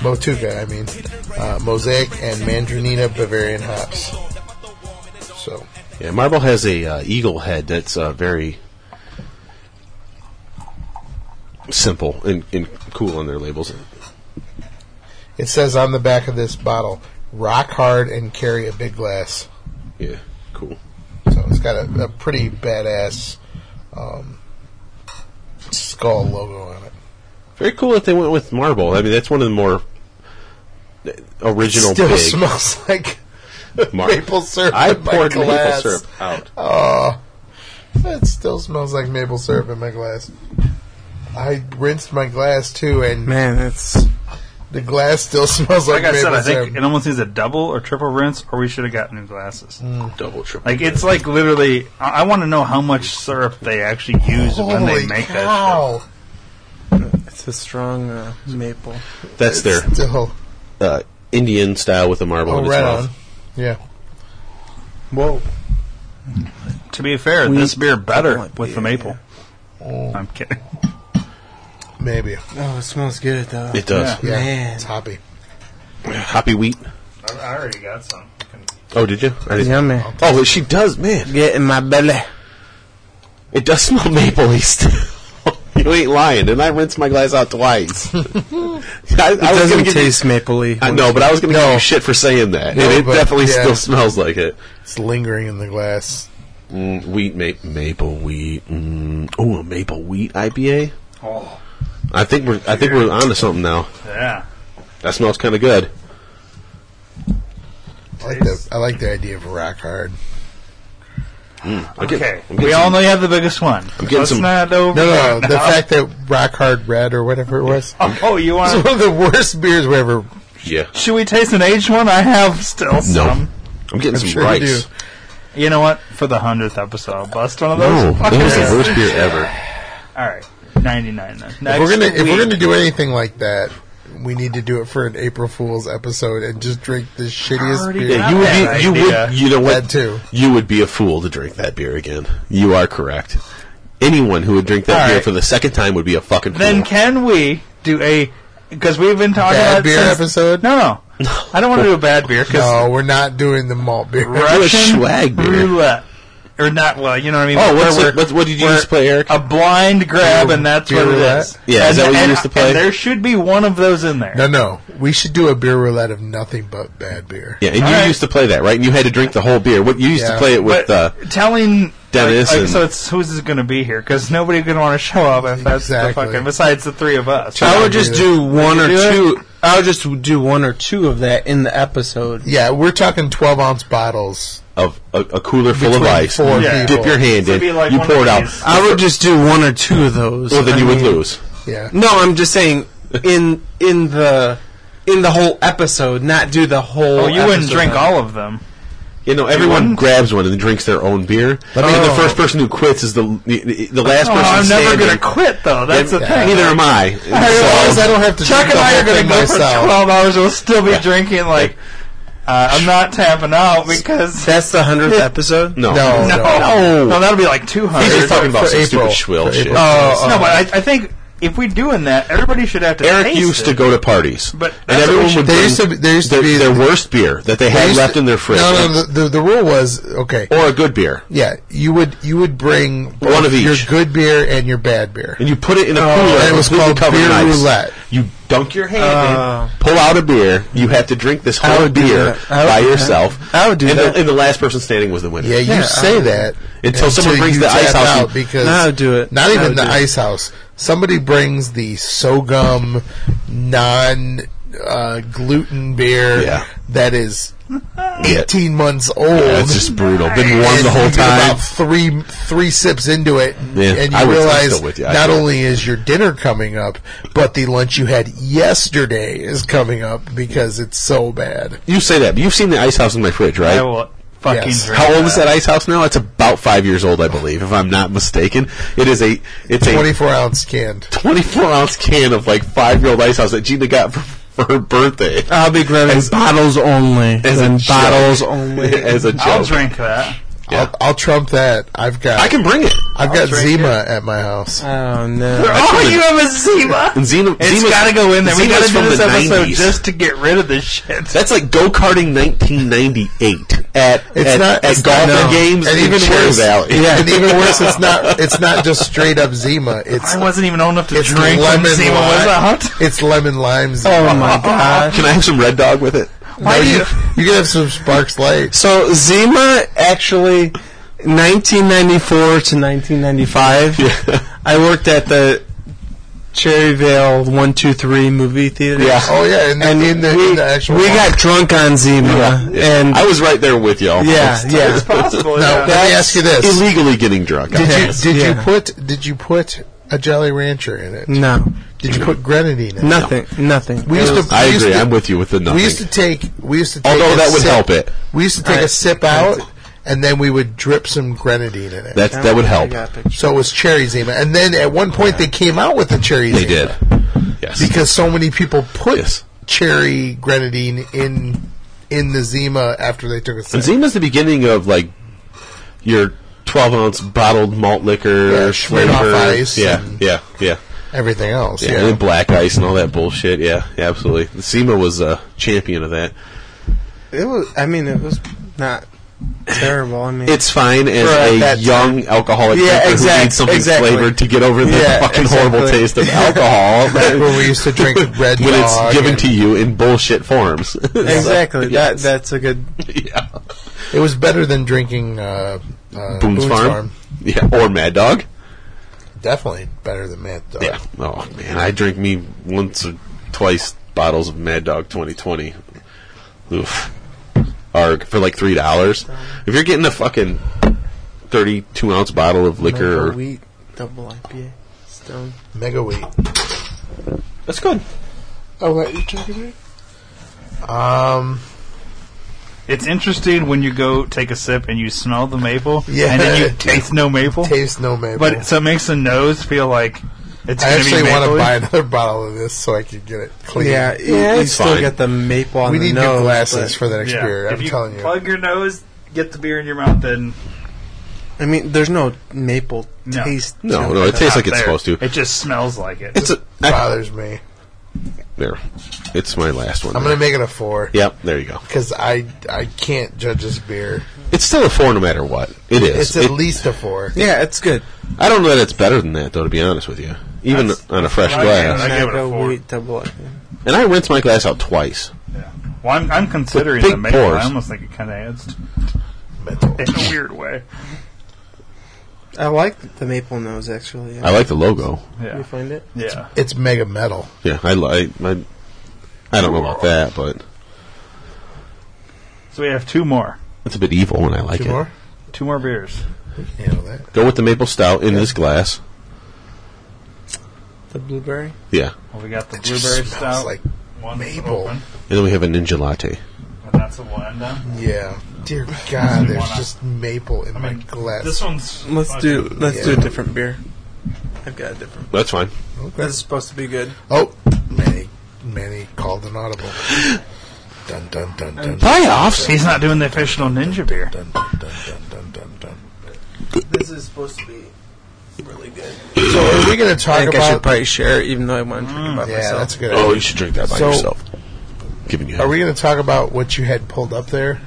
[SPEAKER 1] Motuka, I mean, uh, Mosaic, and Mandranina Bavarian hops. So,
[SPEAKER 11] Yeah, Marble has a uh, eagle head that's uh, very simple and, and cool on their labels.
[SPEAKER 1] it says on the back of this bottle, rock hard and carry a big glass.
[SPEAKER 11] Yeah, cool.
[SPEAKER 1] So it's got a, a pretty badass um, skull logo on it.
[SPEAKER 11] Very cool that they went with Marble. I mean, that's one of the more uh, original
[SPEAKER 1] Still
[SPEAKER 11] big
[SPEAKER 1] smells like
[SPEAKER 11] Mar-
[SPEAKER 1] maple syrup.
[SPEAKER 11] I
[SPEAKER 1] in my
[SPEAKER 11] poured maple
[SPEAKER 1] glass.
[SPEAKER 11] syrup out.
[SPEAKER 1] Oh, it still smells like maple syrup in my glass. I rinsed my glass too, and
[SPEAKER 4] Man, that's
[SPEAKER 1] the glass still smells like,
[SPEAKER 2] Like I
[SPEAKER 1] maple
[SPEAKER 2] said, I
[SPEAKER 1] syrup.
[SPEAKER 2] think it almost needs a double or triple rinse, or we should have got new glasses.
[SPEAKER 1] Hmm.
[SPEAKER 11] Double, triple.
[SPEAKER 2] Like it's like literally, I, I want to know how much syrup they actually use when they
[SPEAKER 1] Holy
[SPEAKER 2] make that.
[SPEAKER 1] cow!
[SPEAKER 4] it's a strong uh, maple.
[SPEAKER 11] that's their
[SPEAKER 1] Still,
[SPEAKER 11] uh, Indian style with a marble
[SPEAKER 1] oh,
[SPEAKER 11] in its
[SPEAKER 1] right
[SPEAKER 11] mouth.
[SPEAKER 1] on. Yeah,
[SPEAKER 4] Whoa.
[SPEAKER 2] Shit. To be fair,
[SPEAKER 4] We-
[SPEAKER 2] this beer better
[SPEAKER 4] want
[SPEAKER 2] with the
[SPEAKER 4] beer.
[SPEAKER 2] maple. I'm
[SPEAKER 1] Oh.
[SPEAKER 2] kidding.
[SPEAKER 1] maybe.
[SPEAKER 4] Oh, it smells good though.
[SPEAKER 11] It does.
[SPEAKER 1] Yeah,
[SPEAKER 4] Man.
[SPEAKER 1] it's hoppy.
[SPEAKER 11] Hoppy wheat.
[SPEAKER 2] I I already got some.
[SPEAKER 11] Oh, did you? I didn't-
[SPEAKER 4] Yummy.
[SPEAKER 11] Oh, she does, man.
[SPEAKER 4] Get in my belly.
[SPEAKER 11] It does smell mapley still. you ain't lying. And I rinsed my glass out twice. I, it
[SPEAKER 4] It doesn't taste mapley.
[SPEAKER 11] I know, but I was going to give you shit for saying that.
[SPEAKER 1] No,
[SPEAKER 11] and it
[SPEAKER 1] but-
[SPEAKER 11] definitely
[SPEAKER 1] yeah.
[SPEAKER 11] still smells like it.
[SPEAKER 1] It's lingering in the glass.
[SPEAKER 11] Mm, wheat, ma- maple wheat. Mm, oh, a maple wheat IPA.
[SPEAKER 2] Oh,
[SPEAKER 11] I think we're I think we're onto something now.
[SPEAKER 2] yeah.
[SPEAKER 11] That smells kind of good.
[SPEAKER 1] I like the I like the idea of rock hard.
[SPEAKER 11] I'm getting-
[SPEAKER 2] Okay,
[SPEAKER 11] I'm
[SPEAKER 2] we
[SPEAKER 11] getting
[SPEAKER 2] all know you have the biggest one.
[SPEAKER 11] getting
[SPEAKER 2] Let's
[SPEAKER 11] some-
[SPEAKER 2] not over.
[SPEAKER 1] No, no, no the fact that rock hard red or whatever it was.
[SPEAKER 2] Oh, oh, you
[SPEAKER 1] It's
[SPEAKER 2] want?
[SPEAKER 1] one of the worst beers we ever.
[SPEAKER 11] Yeah.
[SPEAKER 2] Should we taste an aged one? I have still
[SPEAKER 11] No.
[SPEAKER 2] some.
[SPEAKER 11] I'm getting some
[SPEAKER 1] sure you
[SPEAKER 11] rice.
[SPEAKER 1] do.
[SPEAKER 2] You know what? For the hundredth episode, I'll bust one of
[SPEAKER 11] No,
[SPEAKER 2] those. Fuck
[SPEAKER 11] Oh, that was
[SPEAKER 2] yeah.
[SPEAKER 11] the worst beer ever.
[SPEAKER 2] All right, ninety nine then.
[SPEAKER 1] If
[SPEAKER 2] Next
[SPEAKER 1] we're gonna if
[SPEAKER 2] week-
[SPEAKER 1] we're gonna do anything like that, we need to do it for an April Fool's episode and just drink the shittiest
[SPEAKER 2] Already
[SPEAKER 1] beer.
[SPEAKER 2] got
[SPEAKER 11] Yeah, you
[SPEAKER 2] that
[SPEAKER 11] would be. You
[SPEAKER 2] idea.
[SPEAKER 11] would. You know
[SPEAKER 1] That
[SPEAKER 11] what?
[SPEAKER 1] too.
[SPEAKER 11] You would be a fool to drink that beer again. You are correct. Anyone who would drink that
[SPEAKER 2] All
[SPEAKER 11] beer
[SPEAKER 2] right.
[SPEAKER 11] for the second time would be a fucking fool.
[SPEAKER 2] Then can we do a? Because we've been talking
[SPEAKER 1] Bad
[SPEAKER 2] about
[SPEAKER 1] beer
[SPEAKER 2] since-
[SPEAKER 1] episode?
[SPEAKER 2] No, no, I don't want to do a bad beer because
[SPEAKER 1] No, we're not doing the malt beer.
[SPEAKER 2] Russian
[SPEAKER 11] swag beer.
[SPEAKER 2] roulette. Or not well, you know what I mean.
[SPEAKER 11] Oh, what's
[SPEAKER 2] Where
[SPEAKER 11] it- what- what did you
[SPEAKER 2] where
[SPEAKER 11] used to play, Eric? Oh,
[SPEAKER 2] A blind grab, and that's
[SPEAKER 1] beer
[SPEAKER 2] what it
[SPEAKER 1] roulette?
[SPEAKER 2] is.
[SPEAKER 11] Yeah,
[SPEAKER 2] And-
[SPEAKER 11] is that what you
[SPEAKER 2] and-
[SPEAKER 11] used to play?
[SPEAKER 2] and there should be one of those in there.
[SPEAKER 1] No, no. We should do a beer roulette of nothing but bad beer.
[SPEAKER 11] yeah, and you
[SPEAKER 2] Alright.
[SPEAKER 11] used to play that, right? And you had to drink the whole beer. What you used
[SPEAKER 1] Yeah.
[SPEAKER 11] to play it with?
[SPEAKER 2] but
[SPEAKER 11] Uh,
[SPEAKER 2] telling
[SPEAKER 11] Dennis
[SPEAKER 2] like, like,
[SPEAKER 11] and-
[SPEAKER 2] so it's who's going to be here because nobody's going to want to show up if that's
[SPEAKER 1] Exactly.
[SPEAKER 2] the fucking besides the three of us.
[SPEAKER 1] I
[SPEAKER 4] I
[SPEAKER 1] would
[SPEAKER 4] would just
[SPEAKER 1] do
[SPEAKER 4] do one or
[SPEAKER 2] do it?
[SPEAKER 4] two. I would just do one or two of that in the episode.
[SPEAKER 1] Yeah, we're talking 12 ounce bottles.
[SPEAKER 11] of a, a cooler full of
[SPEAKER 1] Between
[SPEAKER 11] ice.
[SPEAKER 1] four
[SPEAKER 11] you
[SPEAKER 1] Yeah.
[SPEAKER 11] Dip your hand
[SPEAKER 2] So it'd be
[SPEAKER 11] in.
[SPEAKER 2] like
[SPEAKER 11] you
[SPEAKER 2] one
[SPEAKER 11] pour
[SPEAKER 2] of
[SPEAKER 11] it out.
[SPEAKER 2] these.
[SPEAKER 4] I would just do one or two of those.
[SPEAKER 11] Well, then
[SPEAKER 4] I
[SPEAKER 11] you would
[SPEAKER 4] mean-
[SPEAKER 11] lose.
[SPEAKER 1] Yeah.
[SPEAKER 4] No, I'm just saying in in the in the whole episode, not do the whole.
[SPEAKER 2] Oh, you wouldn't
[SPEAKER 4] episode.
[SPEAKER 2] drink all of them.
[SPEAKER 11] You know, everyone
[SPEAKER 2] wouldn't?
[SPEAKER 11] grabs one and drinks their own beer.
[SPEAKER 1] Let me-
[SPEAKER 11] and
[SPEAKER 1] Oh.
[SPEAKER 11] the first person who quits is the the, the last
[SPEAKER 2] Oh,
[SPEAKER 11] person.
[SPEAKER 2] I'm never
[SPEAKER 11] standing.
[SPEAKER 2] going to quit though. That's the
[SPEAKER 11] Yeah.
[SPEAKER 2] thing.
[SPEAKER 11] Neither am I.
[SPEAKER 1] realize I don't have to
[SPEAKER 2] Chuck
[SPEAKER 1] drink the
[SPEAKER 2] and I
[SPEAKER 1] whole
[SPEAKER 2] are going
[SPEAKER 1] thing
[SPEAKER 2] to go
[SPEAKER 1] myself.
[SPEAKER 2] for twelve hours. We'll still be drinking. Like uh, I'm not tapping out because
[SPEAKER 4] That's the hundredth episode.
[SPEAKER 11] no.
[SPEAKER 1] No,
[SPEAKER 2] no,
[SPEAKER 1] no.
[SPEAKER 2] no, that'll be like two
[SPEAKER 11] He's
[SPEAKER 2] hundred.
[SPEAKER 11] just talking about
[SPEAKER 1] For
[SPEAKER 11] some
[SPEAKER 1] April.
[SPEAKER 11] stupid schwill
[SPEAKER 1] For
[SPEAKER 11] shit.
[SPEAKER 1] April.
[SPEAKER 2] Oh, no, but I, I think if we're doing that, everybody should have to.
[SPEAKER 11] Eric
[SPEAKER 2] taste
[SPEAKER 11] used
[SPEAKER 2] it.
[SPEAKER 11] to go to parties,
[SPEAKER 2] But
[SPEAKER 11] and
[SPEAKER 2] that's what
[SPEAKER 11] everyone
[SPEAKER 2] we
[SPEAKER 11] would
[SPEAKER 1] There
[SPEAKER 11] bring
[SPEAKER 1] used to be- there used to
[SPEAKER 11] their,
[SPEAKER 1] be-
[SPEAKER 11] their worst beer that they had
[SPEAKER 1] Used
[SPEAKER 11] left
[SPEAKER 1] to-
[SPEAKER 11] in their fridge,
[SPEAKER 1] No, no, the, the, the rule was okay.
[SPEAKER 11] or a good beer,
[SPEAKER 1] Yeah, you would you would bring
[SPEAKER 11] One of
[SPEAKER 1] both
[SPEAKER 11] each.
[SPEAKER 1] your good beer and your bad beer.
[SPEAKER 11] and you put it in a cooler.
[SPEAKER 1] and it was
[SPEAKER 11] completely
[SPEAKER 1] called
[SPEAKER 11] covered in
[SPEAKER 1] beer
[SPEAKER 11] ice.
[SPEAKER 1] roulette.
[SPEAKER 11] You dunk your hand in, pull out a beer. You have to drink this whole
[SPEAKER 1] would do
[SPEAKER 11] beer
[SPEAKER 1] that. I would
[SPEAKER 11] by
[SPEAKER 1] do that.
[SPEAKER 11] yourself.
[SPEAKER 1] I would do
[SPEAKER 11] and
[SPEAKER 1] that.
[SPEAKER 11] The, and the last person standing was the winner.
[SPEAKER 1] Yeah, you say that
[SPEAKER 11] um, Until someone brings
[SPEAKER 1] you
[SPEAKER 11] the ice
[SPEAKER 1] tap
[SPEAKER 11] house,
[SPEAKER 1] out
[SPEAKER 11] you-
[SPEAKER 1] because
[SPEAKER 4] No, I would do it.
[SPEAKER 1] Not
[SPEAKER 4] I
[SPEAKER 1] even
[SPEAKER 4] would
[SPEAKER 1] the
[SPEAKER 4] do it.
[SPEAKER 1] ice house. Somebody brings the sogum non uh, gluten beer
[SPEAKER 11] Yeah.
[SPEAKER 1] that is
[SPEAKER 11] Yeah.
[SPEAKER 1] eighteen months old.
[SPEAKER 11] Yeah, it's just brutal. Been warm
[SPEAKER 1] and
[SPEAKER 11] the whole
[SPEAKER 1] you get
[SPEAKER 11] time.
[SPEAKER 1] About three three sips into it, and,
[SPEAKER 11] Yeah,
[SPEAKER 1] and you
[SPEAKER 11] I was- I'm
[SPEAKER 1] realize
[SPEAKER 11] still with you. I
[SPEAKER 1] not
[SPEAKER 11] agree.
[SPEAKER 1] only is your dinner coming up, but the lunch you had yesterday is coming up because it's so bad.
[SPEAKER 11] You say that, but you've seen the ice house in my fridge, right?
[SPEAKER 2] I will fucking
[SPEAKER 1] Yes.
[SPEAKER 2] drink.
[SPEAKER 11] How old is that ice house now? It's about five years old, I believe, if I'm not mistaken. It is a it's
[SPEAKER 1] Twenty
[SPEAKER 11] a
[SPEAKER 1] four ounce canned.
[SPEAKER 11] 24 ounce can of like five year old ice house that Gina got for, for her birthday
[SPEAKER 4] I'll be grabbing
[SPEAKER 11] As-
[SPEAKER 4] bottles only.
[SPEAKER 11] as a
[SPEAKER 4] Then
[SPEAKER 11] joke.
[SPEAKER 4] bottles only.
[SPEAKER 11] as a joke.
[SPEAKER 2] I'll drink that.
[SPEAKER 11] Yeah.
[SPEAKER 1] I'll, I'll trump that. I've got.
[SPEAKER 11] I can bring it.
[SPEAKER 1] I've got Zima at my house.
[SPEAKER 4] Oh no!
[SPEAKER 2] Oh, you have a Zima.
[SPEAKER 11] And Zima,
[SPEAKER 2] It's
[SPEAKER 11] Zima's-
[SPEAKER 2] got to go in there. we
[SPEAKER 11] Zima's
[SPEAKER 2] got to do
[SPEAKER 11] from
[SPEAKER 2] this
[SPEAKER 11] the
[SPEAKER 2] episode
[SPEAKER 11] 90s.
[SPEAKER 2] just to get rid of this shit.
[SPEAKER 11] That's like go karting 1998 at
[SPEAKER 1] It's
[SPEAKER 11] at,
[SPEAKER 1] not-
[SPEAKER 11] at
[SPEAKER 1] it's not-
[SPEAKER 11] golf and
[SPEAKER 1] no.
[SPEAKER 11] games
[SPEAKER 1] And
[SPEAKER 11] in
[SPEAKER 1] even
[SPEAKER 11] Cherry
[SPEAKER 1] worse-
[SPEAKER 11] Valley.
[SPEAKER 1] Yeah. And even worse, it's not. It's not just straight up Zima. It's
[SPEAKER 2] I wasn't even old enough to
[SPEAKER 1] it's
[SPEAKER 2] drink when
[SPEAKER 1] lemon
[SPEAKER 2] Zima was
[SPEAKER 1] lime.
[SPEAKER 2] out.
[SPEAKER 1] It's lemon lime Zima.
[SPEAKER 4] Oh my god!
[SPEAKER 11] Can I have some Red Dog with it?
[SPEAKER 1] Why do you? You can have some Sparks Light.
[SPEAKER 4] So Zima actually, 1994 to 1995. I worked at the Cherryvale One Two Three movie theater.
[SPEAKER 1] Oh yeah, and,
[SPEAKER 4] And
[SPEAKER 1] in, the,
[SPEAKER 4] we,
[SPEAKER 1] in the actual.
[SPEAKER 4] we got drunk on Zima, and
[SPEAKER 11] I was right there with y'all.
[SPEAKER 4] yeah, yeah.
[SPEAKER 2] It's possible.
[SPEAKER 1] No,
[SPEAKER 2] yeah.
[SPEAKER 1] let me ask you this:
[SPEAKER 11] Illegally getting drunk.
[SPEAKER 1] Did
[SPEAKER 4] Yes,
[SPEAKER 1] you did
[SPEAKER 4] yeah.
[SPEAKER 1] you put did you put a Jolly Rancher in it?
[SPEAKER 4] No,
[SPEAKER 1] Did you put grenadine in? it?
[SPEAKER 4] nothing, nothing.
[SPEAKER 1] We used to.
[SPEAKER 11] I
[SPEAKER 1] we used
[SPEAKER 11] agree.
[SPEAKER 1] to-
[SPEAKER 11] I'm with you with the nothing.
[SPEAKER 1] We used to take. We used to. Take
[SPEAKER 11] Although
[SPEAKER 1] a
[SPEAKER 11] that would
[SPEAKER 1] sip-
[SPEAKER 11] help it.
[SPEAKER 1] We used to take a
[SPEAKER 4] Alright.
[SPEAKER 1] sip out, and then we would drip some grenadine in it.
[SPEAKER 11] That that would help.
[SPEAKER 1] so it was cherry Zima, and then at one point they came out with the cherry.
[SPEAKER 11] They
[SPEAKER 1] Zima
[SPEAKER 11] did. Yes.
[SPEAKER 1] because so many people put
[SPEAKER 11] Yes.
[SPEAKER 1] cherry grenadine in in the Zima after they took a sip.
[SPEAKER 11] And Zima's the beginning of like your 12 ounce bottled malt liquor,
[SPEAKER 1] Yeah,
[SPEAKER 11] or
[SPEAKER 1] Smirnoff
[SPEAKER 11] Schweppes.
[SPEAKER 1] Ice
[SPEAKER 11] Yeah,
[SPEAKER 1] and-
[SPEAKER 11] yeah, yeah,
[SPEAKER 1] Everything else,
[SPEAKER 11] yeah,
[SPEAKER 1] yeah.
[SPEAKER 11] And then black ice and all that bullshit. Yeah, yeah absolutely. The Zima was a champion of that.
[SPEAKER 4] It was. I mean, it was not terrible. I mean,
[SPEAKER 11] It's fine as
[SPEAKER 4] Right,
[SPEAKER 11] a
[SPEAKER 4] that's-
[SPEAKER 11] young alcoholic
[SPEAKER 4] Yeah,
[SPEAKER 11] drinker
[SPEAKER 4] exact-
[SPEAKER 11] who needs something
[SPEAKER 4] exactly.
[SPEAKER 11] flavored to get over the
[SPEAKER 4] Yeah,
[SPEAKER 11] fucking
[SPEAKER 4] exactly.
[SPEAKER 11] horrible taste of alcohol.
[SPEAKER 1] Where we used to drink Red
[SPEAKER 11] when
[SPEAKER 1] Dog
[SPEAKER 11] it's given
[SPEAKER 1] and-
[SPEAKER 11] to you in bullshit forms.
[SPEAKER 4] exactly.
[SPEAKER 11] Yes.
[SPEAKER 4] That that's a good.
[SPEAKER 11] yeah.
[SPEAKER 1] It was better than drinking uh, uh,
[SPEAKER 11] Boone's Farm. Yeah, or Mad Dog.
[SPEAKER 1] Definitely better than Mad Dog.
[SPEAKER 11] Yeah. Oh man, I drink me once or twice bottles of Mad Dog 2020. Oof. Arg for like three dollars. If you're getting a fucking 32 ounce bottle of liquor,
[SPEAKER 4] Maple
[SPEAKER 11] or,
[SPEAKER 4] wheat double IPA. Stone.
[SPEAKER 1] Mega Wheat.
[SPEAKER 11] that's good.
[SPEAKER 1] Oh, what you drinking it? Um,
[SPEAKER 2] It's interesting when you go take a sip and you smell the maple,
[SPEAKER 1] Yeah.
[SPEAKER 2] and then you taste no maple.
[SPEAKER 1] taste no maple.
[SPEAKER 2] But so it makes the nose feel like It's
[SPEAKER 1] I
[SPEAKER 2] gonna be
[SPEAKER 1] actually want to
[SPEAKER 2] maple-y?
[SPEAKER 1] buy another bottle of this so I can get it clean.
[SPEAKER 4] Yeah, you,
[SPEAKER 11] Yeah,
[SPEAKER 4] you
[SPEAKER 11] it's
[SPEAKER 4] still
[SPEAKER 11] fine.
[SPEAKER 4] get the maple on
[SPEAKER 1] we
[SPEAKER 4] the
[SPEAKER 1] need
[SPEAKER 4] nose.
[SPEAKER 1] new glasses
[SPEAKER 4] but-
[SPEAKER 1] for the next beer.
[SPEAKER 2] If
[SPEAKER 1] I'm
[SPEAKER 2] you
[SPEAKER 1] telling you.
[SPEAKER 2] plug your nose, get the beer in your mouth, then
[SPEAKER 4] I mean, there's no maple
[SPEAKER 2] No.
[SPEAKER 4] taste.
[SPEAKER 11] No,
[SPEAKER 4] to
[SPEAKER 11] no, it
[SPEAKER 4] it.
[SPEAKER 11] tastes
[SPEAKER 2] not
[SPEAKER 11] like it's
[SPEAKER 2] there.
[SPEAKER 11] supposed to.
[SPEAKER 2] It just smells like it.
[SPEAKER 11] It's a I-
[SPEAKER 1] bothers me.
[SPEAKER 11] there. It's my last one.
[SPEAKER 1] I'm gonna make it a four
[SPEAKER 11] Yep, there you go.
[SPEAKER 1] because I I can't judge this beer.
[SPEAKER 11] It's still a four no matter what. It
[SPEAKER 1] It's
[SPEAKER 11] is.
[SPEAKER 1] at
[SPEAKER 11] It-
[SPEAKER 1] least a four.
[SPEAKER 4] Yeah, it's good.
[SPEAKER 11] I don't know that it's better than that though. To be honest with you, even
[SPEAKER 2] That's-
[SPEAKER 11] on a fresh
[SPEAKER 2] I-
[SPEAKER 11] glass,
[SPEAKER 2] I gave it a
[SPEAKER 4] Naga
[SPEAKER 2] four.
[SPEAKER 4] wheat double. IPA.
[SPEAKER 11] and I rinse my glass out twice.
[SPEAKER 2] Yeah. Well, I'm, I'm considering
[SPEAKER 11] Big
[SPEAKER 2] the maple.
[SPEAKER 11] pores.
[SPEAKER 2] I almost think it kind of adds
[SPEAKER 1] Mental.
[SPEAKER 2] in a weird way.
[SPEAKER 4] I like the maple nose actually.
[SPEAKER 11] I like the logo.
[SPEAKER 4] Can
[SPEAKER 2] Yeah.
[SPEAKER 4] you find it?
[SPEAKER 2] Yeah.
[SPEAKER 1] It's mega metal.
[SPEAKER 11] Yeah, I li- I, I, I don't know about that, but
[SPEAKER 2] So we have two more.
[SPEAKER 11] it's a bit evil when I like
[SPEAKER 1] Two
[SPEAKER 11] it.
[SPEAKER 1] more.
[SPEAKER 2] Two more beers.
[SPEAKER 1] You know that.
[SPEAKER 11] Go with the maple stout in this glass.
[SPEAKER 4] The blueberry.
[SPEAKER 11] Yeah,
[SPEAKER 2] Well, we got the
[SPEAKER 1] just
[SPEAKER 2] blueberry
[SPEAKER 1] smells
[SPEAKER 2] stout.
[SPEAKER 1] like
[SPEAKER 2] one's
[SPEAKER 1] maple.
[SPEAKER 2] open,
[SPEAKER 11] and then we have a ninja latte.
[SPEAKER 2] and that's the one down.
[SPEAKER 1] Yeah. Dear God, there's
[SPEAKER 2] Wanna-
[SPEAKER 1] just maple in
[SPEAKER 2] I
[SPEAKER 1] my
[SPEAKER 2] mean,
[SPEAKER 1] glass.
[SPEAKER 2] this one's.
[SPEAKER 4] Let's do
[SPEAKER 2] fucking-
[SPEAKER 4] let's
[SPEAKER 1] Yeah.
[SPEAKER 4] do a different beer. I've got a different.
[SPEAKER 11] That's fine.
[SPEAKER 4] This is supposed to be good.
[SPEAKER 1] Oh, Manny, Manny called an audible. Dun dun dun dun.
[SPEAKER 11] Playoffs.
[SPEAKER 2] He's not doing the official ninja beer.
[SPEAKER 1] Dun dun dun dun dun dun.
[SPEAKER 4] This is supposed to be really good.
[SPEAKER 1] So are we going to
[SPEAKER 4] I
[SPEAKER 1] talk
[SPEAKER 4] think I should
[SPEAKER 1] about?
[SPEAKER 4] probably share, it, even though I want to drink
[SPEAKER 2] Mm.
[SPEAKER 4] it by
[SPEAKER 1] yeah,
[SPEAKER 4] myself.
[SPEAKER 1] that's a good.
[SPEAKER 11] Oh,
[SPEAKER 1] idea.
[SPEAKER 11] you should drink that by
[SPEAKER 1] So-
[SPEAKER 11] yourself. Giving you.
[SPEAKER 1] Are we going to talk about what you had pulled up there?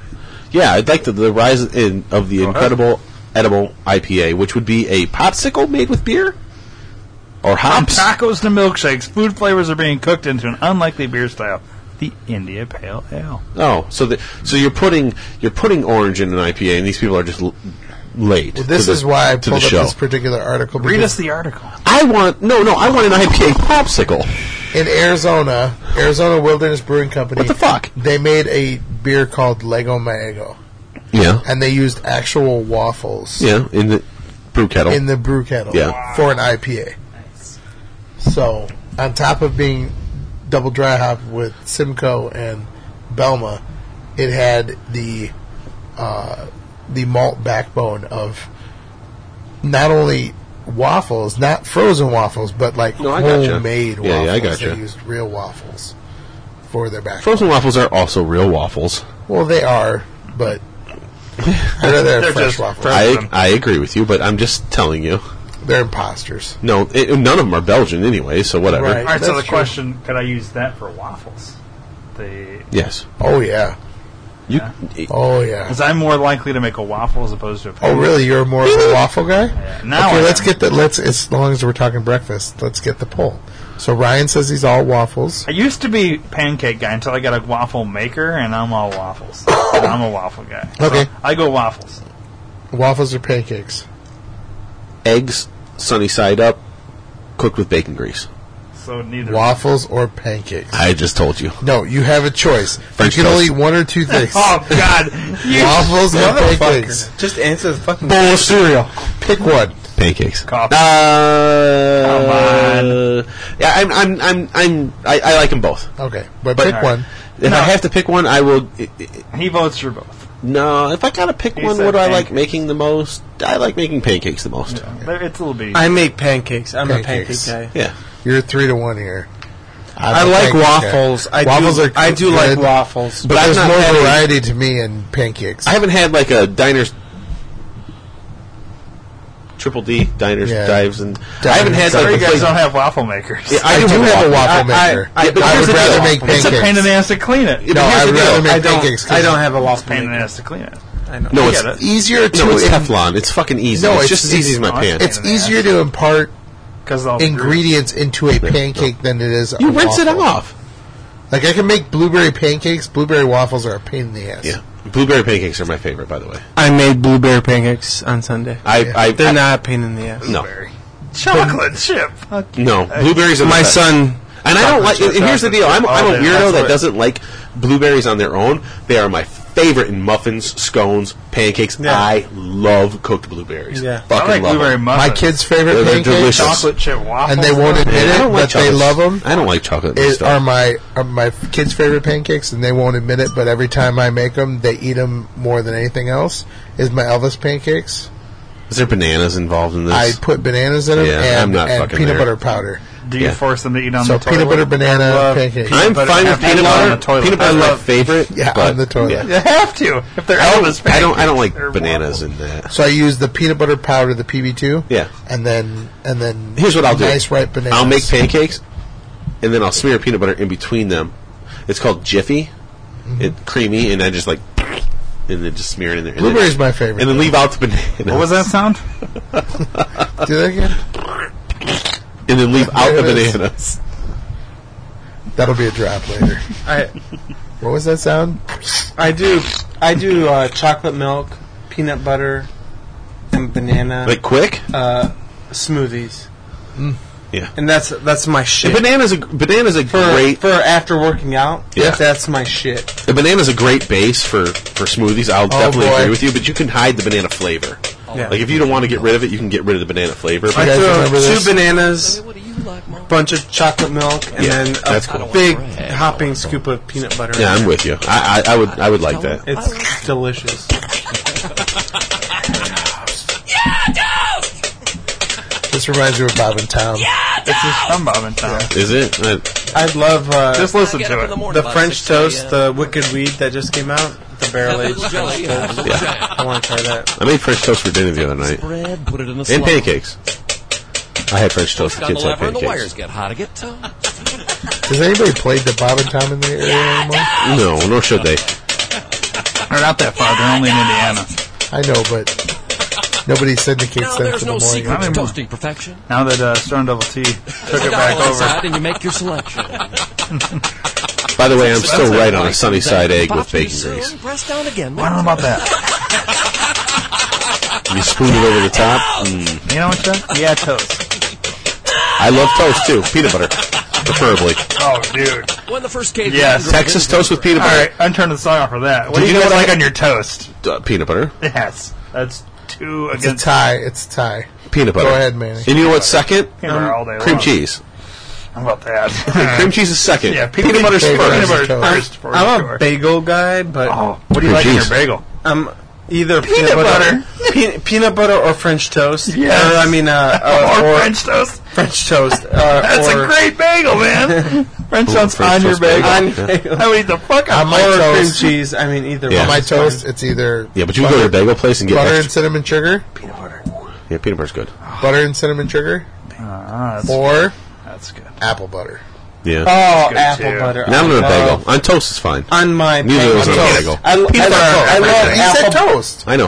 [SPEAKER 11] Yeah, I'd like the, the rise in of the incredible edible IPA, which would be a popsicle made with beer
[SPEAKER 2] From
[SPEAKER 11] or hops.
[SPEAKER 2] tacos to milkshakes, food flavors are being cooked into an unlikely beer style. The India Pale Ale.
[SPEAKER 11] Oh, so the, so you're putting you're putting orange in an IPA, and these people are just l- late.
[SPEAKER 1] Well, this
[SPEAKER 11] to the-
[SPEAKER 1] is why I
[SPEAKER 11] to the
[SPEAKER 1] pulled up
[SPEAKER 11] show.
[SPEAKER 1] this particular article.
[SPEAKER 2] Read
[SPEAKER 1] because
[SPEAKER 2] us the article.
[SPEAKER 11] I want no, no. I want an IPA popsicle.
[SPEAKER 1] in Arizona, Arizona Wilderness Brewing Company.
[SPEAKER 11] What the fuck?
[SPEAKER 1] They made a beer called Lego Maego,
[SPEAKER 11] Yeah,
[SPEAKER 1] and they used actual waffles
[SPEAKER 11] yeah. In the brew kettle.
[SPEAKER 1] in the brew kettle
[SPEAKER 11] Yeah.
[SPEAKER 1] for an IPA. So, on top of being double dry hop with Simcoe and Belma, it had the uh, the malt backbone of not only waffles, not frozen waffles, but like
[SPEAKER 11] No, I gotcha.
[SPEAKER 1] homemade waffles.
[SPEAKER 11] Yeah, yeah, I gotcha.
[SPEAKER 1] They used real waffles for their backbone.
[SPEAKER 11] Frozen waffles are also real waffles.
[SPEAKER 1] Well, they are, but I'd rather have
[SPEAKER 2] They're
[SPEAKER 1] fresh
[SPEAKER 2] just
[SPEAKER 1] waffles.
[SPEAKER 2] fresh.
[SPEAKER 11] I
[SPEAKER 2] Frozen.
[SPEAKER 11] I agree with you, but I'm just telling you.
[SPEAKER 1] They're imposters.
[SPEAKER 11] No, it, none of them are Belgian anyway, so whatever.
[SPEAKER 1] Right.
[SPEAKER 2] All right, so
[SPEAKER 1] That's
[SPEAKER 2] the
[SPEAKER 1] true.
[SPEAKER 2] question could I use that for waffles? The
[SPEAKER 11] Yes,
[SPEAKER 1] Oh yeah.
[SPEAKER 11] you. e,
[SPEAKER 2] Yeah.
[SPEAKER 1] Oh yeah.
[SPEAKER 2] Because I'm more likely to make a waffle as opposed to a
[SPEAKER 1] Oh, really? You're more of a waffle guy?
[SPEAKER 2] Yeah, now
[SPEAKER 1] okay,
[SPEAKER 2] I
[SPEAKER 1] let's
[SPEAKER 2] am.
[SPEAKER 1] get the let's. As long as we're talking breakfast, let's get the poll. So Ryan says he's all waffles.
[SPEAKER 2] I used to be pancake guy until I got a waffle maker, and I'm all waffles. And I'm a waffle guy. So
[SPEAKER 1] Okay.
[SPEAKER 2] I go waffles.
[SPEAKER 1] Waffles or pancakes?
[SPEAKER 11] Eggs sunny side up, cooked with bacon grease.
[SPEAKER 2] So neither.
[SPEAKER 1] Waffles or pancakes?
[SPEAKER 11] I just told you.
[SPEAKER 1] No, you have a choice.
[SPEAKER 11] French
[SPEAKER 1] you can only
[SPEAKER 11] toast.
[SPEAKER 1] eat one or two things.
[SPEAKER 2] Oh God! You
[SPEAKER 1] waffles or pancakes?
[SPEAKER 4] Motherfucker, just answer the fucking.
[SPEAKER 1] Bowl of cereal. Pick one.
[SPEAKER 11] Pancakes.
[SPEAKER 2] Coffee.
[SPEAKER 11] Uh, Yeah, I'm, I'm, I'm, I'm, I, I like them both.
[SPEAKER 1] Okay, but,
[SPEAKER 11] But-
[SPEAKER 1] pick one.
[SPEAKER 11] If
[SPEAKER 2] No.
[SPEAKER 11] I have to pick one, I will. i i
[SPEAKER 2] he votes for both.
[SPEAKER 11] no, if I gotta pick
[SPEAKER 2] He
[SPEAKER 11] one,
[SPEAKER 2] said
[SPEAKER 11] what do I like
[SPEAKER 2] pancakes.
[SPEAKER 11] making the most? I like making pancakes the most. Yeah,
[SPEAKER 2] There- It's a little bit.
[SPEAKER 4] I make pancakes. I'm
[SPEAKER 1] Pancakes.
[SPEAKER 4] a pancake guy.
[SPEAKER 1] You're three to one here. I'm
[SPEAKER 4] I
[SPEAKER 1] a
[SPEAKER 4] like
[SPEAKER 1] pancake guy.
[SPEAKER 4] waffles. I
[SPEAKER 1] waffles
[SPEAKER 4] do.
[SPEAKER 1] are
[SPEAKER 4] I do like
[SPEAKER 1] good,
[SPEAKER 4] waffles.
[SPEAKER 1] But there's
[SPEAKER 11] I've
[SPEAKER 1] more
[SPEAKER 11] not had a-
[SPEAKER 1] variety to me in pancakes.
[SPEAKER 11] I haven't had like a diner's triple D diners
[SPEAKER 1] Yeah.
[SPEAKER 11] dives and I
[SPEAKER 1] Diners,
[SPEAKER 11] haven't had
[SPEAKER 2] Sorry,
[SPEAKER 11] like
[SPEAKER 2] you
[SPEAKER 11] the
[SPEAKER 2] guys
[SPEAKER 11] place-
[SPEAKER 2] don't have waffle makers.
[SPEAKER 11] Yeah,
[SPEAKER 1] I do have a waffle
[SPEAKER 11] I- I-
[SPEAKER 1] maker.
[SPEAKER 11] I-
[SPEAKER 1] Yeah,
[SPEAKER 11] but
[SPEAKER 1] I
[SPEAKER 11] here's
[SPEAKER 1] would
[SPEAKER 11] the
[SPEAKER 1] rather
[SPEAKER 11] deal.
[SPEAKER 1] make
[SPEAKER 2] it's a pain in
[SPEAKER 1] pancakes.
[SPEAKER 2] the ass to clean it.
[SPEAKER 1] no,
[SPEAKER 11] but here's
[SPEAKER 1] I'd
[SPEAKER 11] the deal.
[SPEAKER 1] rather make
[SPEAKER 4] I don't.
[SPEAKER 1] pancakes. 'cause
[SPEAKER 4] I don't have a waffle.
[SPEAKER 2] Pain in the
[SPEAKER 4] maker.
[SPEAKER 2] ass to clean it.
[SPEAKER 4] I know.
[SPEAKER 11] No,
[SPEAKER 2] I
[SPEAKER 11] it's
[SPEAKER 2] get it.
[SPEAKER 1] easier to
[SPEAKER 11] no, it's
[SPEAKER 1] in-
[SPEAKER 11] Teflon. It's fucking easy.
[SPEAKER 1] No,
[SPEAKER 11] it's,
[SPEAKER 1] it's-
[SPEAKER 11] just as easy as my
[SPEAKER 2] it's-
[SPEAKER 11] pants.
[SPEAKER 1] It's
[SPEAKER 2] in the
[SPEAKER 1] easier to impart
[SPEAKER 2] Because I'll
[SPEAKER 1] ingredients into a pancake than it is.
[SPEAKER 11] you
[SPEAKER 1] a
[SPEAKER 11] rinse it
[SPEAKER 1] waffle.
[SPEAKER 11] off.
[SPEAKER 1] Like I can make blueberry pancakes. Blueberry waffles are a pain in the ass.
[SPEAKER 11] Yeah, blueberry pancakes are my favorite. By the way,
[SPEAKER 4] I made blueberry pancakes on Sunday.
[SPEAKER 11] I, I,
[SPEAKER 4] They're
[SPEAKER 11] I-
[SPEAKER 4] not a pain in the ass.
[SPEAKER 11] no,
[SPEAKER 2] chocolate chip. Okay.
[SPEAKER 11] no. Blueberries are the
[SPEAKER 4] My
[SPEAKER 11] best.
[SPEAKER 4] son.
[SPEAKER 11] and I don't
[SPEAKER 2] Chocolate
[SPEAKER 11] like.
[SPEAKER 2] chip,
[SPEAKER 11] And here's the
[SPEAKER 2] chocolate
[SPEAKER 11] deal: I'm,
[SPEAKER 2] chip.
[SPEAKER 11] I'm
[SPEAKER 2] Oh,
[SPEAKER 11] a
[SPEAKER 2] that's
[SPEAKER 11] weirdo that
[SPEAKER 2] what-
[SPEAKER 11] doesn't like blueberries on their own. They are my favorite in muffins, scones, pancakes.
[SPEAKER 4] Yeah.
[SPEAKER 11] I love cooked blueberries.
[SPEAKER 4] Yeah.
[SPEAKER 2] I
[SPEAKER 11] fucking
[SPEAKER 2] like
[SPEAKER 11] love
[SPEAKER 2] blueberry
[SPEAKER 11] them.
[SPEAKER 1] My
[SPEAKER 2] muffins.
[SPEAKER 1] kids' favorite
[SPEAKER 11] They're- they're
[SPEAKER 1] pancakes,
[SPEAKER 11] delicious.
[SPEAKER 2] chocolate chip waffles, uh,
[SPEAKER 1] and they won't
[SPEAKER 2] though?
[SPEAKER 1] admit
[SPEAKER 11] I
[SPEAKER 1] it,
[SPEAKER 11] don't like
[SPEAKER 1] but they
[SPEAKER 11] chocolates.
[SPEAKER 1] love them.
[SPEAKER 11] I don't like chocolate.
[SPEAKER 1] Is,
[SPEAKER 11] stuff.
[SPEAKER 1] are my are my kids' favorite pancakes, and they won't admit it. But every time I make them, they eat them more than anything else. Is my Elvis pancakes?
[SPEAKER 11] Is there bananas involved in this?
[SPEAKER 1] I put bananas in them
[SPEAKER 11] Yeah,
[SPEAKER 1] and,
[SPEAKER 11] I'm not
[SPEAKER 1] and
[SPEAKER 11] fucking
[SPEAKER 1] peanut
[SPEAKER 11] there.
[SPEAKER 1] butter powder.
[SPEAKER 2] Do you
[SPEAKER 11] Yeah.
[SPEAKER 2] force them to eat on
[SPEAKER 1] So
[SPEAKER 2] the toilet?
[SPEAKER 1] peanut butter, banana,
[SPEAKER 2] I love
[SPEAKER 1] pancake.
[SPEAKER 2] peanut
[SPEAKER 11] I'm
[SPEAKER 2] butter.
[SPEAKER 11] fine
[SPEAKER 2] Have
[SPEAKER 11] with
[SPEAKER 2] to
[SPEAKER 11] peanut
[SPEAKER 2] eat on
[SPEAKER 11] butter.
[SPEAKER 2] the toilet.
[SPEAKER 11] Peanut
[SPEAKER 2] I
[SPEAKER 11] butter's my
[SPEAKER 2] love-
[SPEAKER 11] favorite.
[SPEAKER 1] Yeah,
[SPEAKER 11] but-
[SPEAKER 1] on the toilet.
[SPEAKER 11] yeah.
[SPEAKER 2] You have to if they're Elvis.
[SPEAKER 11] I don't. I don't like
[SPEAKER 2] They're
[SPEAKER 11] bananas
[SPEAKER 2] wild.
[SPEAKER 11] in that.
[SPEAKER 1] So I use the peanut butter powder, the PB2.
[SPEAKER 11] Yeah.
[SPEAKER 1] And then and then
[SPEAKER 11] Here's what I'll do.
[SPEAKER 1] Nice ripe bananas.
[SPEAKER 11] I'll make pancakes, and then I'll smear peanut butter in between them. It's called Jiffy.
[SPEAKER 1] Mm-hmm.
[SPEAKER 11] It's creamy, and I just like, and then just smear it in there. And then-
[SPEAKER 1] Blueberry's my favorite.
[SPEAKER 11] And then leave out the banana.
[SPEAKER 2] What was that sound?
[SPEAKER 1] Do that again.
[SPEAKER 11] And then leave out the
[SPEAKER 1] There it is.
[SPEAKER 11] bananas.
[SPEAKER 1] That'll be a drop later.
[SPEAKER 4] I
[SPEAKER 1] What was that sound?
[SPEAKER 4] I do I do uh, chocolate milk, peanut butter, and banana
[SPEAKER 11] Like quick.
[SPEAKER 4] uh, smoothies.
[SPEAKER 11] Yeah.
[SPEAKER 4] And that's that's my shit.
[SPEAKER 11] And bananas. A, bananas a
[SPEAKER 4] for
[SPEAKER 11] great.
[SPEAKER 4] for after working out,
[SPEAKER 11] Yeah.
[SPEAKER 4] that's my shit.
[SPEAKER 11] The banana's a great base for, for smoothies.
[SPEAKER 1] Oh,
[SPEAKER 11] I'll definitely agree with you, but you can hide the banana flavor.
[SPEAKER 4] Yeah.
[SPEAKER 11] Like if you don't want to get rid of it, you can get rid of the banana flavor.
[SPEAKER 4] I
[SPEAKER 11] But
[SPEAKER 1] guys
[SPEAKER 4] throw
[SPEAKER 1] remember
[SPEAKER 4] two
[SPEAKER 1] this?
[SPEAKER 4] bananas, bunch of chocolate milk, and
[SPEAKER 11] Yeah,
[SPEAKER 4] then a
[SPEAKER 11] that's cool.
[SPEAKER 4] big hopping scoop of peanut butter.
[SPEAKER 11] yeah, I'm with you. I, I, I would I would like that.
[SPEAKER 4] It's delicious.
[SPEAKER 1] This reminds me of Bob and Tom.
[SPEAKER 2] It's just I'm bobbing time.
[SPEAKER 11] Is it? Uh,
[SPEAKER 4] I'd love uh,
[SPEAKER 2] Just listen to it.
[SPEAKER 4] the French toast, the wicked weed that just came out, the barrel aged.
[SPEAKER 10] jelly.
[SPEAKER 11] yeah.
[SPEAKER 4] I want to try that.
[SPEAKER 11] I made French toast for dinner the other night
[SPEAKER 10] Bread, put it in
[SPEAKER 11] and
[SPEAKER 10] the slot.
[SPEAKER 11] pancakes. I had French toast. The
[SPEAKER 10] Got the
[SPEAKER 11] kids had
[SPEAKER 10] lever and the
[SPEAKER 11] pancakes.
[SPEAKER 10] wires get hot. I get to.
[SPEAKER 1] Does anybody play the Bob and Tom in the area anymore?
[SPEAKER 11] No, nor should they.
[SPEAKER 2] They're not that far. They're only in Indiana.
[SPEAKER 1] I know, but nobody syndicates
[SPEAKER 10] Now
[SPEAKER 1] them
[SPEAKER 10] there's
[SPEAKER 1] for
[SPEAKER 10] no
[SPEAKER 1] the morning.
[SPEAKER 10] secret to
[SPEAKER 2] Not anymore.
[SPEAKER 10] toasting perfection.
[SPEAKER 2] Now that uh, Stern Double T took it
[SPEAKER 10] Put
[SPEAKER 2] back
[SPEAKER 10] all inside
[SPEAKER 2] over.
[SPEAKER 10] and you make your selection.
[SPEAKER 11] By the way, I'm still
[SPEAKER 2] expensive.
[SPEAKER 11] right on a sunny side egg
[SPEAKER 10] Pop
[SPEAKER 11] with
[SPEAKER 10] too
[SPEAKER 11] bacon
[SPEAKER 10] soon,
[SPEAKER 11] grease.
[SPEAKER 10] Press down again.
[SPEAKER 2] I don't know about that.
[SPEAKER 11] You spoon it over the top. Mm.
[SPEAKER 2] You know what, Chuck? Yeah, toast.
[SPEAKER 11] I love toast too, peanut butter, preferably.
[SPEAKER 2] Oh, dude.
[SPEAKER 10] When the first cave.
[SPEAKER 2] Yes.
[SPEAKER 10] man grew
[SPEAKER 11] Texas
[SPEAKER 10] up in-
[SPEAKER 11] toast with peanut
[SPEAKER 2] All
[SPEAKER 11] butter.
[SPEAKER 2] right, I'm turning the song off for that. What
[SPEAKER 11] Did
[SPEAKER 2] do
[SPEAKER 11] you
[SPEAKER 2] you
[SPEAKER 11] know
[SPEAKER 2] guys
[SPEAKER 11] what I-
[SPEAKER 2] like on your toast?
[SPEAKER 11] Uh, peanut butter.
[SPEAKER 2] Yes, that's two
[SPEAKER 1] It's a
[SPEAKER 2] against
[SPEAKER 1] tie. It's a tie.
[SPEAKER 11] Peanut butter.
[SPEAKER 1] Go ahead, Manny.
[SPEAKER 11] And you know what's second?
[SPEAKER 2] Peanut butter all day
[SPEAKER 11] Cream
[SPEAKER 2] long.
[SPEAKER 11] cheese.
[SPEAKER 2] How about that?
[SPEAKER 11] Cream cheese is second.
[SPEAKER 2] Yeah,
[SPEAKER 11] peanut, butter's
[SPEAKER 1] peanut
[SPEAKER 11] first.
[SPEAKER 1] butter's
[SPEAKER 2] Peanut butter first, for
[SPEAKER 4] I'm
[SPEAKER 2] sure.
[SPEAKER 4] a bagel guy, but
[SPEAKER 2] Oh, what do you
[SPEAKER 11] Cream
[SPEAKER 2] like in
[SPEAKER 11] cheese.
[SPEAKER 2] your bagel?
[SPEAKER 4] I'm either peanut,
[SPEAKER 2] butter.
[SPEAKER 4] butter, pe- peanut butter or French toast.
[SPEAKER 2] Yes.
[SPEAKER 4] Or, I mean, uh, uh,
[SPEAKER 2] Oh, or,
[SPEAKER 4] or
[SPEAKER 2] French toast?
[SPEAKER 4] French toast. Uh,
[SPEAKER 2] That's
[SPEAKER 4] or
[SPEAKER 2] a great bagel, man. French toast
[SPEAKER 11] French
[SPEAKER 2] on your
[SPEAKER 11] toast
[SPEAKER 2] bagel.
[SPEAKER 11] bagel.
[SPEAKER 4] on bagel.
[SPEAKER 2] I would eat the fuck out
[SPEAKER 1] On
[SPEAKER 2] of
[SPEAKER 1] my
[SPEAKER 4] or cream
[SPEAKER 1] toast,
[SPEAKER 4] cheese. I mean, either
[SPEAKER 11] Yeah.
[SPEAKER 1] on
[SPEAKER 4] one.
[SPEAKER 1] my toast, it's either
[SPEAKER 11] Yeah, but you can go to a bagel place and get
[SPEAKER 1] butter and Oh
[SPEAKER 11] extra.
[SPEAKER 1] cinnamon sugar,
[SPEAKER 11] Yeah, peanut butter's good.
[SPEAKER 1] butter and cinnamon sugar,
[SPEAKER 2] Ah, that's,
[SPEAKER 1] or
[SPEAKER 2] that's good.
[SPEAKER 1] apple butter.
[SPEAKER 11] Yeah.
[SPEAKER 4] Oh,
[SPEAKER 2] good,
[SPEAKER 4] apple
[SPEAKER 2] too.
[SPEAKER 4] butter.
[SPEAKER 11] now I'm
[SPEAKER 4] I
[SPEAKER 11] on a
[SPEAKER 4] love-
[SPEAKER 11] bagel. On toast is fine.
[SPEAKER 4] On my
[SPEAKER 11] Neither
[SPEAKER 4] bagel.
[SPEAKER 11] of those are
[SPEAKER 4] toast.
[SPEAKER 11] bagel.
[SPEAKER 4] I, I, love,
[SPEAKER 11] Peanut butter
[SPEAKER 4] I
[SPEAKER 11] on
[SPEAKER 4] love
[SPEAKER 11] everything.
[SPEAKER 1] You said
[SPEAKER 4] apple
[SPEAKER 1] toast.
[SPEAKER 11] I know.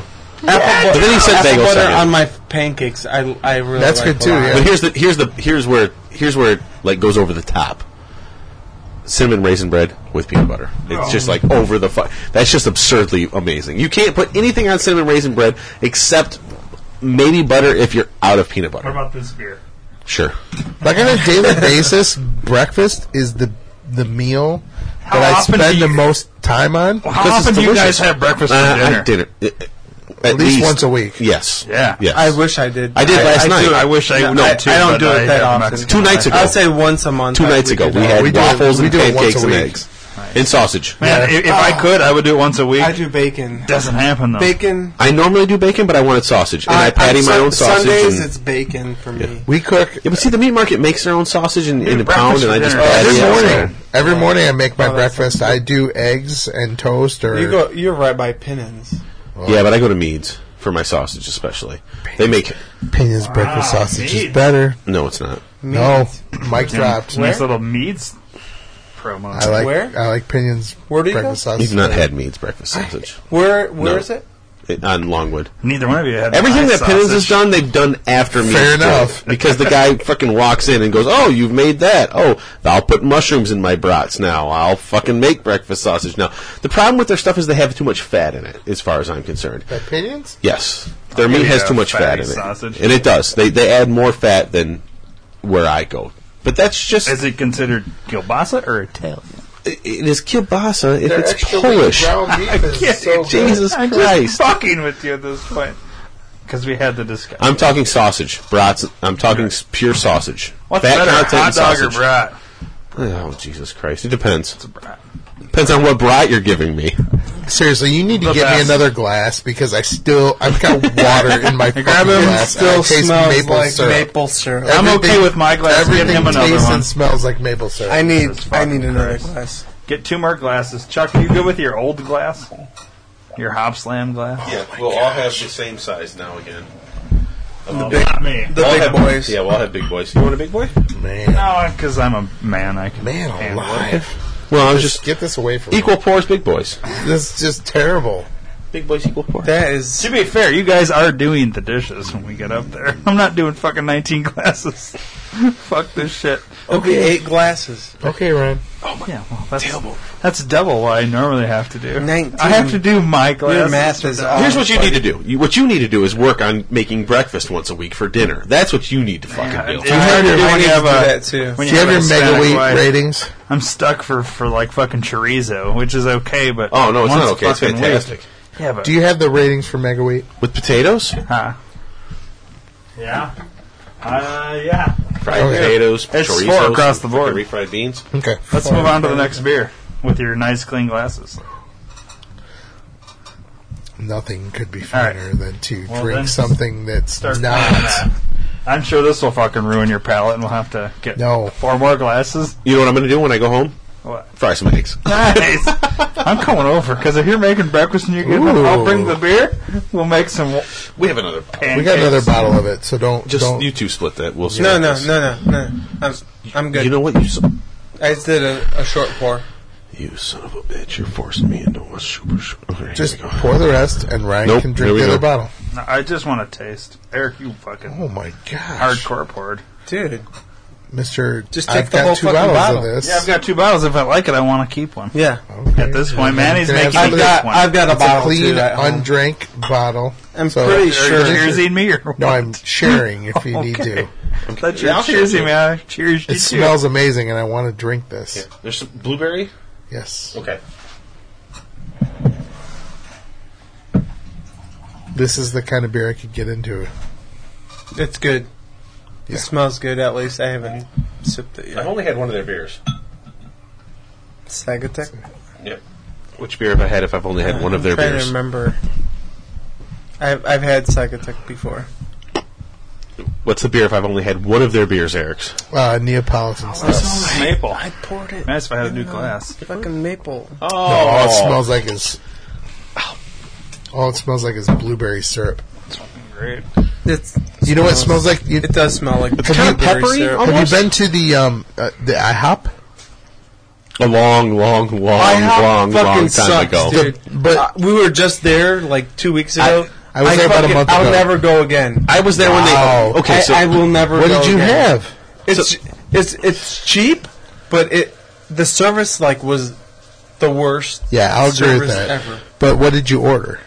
[SPEAKER 4] Apple,
[SPEAKER 11] But then he said
[SPEAKER 4] apple
[SPEAKER 11] bagel
[SPEAKER 4] butter
[SPEAKER 11] second.
[SPEAKER 4] on my pancakes. I, I really
[SPEAKER 1] That's
[SPEAKER 4] like
[SPEAKER 1] good too,
[SPEAKER 4] a lot.
[SPEAKER 1] yeah.
[SPEAKER 11] But here's the here's the here's where here's where it, like goes over the top. Cinnamon raisin bread with peanut butter. It's just like over the fu- That's just absurdly amazing. You can't put anything on cinnamon raisin bread except maybe butter if you're out of peanut
[SPEAKER 2] What
[SPEAKER 11] butter.
[SPEAKER 2] about this beer?
[SPEAKER 11] Sure.
[SPEAKER 1] Like on a daily basis, breakfast is the the meal
[SPEAKER 2] How
[SPEAKER 1] that I
[SPEAKER 2] often do
[SPEAKER 1] spend
[SPEAKER 2] you-
[SPEAKER 1] the most time on.
[SPEAKER 2] How
[SPEAKER 11] Because it's
[SPEAKER 2] often do you
[SPEAKER 11] delicious.
[SPEAKER 2] guys have breakfast
[SPEAKER 11] Uh,
[SPEAKER 2] for dinner?
[SPEAKER 11] I did it. it- At,
[SPEAKER 1] least once a week.
[SPEAKER 11] Yes.
[SPEAKER 2] Yeah.
[SPEAKER 11] Yes.
[SPEAKER 4] I wish I did.
[SPEAKER 11] I did last
[SPEAKER 4] I,
[SPEAKER 11] night.
[SPEAKER 2] do. I wish I
[SPEAKER 11] No,
[SPEAKER 2] would
[SPEAKER 11] I-
[SPEAKER 2] too,
[SPEAKER 4] I don't
[SPEAKER 2] but
[SPEAKER 4] do it
[SPEAKER 2] I
[SPEAKER 4] that
[SPEAKER 2] have
[SPEAKER 4] often.
[SPEAKER 2] Mexican
[SPEAKER 11] Two nights
[SPEAKER 2] time.
[SPEAKER 11] ago.
[SPEAKER 4] I'll say once a month.
[SPEAKER 11] two
[SPEAKER 4] I
[SPEAKER 11] nights
[SPEAKER 4] would
[SPEAKER 11] ago
[SPEAKER 4] do
[SPEAKER 11] we
[SPEAKER 4] that.
[SPEAKER 11] had
[SPEAKER 1] We do it-
[SPEAKER 11] waffles
[SPEAKER 1] we
[SPEAKER 11] and
[SPEAKER 1] do it once
[SPEAKER 11] pancakes
[SPEAKER 1] a
[SPEAKER 11] and
[SPEAKER 1] week.
[SPEAKER 11] eggs and sausage.
[SPEAKER 2] Man, if, if I could, Oh. I would do it once a week.
[SPEAKER 4] I do bacon.
[SPEAKER 2] Doesn't happen though.
[SPEAKER 4] Bacon.
[SPEAKER 11] I normally do bacon, but I wanted sausage, and I,
[SPEAKER 4] I-
[SPEAKER 11] patty
[SPEAKER 4] on
[SPEAKER 11] my
[SPEAKER 4] Uh, Sun-
[SPEAKER 11] own sausage.
[SPEAKER 4] Sundays
[SPEAKER 11] and-
[SPEAKER 4] it's bacon for me.
[SPEAKER 1] We cook
[SPEAKER 11] yeah, but see, the meat market makes their own sausage and in a
[SPEAKER 2] breakfast
[SPEAKER 11] pound, and
[SPEAKER 2] for
[SPEAKER 11] I just
[SPEAKER 2] dinner.
[SPEAKER 11] patty
[SPEAKER 1] every
[SPEAKER 11] it.
[SPEAKER 2] Yeah.
[SPEAKER 1] morning. Every morning I make my breakfast. I do eggs and toast or
[SPEAKER 4] You go. You're right by Pinnins.
[SPEAKER 11] Yeah, but I go to Meads for my sausage, especially. They make
[SPEAKER 1] Pinions breakfast sausage
[SPEAKER 2] Ah, meat.
[SPEAKER 1] is better.
[SPEAKER 11] no, it's not.
[SPEAKER 1] No, Mike dropped.
[SPEAKER 2] Nice little meats promo.
[SPEAKER 1] I like
[SPEAKER 4] Where?
[SPEAKER 1] I like Pinions
[SPEAKER 4] Where do you
[SPEAKER 1] breakfast
[SPEAKER 4] go?
[SPEAKER 1] sausage.
[SPEAKER 11] You've not had Meads breakfast sausage
[SPEAKER 4] Where? Where
[SPEAKER 11] No.
[SPEAKER 4] is it?
[SPEAKER 11] It- on Longwood.
[SPEAKER 2] Neither one of you had
[SPEAKER 11] Everything
[SPEAKER 2] my
[SPEAKER 11] that Pennins has
[SPEAKER 2] sausage.
[SPEAKER 11] done, they've done after me.
[SPEAKER 1] Fair enough.
[SPEAKER 11] Because the guy fucking walks in and goes, "Oh, you've made that. Oh, I'll put mushrooms in my brats now. I'll fucking make breakfast sausage now." The problem with their stuff is they have too much fat in it, as far as I'm concerned.
[SPEAKER 1] Pinions?
[SPEAKER 11] Yes, their
[SPEAKER 2] give
[SPEAKER 11] meat
[SPEAKER 2] you
[SPEAKER 11] has
[SPEAKER 2] a
[SPEAKER 11] too much fat
[SPEAKER 2] fatty
[SPEAKER 11] in it,
[SPEAKER 2] sausage.
[SPEAKER 11] and it does. They they add more fat than where I go. But that's just
[SPEAKER 2] Is it considered kielbasa or Italian?
[SPEAKER 11] it is kielbasa if
[SPEAKER 1] Their
[SPEAKER 11] it's
[SPEAKER 1] extra
[SPEAKER 11] Polish.
[SPEAKER 1] ground beef is so good.
[SPEAKER 11] Jesus
[SPEAKER 2] I'm just
[SPEAKER 11] Christ.
[SPEAKER 2] fucking with you at this point because we had the discussion.
[SPEAKER 11] I'm talking sausage brats. I'm talking s pure sausage.
[SPEAKER 2] What's
[SPEAKER 11] Fat
[SPEAKER 2] better,
[SPEAKER 11] content
[SPEAKER 2] hot
[SPEAKER 11] and
[SPEAKER 2] dog or
[SPEAKER 11] sausage.
[SPEAKER 2] brat?
[SPEAKER 11] Oh Jesus Christ! It depends.
[SPEAKER 2] It's a brat.
[SPEAKER 11] Depends on what brat you're giving me.
[SPEAKER 1] Seriously, you need to
[SPEAKER 2] The
[SPEAKER 1] get me
[SPEAKER 2] best.
[SPEAKER 1] another glass because I still I've got water in my fucking
[SPEAKER 2] grab him,
[SPEAKER 1] glass. and
[SPEAKER 4] Still
[SPEAKER 1] I taste
[SPEAKER 4] smells
[SPEAKER 1] maple
[SPEAKER 4] like
[SPEAKER 1] syrup.
[SPEAKER 4] maple syrup.
[SPEAKER 2] I'm okay with my glass. Give
[SPEAKER 1] Everything
[SPEAKER 2] him another
[SPEAKER 1] tastes
[SPEAKER 2] one.
[SPEAKER 1] and smells like maple syrup.
[SPEAKER 4] I need
[SPEAKER 2] Jesus
[SPEAKER 4] I
[SPEAKER 2] fucking
[SPEAKER 4] need another
[SPEAKER 2] Christ.
[SPEAKER 4] glass.
[SPEAKER 2] Get two more glasses. Chuck, you good with your old glass? Your Hopslam glass?
[SPEAKER 11] Yeah, we'll all have the same size now again.
[SPEAKER 2] Not me.
[SPEAKER 4] The
[SPEAKER 11] We'll all
[SPEAKER 4] big
[SPEAKER 11] have-
[SPEAKER 4] boys.
[SPEAKER 11] Yeah, we'll all have big boys. You want a big boy?
[SPEAKER 1] man,
[SPEAKER 2] No, because I'm a man. I can.
[SPEAKER 1] man
[SPEAKER 2] handle it.
[SPEAKER 1] alive.
[SPEAKER 11] Well, I was just
[SPEAKER 1] Get this away from
[SPEAKER 11] equal pours, big boys.
[SPEAKER 1] me. This is just terrible.
[SPEAKER 11] Big boys equal pours.
[SPEAKER 4] That
[SPEAKER 2] To
[SPEAKER 4] is
[SPEAKER 2] be fair, you guys are doing the dishes when we get up there. I'm not doing fucking 19 glasses. Fuck this shit.
[SPEAKER 4] okay. Eight glasses.
[SPEAKER 1] Okay, Ryan.
[SPEAKER 2] Yeah, well, that's that's double what I normally have to do.
[SPEAKER 4] 19.
[SPEAKER 2] I have to do my glasses.
[SPEAKER 4] Your math is off.
[SPEAKER 11] Here's what you need to do. You, what you need to do is work on making breakfast once a week for dinner. That's what you need to fucking
[SPEAKER 2] It's
[SPEAKER 11] do.
[SPEAKER 2] hard to do
[SPEAKER 4] I
[SPEAKER 2] when
[SPEAKER 4] need
[SPEAKER 2] you
[SPEAKER 4] to
[SPEAKER 2] have
[SPEAKER 4] do
[SPEAKER 2] a-
[SPEAKER 4] that too.
[SPEAKER 2] when
[SPEAKER 1] Do you have your
[SPEAKER 2] a
[SPEAKER 1] mega
[SPEAKER 2] Hispanic
[SPEAKER 1] weight
[SPEAKER 2] wife.
[SPEAKER 1] ratings?
[SPEAKER 2] I'm stuck for for like fucking chorizo, which is okay, but
[SPEAKER 11] Oh no, it's
[SPEAKER 2] once
[SPEAKER 11] not okay. It's
[SPEAKER 2] fucking a week-
[SPEAKER 11] fantastic
[SPEAKER 2] Yeah, but
[SPEAKER 1] Do you have the ratings for mega weight?
[SPEAKER 11] with potatoes,
[SPEAKER 2] huh? Yeah, uh, yeah.
[SPEAKER 11] fried
[SPEAKER 1] Okay.
[SPEAKER 11] potatoes,
[SPEAKER 2] It's
[SPEAKER 11] chorizos,
[SPEAKER 2] four across the board.
[SPEAKER 11] fucking refried beans.
[SPEAKER 1] Okay.
[SPEAKER 2] Let's move on to the next beer with your nice clean glasses.
[SPEAKER 1] Nothing could be
[SPEAKER 2] right.
[SPEAKER 1] finer than to
[SPEAKER 2] Well, then,
[SPEAKER 1] drink something that's
[SPEAKER 2] Start planning
[SPEAKER 1] not.
[SPEAKER 2] that. I'm sure this will fucking ruin your palate, and we'll have to get
[SPEAKER 1] No.
[SPEAKER 2] four more glasses.
[SPEAKER 11] You know what I'm going to do when I go home?
[SPEAKER 2] What?
[SPEAKER 11] Fry some eggs.
[SPEAKER 2] Nice. I'm coming over because if you're making breakfast and you're getting up, I'll bring the beer. We'll make some w-
[SPEAKER 11] We have another.
[SPEAKER 2] pancakes.
[SPEAKER 1] We got another bottle of it, so don't
[SPEAKER 11] Just
[SPEAKER 1] don't
[SPEAKER 11] you two split that. We'll see.
[SPEAKER 4] No, no, no, no, no. I'm I'm good.
[SPEAKER 11] You know what? You son,
[SPEAKER 4] I just did a, a short pour.
[SPEAKER 11] you son of a bitch! You're forcing me into a super. sh- Okay, here
[SPEAKER 1] just
[SPEAKER 11] we go.
[SPEAKER 1] pour the rest, and Ryan
[SPEAKER 11] Nope,
[SPEAKER 1] can
[SPEAKER 11] here
[SPEAKER 1] drink
[SPEAKER 11] we
[SPEAKER 1] the other
[SPEAKER 11] go.
[SPEAKER 1] bottle.
[SPEAKER 2] No, I just want to taste. Eric, you fucking
[SPEAKER 1] Oh my gosh,
[SPEAKER 2] hardcore poured.
[SPEAKER 4] Dude.
[SPEAKER 1] Mister!
[SPEAKER 4] Just take
[SPEAKER 1] I've
[SPEAKER 4] the
[SPEAKER 1] got
[SPEAKER 4] whole
[SPEAKER 1] two
[SPEAKER 4] fucking
[SPEAKER 1] bottles
[SPEAKER 4] bottle.
[SPEAKER 1] of this.
[SPEAKER 2] Yeah, I've got two bottles. If I like it, I want to keep one.
[SPEAKER 4] Yeah.
[SPEAKER 1] Okay.
[SPEAKER 2] At this point, Manny's
[SPEAKER 1] Can I have
[SPEAKER 2] making
[SPEAKER 1] some of this?
[SPEAKER 2] me
[SPEAKER 4] I've
[SPEAKER 2] take
[SPEAKER 4] got
[SPEAKER 2] one.
[SPEAKER 4] I've got a
[SPEAKER 1] It's a
[SPEAKER 4] bottle
[SPEAKER 1] clean,
[SPEAKER 4] too at home.
[SPEAKER 1] undrank bottle.
[SPEAKER 4] I'm pretty
[SPEAKER 2] Are you
[SPEAKER 4] sure.
[SPEAKER 2] cheersing me or
[SPEAKER 1] No, I'm
[SPEAKER 2] what?
[SPEAKER 1] sharing if you need
[SPEAKER 2] Okay.
[SPEAKER 1] to.
[SPEAKER 2] That's your
[SPEAKER 11] I'll share
[SPEAKER 2] cheersing,
[SPEAKER 11] it.
[SPEAKER 2] man. I Cheers
[SPEAKER 1] It
[SPEAKER 2] you
[SPEAKER 1] smells amazing, and I want to drink this.
[SPEAKER 11] Yeah. There's some blueberry.
[SPEAKER 1] Yes,
[SPEAKER 11] Okay.
[SPEAKER 1] this is the kind of beer I could get into.
[SPEAKER 4] It's good.
[SPEAKER 1] Yeah.
[SPEAKER 4] It smells good. At least I haven't sipped it
[SPEAKER 11] I've
[SPEAKER 4] yet.
[SPEAKER 11] only had one of their beers.
[SPEAKER 4] Sagatec.
[SPEAKER 11] Yep. Which beer have I had if I've only had one of their
[SPEAKER 4] I'm trying
[SPEAKER 11] beers?
[SPEAKER 4] to remember. I've I've had Sagatec before.
[SPEAKER 11] What's the beer if I've only had one of their beers, Eric's?
[SPEAKER 1] to. Uh,
[SPEAKER 4] Oh,
[SPEAKER 1] Neapolitan
[SPEAKER 2] It
[SPEAKER 1] stuff.
[SPEAKER 2] smells like maple.
[SPEAKER 4] I poured it.
[SPEAKER 2] Nice if I had a new
[SPEAKER 4] No,
[SPEAKER 2] glass.
[SPEAKER 4] Fucking maple.
[SPEAKER 11] Oh,
[SPEAKER 1] All it smells like is. All it smells like is blueberry syrup.
[SPEAKER 2] Great.
[SPEAKER 4] It's
[SPEAKER 1] You know what it smells like? You,
[SPEAKER 4] It does smell like
[SPEAKER 1] Have you-
[SPEAKER 4] blueberry
[SPEAKER 11] peppery
[SPEAKER 4] syrup.
[SPEAKER 1] Have you been to the um uh, the IHOP?
[SPEAKER 11] a long, long, long,
[SPEAKER 4] IHOP
[SPEAKER 11] long,
[SPEAKER 4] fucking
[SPEAKER 11] long time
[SPEAKER 4] sucks,
[SPEAKER 11] ago.
[SPEAKER 4] Dude.
[SPEAKER 1] But-
[SPEAKER 4] Uh, we were just there like two weeks ago.
[SPEAKER 1] I was there about a
[SPEAKER 4] fucking-
[SPEAKER 1] month ago.
[SPEAKER 4] I'll never go again.
[SPEAKER 11] I was there
[SPEAKER 1] Wow.
[SPEAKER 11] when they. Okay,
[SPEAKER 4] I,
[SPEAKER 11] so
[SPEAKER 4] I will never.
[SPEAKER 1] What
[SPEAKER 4] go
[SPEAKER 1] did you
[SPEAKER 4] again.
[SPEAKER 1] have?
[SPEAKER 4] It's it's it's cheap, but it the service like was the worst.
[SPEAKER 1] Yeah, I'll agree with
[SPEAKER 4] service
[SPEAKER 1] that.
[SPEAKER 4] Ever.
[SPEAKER 1] But what did you order?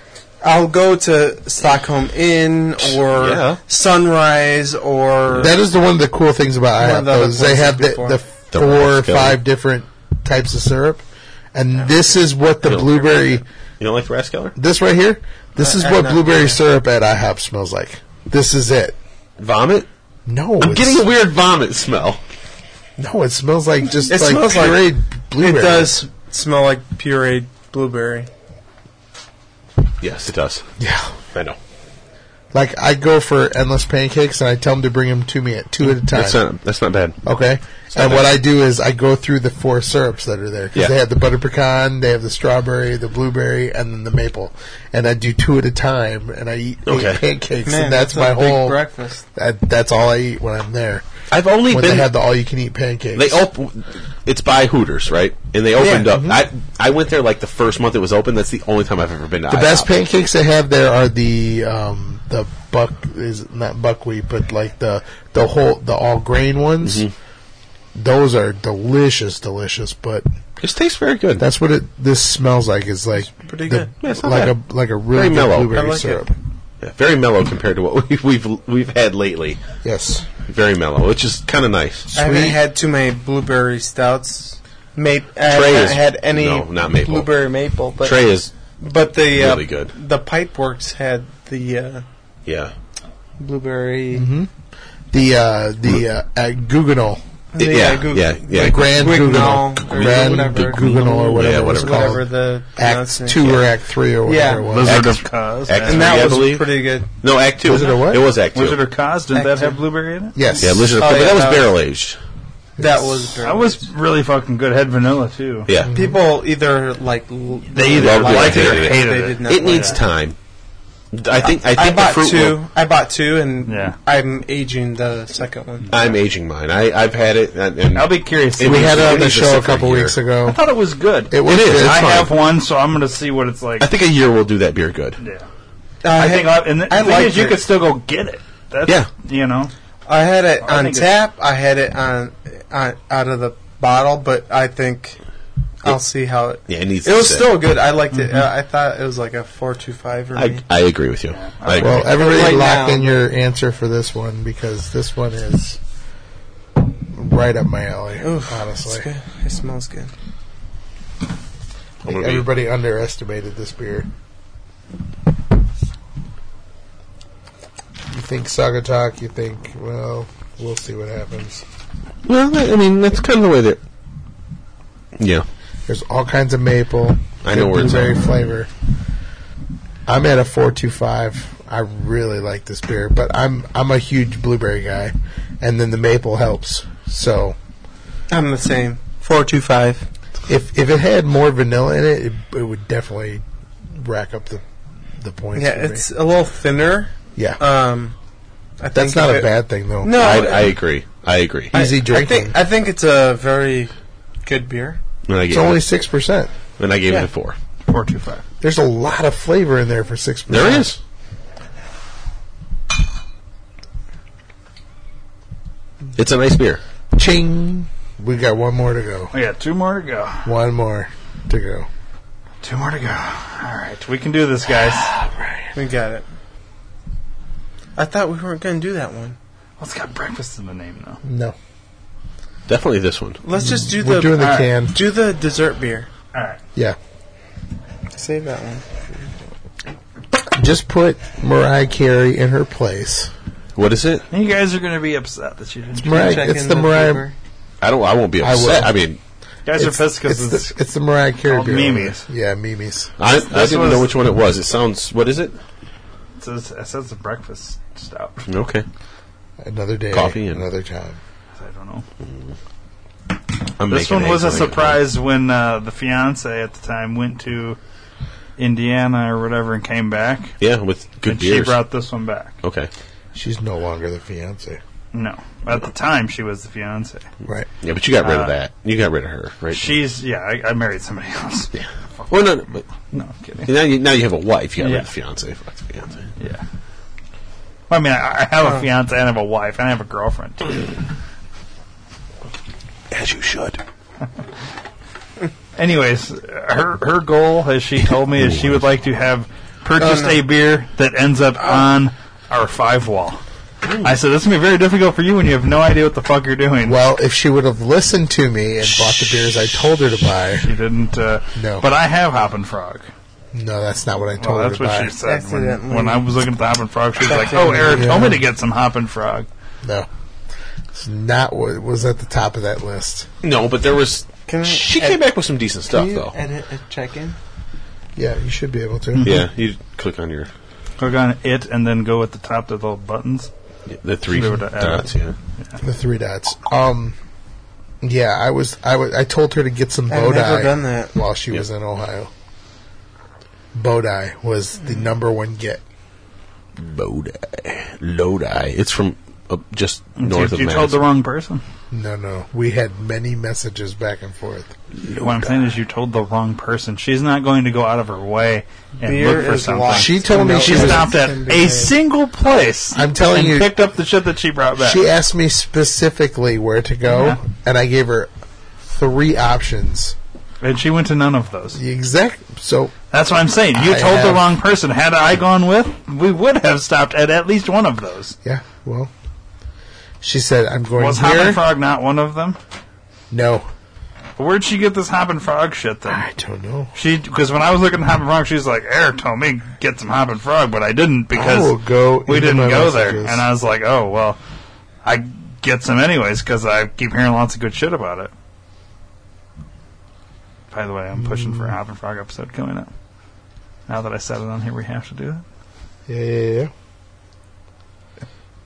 [SPEAKER 4] I'll go to Stockholm Inn or
[SPEAKER 11] Yeah.
[SPEAKER 4] Sunrise or
[SPEAKER 1] That is the one of the cool things about
[SPEAKER 4] One
[SPEAKER 1] IHOP.
[SPEAKER 4] of the other
[SPEAKER 1] though, is they
[SPEAKER 4] places
[SPEAKER 1] have the,
[SPEAKER 4] before.
[SPEAKER 1] the
[SPEAKER 11] The
[SPEAKER 1] four or
[SPEAKER 11] Rascal.
[SPEAKER 1] five different types of syrup, and this is what the
[SPEAKER 11] Really?
[SPEAKER 1] blueberry.
[SPEAKER 11] you don't like the Raskeller?
[SPEAKER 1] This right here. This is
[SPEAKER 4] I-
[SPEAKER 1] what
[SPEAKER 4] I'm not-
[SPEAKER 1] blueberry
[SPEAKER 4] yeah.
[SPEAKER 1] syrup at IHOP smells like. This is it.
[SPEAKER 11] Vomit.
[SPEAKER 1] No,
[SPEAKER 11] I'm
[SPEAKER 1] it's-
[SPEAKER 11] getting a weird vomit smell.
[SPEAKER 1] no. It smells like just
[SPEAKER 4] It
[SPEAKER 1] like
[SPEAKER 4] smells like-
[SPEAKER 1] pureed
[SPEAKER 4] it
[SPEAKER 1] blueberry.
[SPEAKER 4] does smell like pureed blueberry.
[SPEAKER 11] Yes, it does.
[SPEAKER 1] Yeah.
[SPEAKER 11] I know.
[SPEAKER 1] Like I go for endless pancakes, and I tell them to bring them to me at two at a time.
[SPEAKER 11] That's not. That's not bad.
[SPEAKER 1] Okay.
[SPEAKER 11] not
[SPEAKER 1] And what
[SPEAKER 11] bad.
[SPEAKER 1] I do is I go through the four syrups that are there because
[SPEAKER 11] Yeah.
[SPEAKER 1] they have the butter pecan, they have the strawberry, the blueberry, and then the maple. And I do two at a time, and I eat
[SPEAKER 11] Okay.
[SPEAKER 1] eight pancakes,
[SPEAKER 4] Man,
[SPEAKER 1] and that's,
[SPEAKER 4] a
[SPEAKER 1] my
[SPEAKER 4] big
[SPEAKER 1] whole.
[SPEAKER 4] breakfast.
[SPEAKER 1] that, that's all I eat when I'm there.
[SPEAKER 11] I've only
[SPEAKER 1] When
[SPEAKER 11] been.
[SPEAKER 1] they have the all-you-can-eat pancakes,
[SPEAKER 11] They op- It's by Hooters, right? And they opened up. I I went there like the first month it was open. That's the only time I've ever been to.
[SPEAKER 1] the best
[SPEAKER 11] IHOP.
[SPEAKER 1] pancakes they have there are the um, the buck is not buckwheat, but like the the whole the all grain ones.
[SPEAKER 11] Mm-hmm.
[SPEAKER 1] Those are delicious, delicious, but
[SPEAKER 11] This tastes very good.
[SPEAKER 1] That's what it. This smells like. It's like
[SPEAKER 4] pretty
[SPEAKER 1] the-
[SPEAKER 4] good.
[SPEAKER 11] Yeah, it's not
[SPEAKER 1] like
[SPEAKER 11] bad.
[SPEAKER 1] a like a really
[SPEAKER 11] Very
[SPEAKER 1] good
[SPEAKER 11] mellow.
[SPEAKER 1] blueberry
[SPEAKER 4] I like it.
[SPEAKER 1] syrup.
[SPEAKER 11] Yeah, very mellow compared to what we've we've, we've had lately.
[SPEAKER 1] Yes,
[SPEAKER 11] Very mellow, which is kind of nice.
[SPEAKER 4] I haven't
[SPEAKER 1] Sweet.
[SPEAKER 4] had too many blueberry stouts. Maple. I
[SPEAKER 11] Trey
[SPEAKER 4] haven't
[SPEAKER 11] is-
[SPEAKER 4] had any
[SPEAKER 11] no, not maple.
[SPEAKER 4] blueberry maple. But
[SPEAKER 11] Trey is
[SPEAKER 4] but the uh,
[SPEAKER 11] really good.
[SPEAKER 4] The Pipeworks had the uh,
[SPEAKER 11] yeah.
[SPEAKER 4] blueberry.
[SPEAKER 11] Mm-hmm.
[SPEAKER 1] the uh, the uh, uh, Guggenol
[SPEAKER 11] Yeah,
[SPEAKER 4] yeah, Gug-
[SPEAKER 11] yeah, yeah.
[SPEAKER 1] The Grand Guignol,
[SPEAKER 4] Guignol or
[SPEAKER 1] Grand
[SPEAKER 4] whatever.
[SPEAKER 1] Guignol or whatever,
[SPEAKER 11] Yeah,
[SPEAKER 1] it was
[SPEAKER 11] whatever.
[SPEAKER 1] called.
[SPEAKER 4] Whatever the
[SPEAKER 1] Act
[SPEAKER 4] pronouncing-
[SPEAKER 1] two
[SPEAKER 4] yeah.
[SPEAKER 1] or Act three or
[SPEAKER 4] Yeah.
[SPEAKER 1] whatever it was.
[SPEAKER 2] Wizard
[SPEAKER 11] Act-
[SPEAKER 2] of Cos.
[SPEAKER 11] Act-
[SPEAKER 2] yeah.
[SPEAKER 4] and
[SPEAKER 11] three, I
[SPEAKER 4] that was
[SPEAKER 11] believe.
[SPEAKER 4] pretty good.
[SPEAKER 11] No, Act Two.
[SPEAKER 1] Wizard of what?
[SPEAKER 11] It was Act Two.
[SPEAKER 2] Wizard of Cos. Didn't that have blueberry in it?
[SPEAKER 1] Yes.
[SPEAKER 11] yeah, Lizard of
[SPEAKER 4] Oh,
[SPEAKER 11] Cos. but
[SPEAKER 4] yeah,
[SPEAKER 11] that was
[SPEAKER 4] that was-
[SPEAKER 11] barrel aged.
[SPEAKER 4] That was
[SPEAKER 2] That was really fucking good. Had vanilla too.
[SPEAKER 11] Yeah,
[SPEAKER 4] people either like
[SPEAKER 2] They either
[SPEAKER 11] Loved it or
[SPEAKER 2] liked it or
[SPEAKER 11] hated it.
[SPEAKER 2] hated
[SPEAKER 4] They
[SPEAKER 2] it.
[SPEAKER 4] did not
[SPEAKER 11] it
[SPEAKER 4] like
[SPEAKER 11] needs
[SPEAKER 4] it.
[SPEAKER 11] time. I think. I think
[SPEAKER 4] I
[SPEAKER 11] the
[SPEAKER 4] bought
[SPEAKER 11] fruit
[SPEAKER 4] two.
[SPEAKER 11] will-
[SPEAKER 4] I bought two, and
[SPEAKER 2] Yeah.
[SPEAKER 4] I'm aging the second one.
[SPEAKER 11] I'm aging mine. I, I've had it. And, and
[SPEAKER 2] I'll be curious.
[SPEAKER 11] It
[SPEAKER 2] to
[SPEAKER 11] was-
[SPEAKER 1] We had it
[SPEAKER 11] it
[SPEAKER 1] on the
[SPEAKER 11] needs to
[SPEAKER 1] show
[SPEAKER 11] sit
[SPEAKER 1] a
[SPEAKER 11] for
[SPEAKER 1] couple
[SPEAKER 11] a year.
[SPEAKER 1] weeks ago.
[SPEAKER 2] I thought it was good.
[SPEAKER 1] It was.
[SPEAKER 11] is.
[SPEAKER 1] good.
[SPEAKER 11] It's
[SPEAKER 2] I
[SPEAKER 11] fine.
[SPEAKER 2] have one, so I'm gonna see what it's like.
[SPEAKER 11] I think a year will do that beer good.
[SPEAKER 2] yeah.
[SPEAKER 4] Uh, I,
[SPEAKER 2] I
[SPEAKER 4] had,
[SPEAKER 2] think, I, and the
[SPEAKER 4] I
[SPEAKER 2] thing is,
[SPEAKER 4] liked
[SPEAKER 2] you
[SPEAKER 4] it.
[SPEAKER 2] could still go get it. That's,
[SPEAKER 11] Yeah.
[SPEAKER 2] you know,
[SPEAKER 4] I had it
[SPEAKER 2] I
[SPEAKER 4] on
[SPEAKER 2] think it-
[SPEAKER 4] tap. I had it on, on out of the bottle, but I think I'll see how it.
[SPEAKER 11] Yeah, it needs.
[SPEAKER 4] It
[SPEAKER 11] to
[SPEAKER 4] was
[SPEAKER 11] sit.
[SPEAKER 4] still good. I liked
[SPEAKER 2] Mm-hmm.
[SPEAKER 4] it. Uh, I thought it was like a four two five or
[SPEAKER 11] I, I agree with you. I agree.
[SPEAKER 1] Well, everybody
[SPEAKER 4] Right
[SPEAKER 1] locked
[SPEAKER 4] now-
[SPEAKER 1] in your answer for this one because this one is right up my alley. honestly,
[SPEAKER 4] It smells good.
[SPEAKER 1] I think everybody underestimated this beer. You think Sagatok? You think well? We'll see what happens.
[SPEAKER 11] well, I mean, that's kind of the way that. Yeah,
[SPEAKER 1] There's all kinds of maple.
[SPEAKER 11] I
[SPEAKER 1] good
[SPEAKER 11] know where it's
[SPEAKER 1] blueberry
[SPEAKER 11] at.
[SPEAKER 1] flavor. I'm at a four two five. I really like this beer, but I'm I'm a huge blueberry guy, and then the maple helps. So
[SPEAKER 4] I'm the same. Four two five.
[SPEAKER 1] if if it had more vanilla in it, it, it would definitely rack up the the points.
[SPEAKER 4] Yeah,
[SPEAKER 1] for me.
[SPEAKER 4] it's a little thinner.
[SPEAKER 1] yeah.
[SPEAKER 4] Um, I think
[SPEAKER 1] That's not
[SPEAKER 4] if
[SPEAKER 1] a
[SPEAKER 4] it-
[SPEAKER 1] bad thing though.
[SPEAKER 2] Oh,
[SPEAKER 4] No,
[SPEAKER 11] I, I agree. I agree.
[SPEAKER 4] I-
[SPEAKER 1] easy
[SPEAKER 4] I
[SPEAKER 1] drinking.
[SPEAKER 4] think, I think it's a very good beer.
[SPEAKER 11] and I gave
[SPEAKER 1] it's only
[SPEAKER 11] it,
[SPEAKER 1] six percent.
[SPEAKER 11] and I gave it
[SPEAKER 4] yeah.
[SPEAKER 11] a four.
[SPEAKER 2] four two five.
[SPEAKER 1] There's a lot of flavor in there for six percent.
[SPEAKER 11] There is. It's a nice beer.
[SPEAKER 1] Ching. We got one more to go.
[SPEAKER 2] I got Oh, two more to go.
[SPEAKER 1] One more to go.
[SPEAKER 2] Two more to go. All right, we can do this, guys.
[SPEAKER 4] We got it. I thought we weren't going to do that one.
[SPEAKER 2] Well, it's got breakfast in the name, though.
[SPEAKER 1] No.
[SPEAKER 11] Definitely this one.
[SPEAKER 4] Let's just do
[SPEAKER 1] We're
[SPEAKER 4] the
[SPEAKER 1] doing the
[SPEAKER 4] all right,
[SPEAKER 1] can.
[SPEAKER 4] do the dessert beer.
[SPEAKER 2] All right,
[SPEAKER 1] Yeah.
[SPEAKER 4] Save that one.
[SPEAKER 1] Just put Mariah Carey in her place.
[SPEAKER 11] What is it?
[SPEAKER 2] you guys are going to be upset that you didn't. You
[SPEAKER 1] Mariah,
[SPEAKER 4] Check
[SPEAKER 1] it's
[SPEAKER 4] in
[SPEAKER 1] the Mariah.
[SPEAKER 4] paper.
[SPEAKER 11] I don't. I won't be
[SPEAKER 1] I
[SPEAKER 11] upset.
[SPEAKER 1] will.
[SPEAKER 11] I, mean,
[SPEAKER 2] guys
[SPEAKER 1] It's,
[SPEAKER 2] are pissed
[SPEAKER 1] it's,
[SPEAKER 2] because it's,
[SPEAKER 1] the, it's the Mariah Carey
[SPEAKER 2] called
[SPEAKER 1] beer.
[SPEAKER 2] Mimi's.
[SPEAKER 1] Yeah, Mimi's.
[SPEAKER 11] I, I
[SPEAKER 2] This
[SPEAKER 11] didn't
[SPEAKER 2] was-
[SPEAKER 11] know which one it was. It sounds. What is it?
[SPEAKER 2] it says, it says the breakfast stout.
[SPEAKER 11] Okay.
[SPEAKER 1] Another day.
[SPEAKER 11] Coffee and-
[SPEAKER 1] another time.
[SPEAKER 2] I don't know.
[SPEAKER 11] I'm
[SPEAKER 2] This
[SPEAKER 11] making
[SPEAKER 2] one was a
[SPEAKER 11] eggs later.
[SPEAKER 2] surprise when uh, the fiance at the time went to Indiana or whatever and came back,
[SPEAKER 11] Yeah, with good
[SPEAKER 2] and
[SPEAKER 11] beers.
[SPEAKER 2] she brought this one back.
[SPEAKER 11] okay.
[SPEAKER 1] She's no longer the fiance.
[SPEAKER 2] No, at the time she was the fiance.
[SPEAKER 1] Right.
[SPEAKER 11] Yeah, but you got rid
[SPEAKER 2] Uh,
[SPEAKER 11] of that. You got rid of her, right?
[SPEAKER 2] She's yeah, I, I married somebody else. Yeah.
[SPEAKER 11] Well, no, no, but
[SPEAKER 2] No, I'm kidding.
[SPEAKER 11] now you now you have a wife. You got
[SPEAKER 2] Yeah.
[SPEAKER 11] rid of the fiance. Fuck the fiance.
[SPEAKER 2] Yeah. Well, I mean, I, I have a fiance and I have a wife and I have a girlfriend too.
[SPEAKER 11] As you should.
[SPEAKER 2] Anyways, her her goal, as she told me, is she would like to have purchased
[SPEAKER 4] Oh, no. Oh.
[SPEAKER 2] a beer that ends up on our five wall. I said this is gonna be very difficult for you when you have no idea what the fuck you're doing.
[SPEAKER 1] Well, if she would have listened to me and bought the beers I told her to buy,
[SPEAKER 2] She didn't. Uh,
[SPEAKER 1] No.
[SPEAKER 2] But I have Hoppin' Frog.
[SPEAKER 1] no, that's not what I told
[SPEAKER 2] Well,
[SPEAKER 1] her
[SPEAKER 2] that's
[SPEAKER 1] to
[SPEAKER 2] what
[SPEAKER 1] buy.
[SPEAKER 2] she said when,
[SPEAKER 4] Accidentally.
[SPEAKER 2] when I was looking at the Hoppin' Frog. She was like, "Oh, Eric told me to get some Hoppin' Frog."
[SPEAKER 1] No, it's not what was at the top of that list.
[SPEAKER 11] No, but there was.
[SPEAKER 4] Can I-
[SPEAKER 11] she
[SPEAKER 4] I-
[SPEAKER 11] came back with some decent
[SPEAKER 4] Can
[SPEAKER 11] stuff,
[SPEAKER 4] you
[SPEAKER 11] though.
[SPEAKER 4] edit a check in?
[SPEAKER 1] Yeah, you should be able to.
[SPEAKER 11] Yeah, you click on your
[SPEAKER 2] Click on it and then go at the top to the buttons.
[SPEAKER 11] the three
[SPEAKER 2] They would add
[SPEAKER 11] dots. Yeah.
[SPEAKER 1] The three dots. Um, yeah, I was, I was, I told her to get some
[SPEAKER 4] I've
[SPEAKER 1] Bodai
[SPEAKER 4] never done that.
[SPEAKER 1] while she was in Ohio. Bodai was the
[SPEAKER 4] Mm.
[SPEAKER 1] number one get.
[SPEAKER 11] Lodi, Lodi. It's from uh, just north
[SPEAKER 2] you
[SPEAKER 11] of
[SPEAKER 2] you
[SPEAKER 11] Madison.
[SPEAKER 2] told the wrong person.
[SPEAKER 1] No, no, we had many messages back and forth.
[SPEAKER 2] What I'm saying is, you told the wrong person. She's not going to go out of her way and
[SPEAKER 4] Beer
[SPEAKER 2] look for
[SPEAKER 4] is
[SPEAKER 2] something.
[SPEAKER 4] lost.
[SPEAKER 1] She told me
[SPEAKER 2] She
[SPEAKER 1] she was-
[SPEAKER 2] stopped at a single place.
[SPEAKER 1] I'm telling
[SPEAKER 2] and
[SPEAKER 1] you-
[SPEAKER 2] picked up the shit that she brought back.
[SPEAKER 1] She asked me specifically where to go,
[SPEAKER 2] Yeah.
[SPEAKER 1] and I gave her three options.
[SPEAKER 2] and she went to none of those.
[SPEAKER 1] The exact. So
[SPEAKER 2] That's what I'm saying. You
[SPEAKER 1] I
[SPEAKER 2] told the
[SPEAKER 1] have-
[SPEAKER 2] wrong person. Had I gone with, we would have stopped at at least one of those.
[SPEAKER 1] yeah, well, she said, "I'm going
[SPEAKER 2] Was Hoppin'
[SPEAKER 1] here."
[SPEAKER 2] Frog not one of them?
[SPEAKER 1] no,
[SPEAKER 2] Where'd she get this Hoppin' Frog shit then?
[SPEAKER 1] I don't know.
[SPEAKER 2] She because when I was looking at Hoppin' Frog, she was like, "Eric told me get some Hoppin' Frog," but I didn't
[SPEAKER 1] I will
[SPEAKER 2] because
[SPEAKER 1] go
[SPEAKER 2] we
[SPEAKER 1] into
[SPEAKER 2] didn't
[SPEAKER 1] my
[SPEAKER 2] go there.
[SPEAKER 1] messages.
[SPEAKER 2] And I was like, "Oh well, I gets him anyways because I keep hearing lots of good shit about it. By the way, I'm pushing
[SPEAKER 1] Mm.
[SPEAKER 2] for a Hop and Frog episode coming up. Now that I said it on here, we have to do it.
[SPEAKER 1] Yeah, yeah, yeah.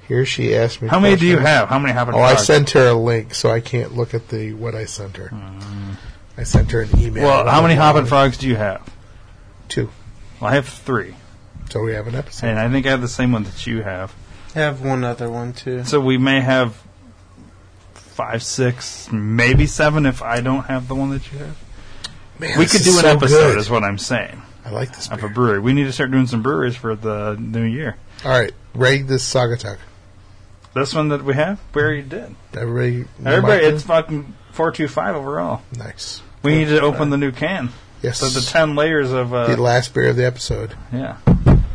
[SPEAKER 1] Here she asked me.
[SPEAKER 2] How many do you
[SPEAKER 1] questions.
[SPEAKER 2] have? How many Hop and
[SPEAKER 1] Oh, I
[SPEAKER 2] Frogs?
[SPEAKER 1] sent her a link, so I can't look at the what I sent her. I sent her an email.
[SPEAKER 2] Hmm. Well, how many Hop and Frogs do you have?
[SPEAKER 1] Two.
[SPEAKER 2] Well, I have three,
[SPEAKER 1] So we have an episode.
[SPEAKER 2] and I think I have the same one that you have.
[SPEAKER 4] I have one other one too.
[SPEAKER 2] So we may have five, six, maybe seven if I don't have the one that you have.
[SPEAKER 1] Man,
[SPEAKER 2] we
[SPEAKER 1] this
[SPEAKER 2] could
[SPEAKER 1] is
[SPEAKER 2] do an
[SPEAKER 1] so
[SPEAKER 2] episode,
[SPEAKER 1] good.
[SPEAKER 2] is what I'm saying,
[SPEAKER 1] I like this.
[SPEAKER 2] of
[SPEAKER 1] beer.
[SPEAKER 2] a brewery. We need to start doing some breweries for the new year.
[SPEAKER 1] All right, rate this saga talk.
[SPEAKER 2] This one that we have, we already did.
[SPEAKER 1] Everybody,
[SPEAKER 2] Everybody,
[SPEAKER 1] mark
[SPEAKER 2] it's fucking 425 overall.
[SPEAKER 1] it? nice.
[SPEAKER 2] We need to open the new can.
[SPEAKER 1] Yes,
[SPEAKER 2] So the 10 layers of,
[SPEAKER 1] the
[SPEAKER 2] uh,
[SPEAKER 1] last beer of the episode.
[SPEAKER 2] yeah.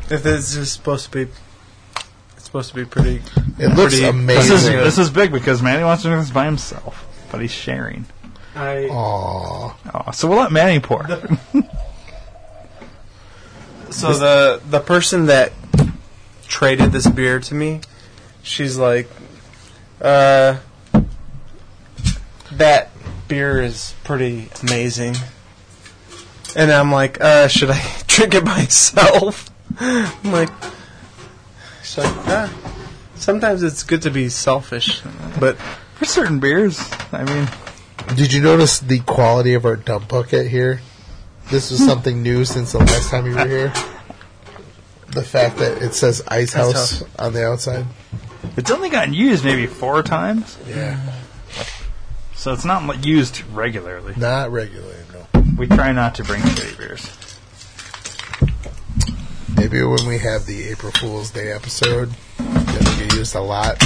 [SPEAKER 4] If this is supposed to be, it's supposed to be pretty.
[SPEAKER 1] It looks
[SPEAKER 4] Pretty-
[SPEAKER 2] This
[SPEAKER 1] amazing.
[SPEAKER 2] is, this is big because Manny wants to do this by himself, but he's sharing.
[SPEAKER 4] I
[SPEAKER 1] Aw.
[SPEAKER 2] Oh, so we'll let Manny pour.
[SPEAKER 4] so the the person that traded this beer to me, she's like, uh, that beer is pretty amazing, and I'm like, uh, should I drink it myself? I'm like, she's like, ah. Sometimes it's good to be selfish, but
[SPEAKER 2] for certain beers, I mean,
[SPEAKER 1] Did you notice the quality of our dump bucket here? This is something new since the last time you were here. The fact that it says Ice
[SPEAKER 4] House.
[SPEAKER 1] House on the outside.
[SPEAKER 2] it's only gotten used maybe four times,
[SPEAKER 1] Yeah.
[SPEAKER 2] so it's not like, used regularly.
[SPEAKER 1] Not regularly, no.
[SPEAKER 2] We try not to bring shitty beers.
[SPEAKER 1] Maybe when we have the April Fool's Day episode, that we get used a lot.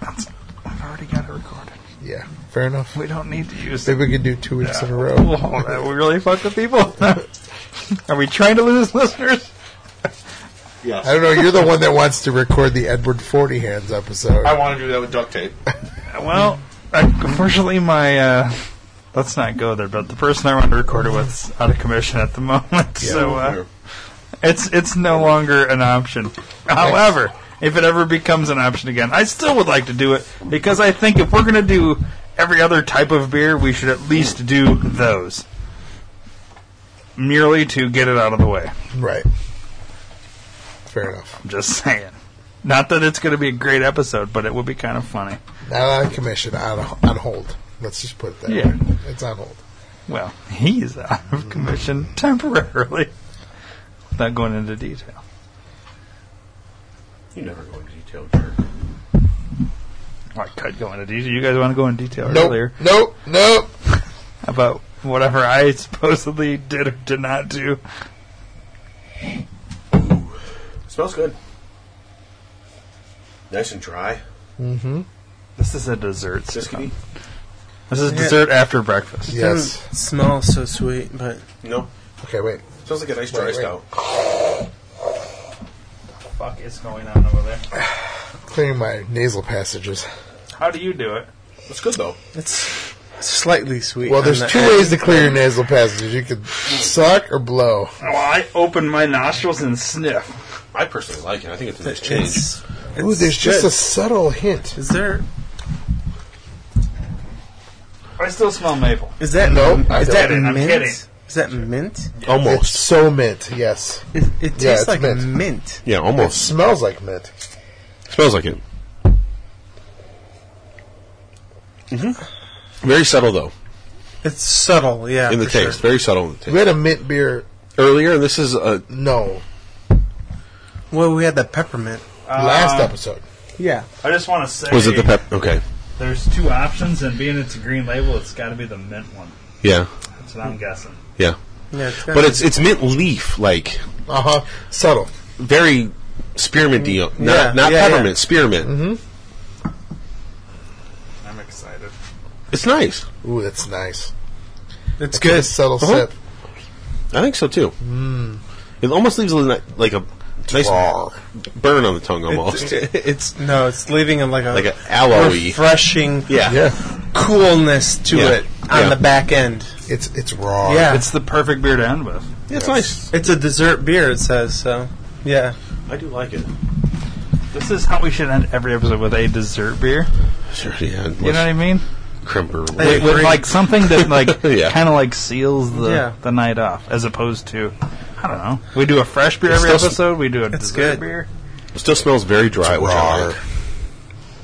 [SPEAKER 2] That's, I've already got it recorded.
[SPEAKER 1] Yeah, fair enough.
[SPEAKER 2] We don't need to use
[SPEAKER 1] Maybe we could do two weeks in a row.
[SPEAKER 2] Whoa, that we really fuck with people. Are we trying to lose listeners?
[SPEAKER 1] I don't know. You're the one that wants to record the Edward Forty Hands episode.
[SPEAKER 11] I want to do that with duct tape.
[SPEAKER 2] Well, unfortunately, my uh, let's not go there. But the person I wanted to record it with is out of commission at the moment, so uh, it's it's no longer an option. However, if it ever becomes an option again, I still would like to do it because I think if we're gonna do every other type of beer, we should at least do those. Merely to get it out of the way.
[SPEAKER 1] Right. Fair enough.
[SPEAKER 2] I'm just saying. Not that it's going to be a great episode, but it would be kind of funny.
[SPEAKER 1] Not on Uh, commission. On on hold. Let's just put it that
[SPEAKER 2] Yeah.
[SPEAKER 1] way. It's on hold.
[SPEAKER 2] Well, he's out of commission temporarily. Without going into detail.
[SPEAKER 11] You never go into detail, jerk.
[SPEAKER 2] Well, I could go into detail. You guys want to go into detail
[SPEAKER 1] Nope.
[SPEAKER 2] earlier
[SPEAKER 1] Nope. Nope.
[SPEAKER 2] about whatever I supposedly did or did not do.
[SPEAKER 11] Smells good. Nice and dry.
[SPEAKER 2] This is a dessert.
[SPEAKER 11] Siskiny?
[SPEAKER 2] system. This is dessert after breakfast.
[SPEAKER 1] Yes.
[SPEAKER 4] it smells so sweet. But
[SPEAKER 11] No.
[SPEAKER 1] Okay, wait.
[SPEAKER 11] Smells like a nice
[SPEAKER 1] Wait,
[SPEAKER 11] dry
[SPEAKER 1] wait.
[SPEAKER 11] stout.
[SPEAKER 2] fuck is going on over there?
[SPEAKER 1] Clearing my nasal passages.
[SPEAKER 2] How do you do it?
[SPEAKER 11] It's good though.
[SPEAKER 4] it's slightly sweet.
[SPEAKER 1] Well,
[SPEAKER 4] on
[SPEAKER 1] there's
[SPEAKER 4] the
[SPEAKER 1] two
[SPEAKER 4] end.
[SPEAKER 1] ways to clear your nasal passages. You could suck or blow.
[SPEAKER 2] Well, I open my nostrils and sniff.
[SPEAKER 11] I personally like it. I think it's a nice change.
[SPEAKER 4] It's,
[SPEAKER 1] Ooh, there's just a subtle hint.
[SPEAKER 4] Is there
[SPEAKER 2] I still smell maple.
[SPEAKER 4] Is that
[SPEAKER 1] No,
[SPEAKER 4] m-
[SPEAKER 1] I
[SPEAKER 4] is
[SPEAKER 1] don't.
[SPEAKER 4] that
[SPEAKER 2] I'm
[SPEAKER 4] mint?
[SPEAKER 2] kidding.
[SPEAKER 4] Is that mint?
[SPEAKER 1] It's so mint. Yes,
[SPEAKER 4] It, it tastes
[SPEAKER 1] Yeah, it's
[SPEAKER 4] like
[SPEAKER 1] mint.
[SPEAKER 4] mint.
[SPEAKER 11] Yeah,
[SPEAKER 1] it
[SPEAKER 11] almost.
[SPEAKER 1] smells like mint.
[SPEAKER 11] Smells like it. Mm-hmm. Mm-hmm. Very subtle though
[SPEAKER 4] It's subtle, yeah.
[SPEAKER 11] in the
[SPEAKER 4] for sure.
[SPEAKER 11] taste. Very subtle in the taste.
[SPEAKER 1] We had a mint beer.
[SPEAKER 11] Earlier, this is a
[SPEAKER 1] No,
[SPEAKER 4] Well, we had the peppermint.
[SPEAKER 1] last episode.
[SPEAKER 4] Yeah.
[SPEAKER 2] I just want to say.
[SPEAKER 11] was it the pep? Okay,
[SPEAKER 2] There's two options, and being it's a green label, it's got to be the mint one.
[SPEAKER 11] yeah,
[SPEAKER 2] That's what I'm guessing.
[SPEAKER 11] yeah.
[SPEAKER 4] Yeah. It's got-
[SPEAKER 11] But it's it's mint leaf like
[SPEAKER 1] Uh huh. Subtle.
[SPEAKER 11] very spearmint deal.
[SPEAKER 2] Mm,
[SPEAKER 11] Not
[SPEAKER 4] Yeah,
[SPEAKER 11] not
[SPEAKER 4] yeah,
[SPEAKER 11] peppermint, spearmint.
[SPEAKER 2] Mm-hmm. I'm excited.
[SPEAKER 11] It's nice.
[SPEAKER 1] Ooh, that's nice.
[SPEAKER 4] it's
[SPEAKER 1] Good
[SPEAKER 4] good.
[SPEAKER 1] subtle
[SPEAKER 11] Uh-huh.
[SPEAKER 1] sip.
[SPEAKER 11] I think so too.
[SPEAKER 2] Mm.
[SPEAKER 11] It almost leaves a li- like a nice
[SPEAKER 1] Draw.
[SPEAKER 11] burn on the tongue almost,
[SPEAKER 4] It- it's no, it's leaving a, like a
[SPEAKER 11] like an alloy.
[SPEAKER 4] refreshing
[SPEAKER 11] Yeah.
[SPEAKER 1] Yeah,
[SPEAKER 4] coolness to
[SPEAKER 11] Yeah.
[SPEAKER 4] it on
[SPEAKER 11] Yeah.
[SPEAKER 4] the back end.
[SPEAKER 1] it's it's raw.
[SPEAKER 4] Yeah.
[SPEAKER 2] It's the perfect beer to end with.
[SPEAKER 11] it's nice.
[SPEAKER 4] It's a dessert beer. It says so. Yeah.
[SPEAKER 11] I do like it.
[SPEAKER 2] This is how we should end every episode with a dessert beer.
[SPEAKER 11] Sure,
[SPEAKER 2] You
[SPEAKER 11] yeah.
[SPEAKER 2] know what I mean?
[SPEAKER 11] Crimper.
[SPEAKER 2] With, with, like something that like
[SPEAKER 11] Yeah.
[SPEAKER 2] kind of like seals the,
[SPEAKER 4] Yeah.
[SPEAKER 2] the night off, as opposed to I don't know. We do a fresh beer every
[SPEAKER 11] still s-
[SPEAKER 2] episode. We do a dessert
[SPEAKER 4] good.
[SPEAKER 2] beer.
[SPEAKER 11] Still smells very dry, which I
[SPEAKER 3] Rar.
[SPEAKER 11] like.